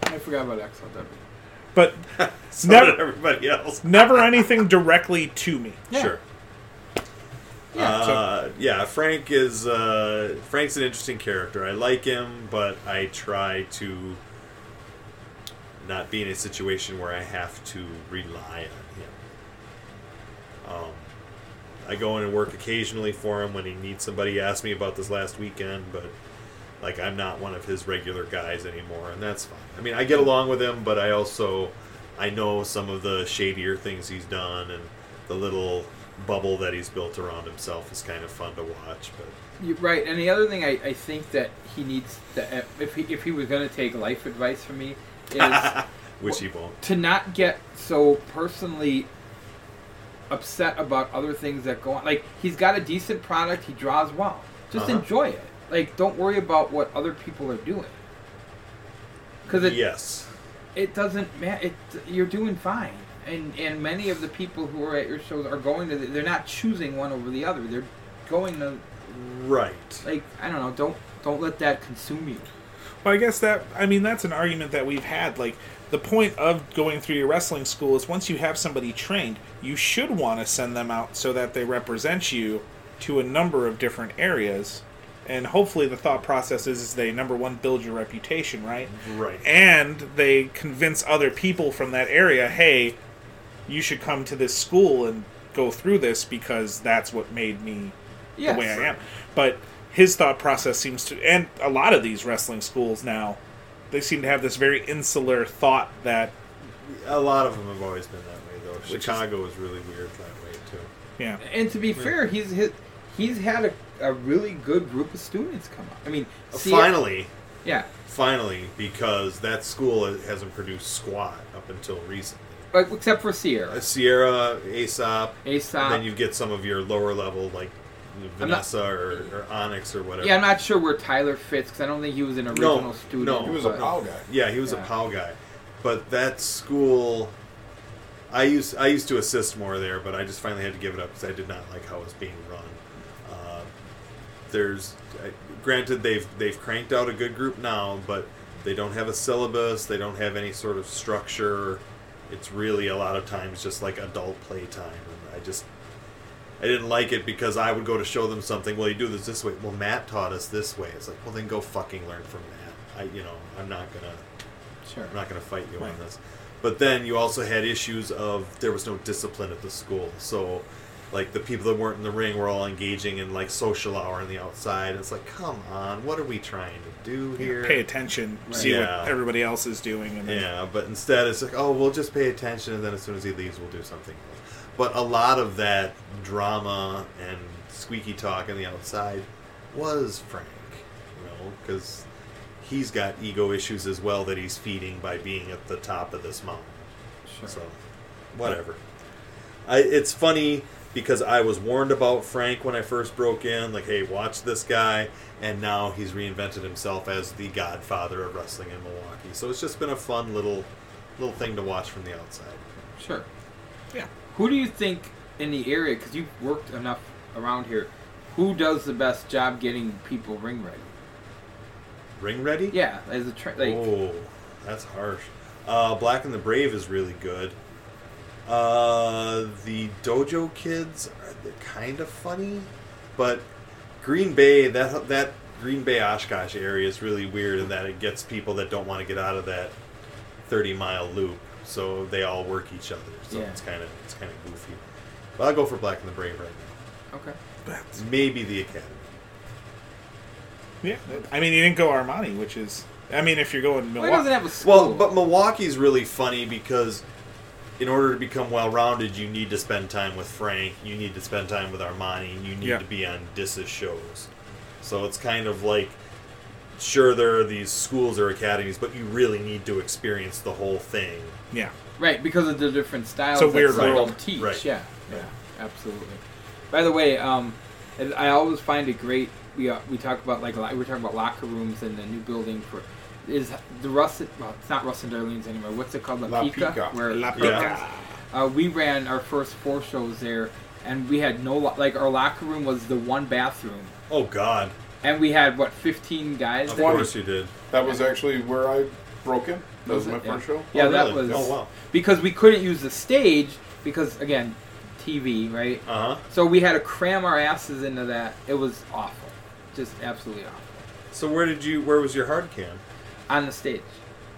I forgot about XLW.
but
So
Never-
did everybody else.
never anything directly to me.
Yeah.
Sure.
Yeah.
Uh, yeah, Frank is uh, Frank's an interesting character. I like him, but I try to not be in a situation where I have to rely on him. Um, I go in and work occasionally for him when he needs somebody. He asked me about this last weekend, but like I'm not one of his regular guys anymore, and that's fine. I mean, I get along with him, but I also I know some of the shadier things he's done, and the little bubble that he's built around himself is kind of fun to watch. But
You're right. And the other thing I, I think that he needs to, if he, if he was going to take life advice from me, is
which he won't.
to not get so personally upset about other things that go on. Like he's got a decent product, he draws well. Just
Uh-huh.
enjoy it. Like don't worry about what other people are doing. Cuz it
Yes,
it doesn't matter. It you're doing fine. And and many of the people who are at your shows are going to the, they're not choosing one over the other. They're going to
right.
like I don't know, don't don't let that consume you.
Well, I guess that I mean that's an argument that we've had. Like the point of going through your wrestling school is once you have somebody trained, you should want to send them out so that they represent you to a number of different areas. And hopefully, the thought process is, is they number one build your reputation, right?
Right.
And they convince other people from that area, hey, you should come to this school and go through this because that's what made me
Yes.
the way I am. But his thought process seems to, and a lot of these wrestling schools now, they seem to have this very insular thought that,
A lot of them have always been that way, though.
Which is-
Chicago is really weird that way too.
yeah,
And to be fair, he's hit, he's had a, a really good group of students come up. I mean, see-
Finally,
yeah.
finally, because that school hasn't produced squat up until recently.
Like, except for
Uh,
Sierra,
Sierra, Aesop, and then
Aesop.
you get some of your lower level like
I'm not-
Vanessa or, or Onyx or whatever.
Yeah, I'm not sure where Tyler fits because I don't think he was an original student.
no,
he was a
but-
POW guy.
Yeah, he was
Yeah.
a POW guy, but that school, I used I used to assist more there, but I just finally had to give it up because I did not like how it was being run. Uh, there's, I, granted, they've they've cranked out a good group now, but they don't have a syllabus. They don't have any sort of structure. It's really a lot of times just like adult playtime, and I just. I didn't like it because I would go to show them something. Well, you do this this way. Well, Matt taught us this way. It's like, well, then go fucking learn from Matt. I, you know, I'm not gonna.
Sure.
I'm not going to fight you
Right.
on this. But then you also had issues of there was no discipline at the school. So, like, the people that weren't in the ring were all engaging in, like, social hour on the outside. It's like, come on, what are we trying to do here?
pay attention, see
Yeah.
what everybody else is doing, and then,
Yeah, but instead it's like, oh, we'll just pay attention, and then as soon as he leaves, we'll do something else. But a lot of that drama and squeaky talk on the outside was Frank, you know, because he's got ego issues as well that he's feeding by being at the top of this mountain.
Sure.
So, whatever. I, it's funny because I was warned about Frank when I first broke in, like, hey, watch this guy, and now he's reinvented himself as the godfather of wrestling in Milwaukee. So it's just been a fun little little thing to watch from the outside.
Sure.
Yeah.
Who do you think in the area? Because you've worked enough around here. Who does the best job getting people ring ready?
Ring ready?
Yeah, as a tra- like
oh, that's harsh. Uh, Black and the Brave is really good. Uh, the Dojo Kids are they're kind of funny, but Green Bay that that Green Bay Oshkosh area is really weird in that it gets people that don't want to get out of that thirty mile loop, so they all work each other. So
Yeah.
it's kind of it's kind of goofy. But I'll go for Black and the Brave right now.
okay.
That's-
Maybe the Academy.
yeah. I mean, he didn't go Armani, which is I mean, if you're going
Well, he doesn't
Milwaukee,
have a school.
Well, but Milwaukee's really funny because in order to become well-rounded, you need to spend time with Frank, you need to spend time with Armani, you need
Yeah.
to be on Dis's shows. So it's kind of like sure there are these schools or academies, but you really need to experience the whole thing.
yeah,
right because of the different styles
It's a
that
weird
some
world.
of them teach.
Right.
Yeah,
yeah,
absolutely. By the way, um, and I always find it great. We uh, we talk about like lo- we're talking about locker rooms and the new building for is the Russ. Well, it's not Russ and Darlene's anymore. What's it called?
La Pica.
Where
La
Pica.
Uh, we ran our first four shows there, and we had no lo- like our locker room was the one bathroom,
Oh God!
and we had what fifteen guys.
Of
there?
course you did.
That was actually where I broke in. That
Was
was, my
it? Yeah.
first show.
Yeah,
Oh,
that
really?
was
Oh wow.
because we couldn't use the stage because again, TV, right?
Uh huh.
So we had to cram our asses into that. It was awful, just absolutely awful
So where did you? Where was your hard cam?
on the stage,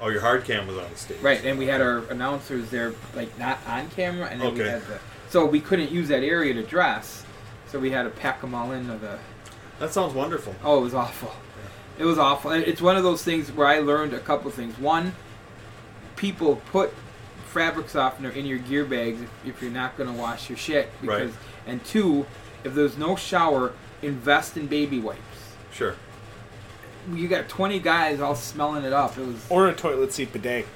Oh, your hard cam was on stage.
right? And we had our announcers there, like not on camera, and then we
Okay.
had the so we couldn't use that area to dress, so we had to pack them all into the.
That sounds wonderful.
Oh, it was awful. It was awful. And It's one of those things where I learned a couple things. One, people put fabric softener in your gear bags if, if you're not going to wash your shit.
Right.
Because, And two, if there's no shower, invest in baby wipes.
Sure.
You got 20 guys all smelling it up. It was
or a toilet seat bidet.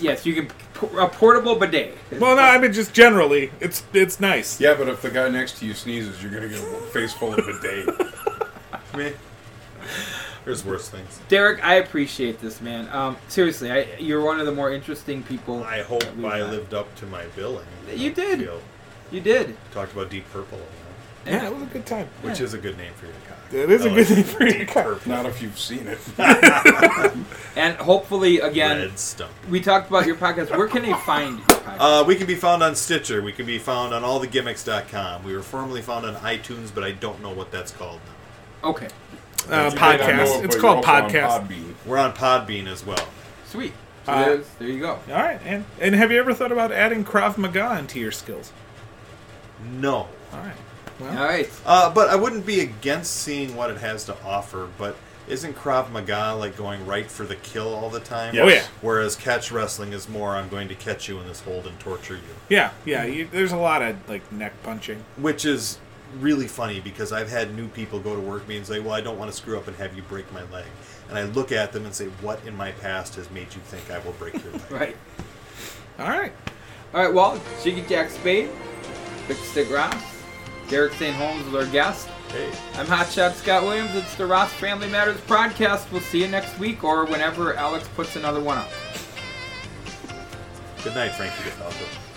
yes, you can p- a portable bidet.
Well, no, I mean just generally, it's it's nice.
Yeah, but if the guy next to you sneezes, you're gonna get a face full of bidet.
Meh. There's worse things.
Derek, I appreciate this, man. Um, seriously, I, you're one of the more interesting people.
I hope
that we've
I
had.
lived up to my billing.
You did.
You know,
You did.
talked about Deep Purple, you
Yeah, it was a good time.
know, which is a good name for your cock.
It is a
No,
good
it's
[laughs] thing for your
Deep
car.
Purple.
Not if you've seen it. [laughs]
And hopefully, again,
Red Stump.
we talked about your podcast. Where can they find your podcast?
Uh, we can be found on Stitcher. We can be found on allthegimmicks.com. We were formerly found on iTunes, but I don't know what that's called now.
okay,
Uh,
You may not know
podcast.
it,
it's
but
called
you're also on
podcast.
Podbean.
We're on Podbean as well.
sweet. So
Uh,
there's, there you go.
All right, and and have you ever thought about adding Krav Maga into your skills?
No.
All right.
All
Well,
right.
Uh, but I wouldn't be against seeing what it has to offer. But isn't Krav Maga like going right for the kill all the time?
Yes. Oh, yeah.
Whereas catch wrestling is more I'm going to catch you in this hold and torture you.
yeah, yeah. You, there's a lot of like neck punching.
which is really funny because I've had new people go to work me and say, "Well, I don't want to screw up and have you break my leg." And I look at them and say, "What in my past has made you think I will break your leg?"
Right.
All right.
All right. Well, Jiggy Jack Spade, Vic Stick Ross, Derek St. Holmes is our guest.
Hey,
I'm Hotshot Scott Williams. It's the Ross Family Matters podcast. We'll see you next week or whenever Alex puts another one up.
good night, Frankie DeFalco.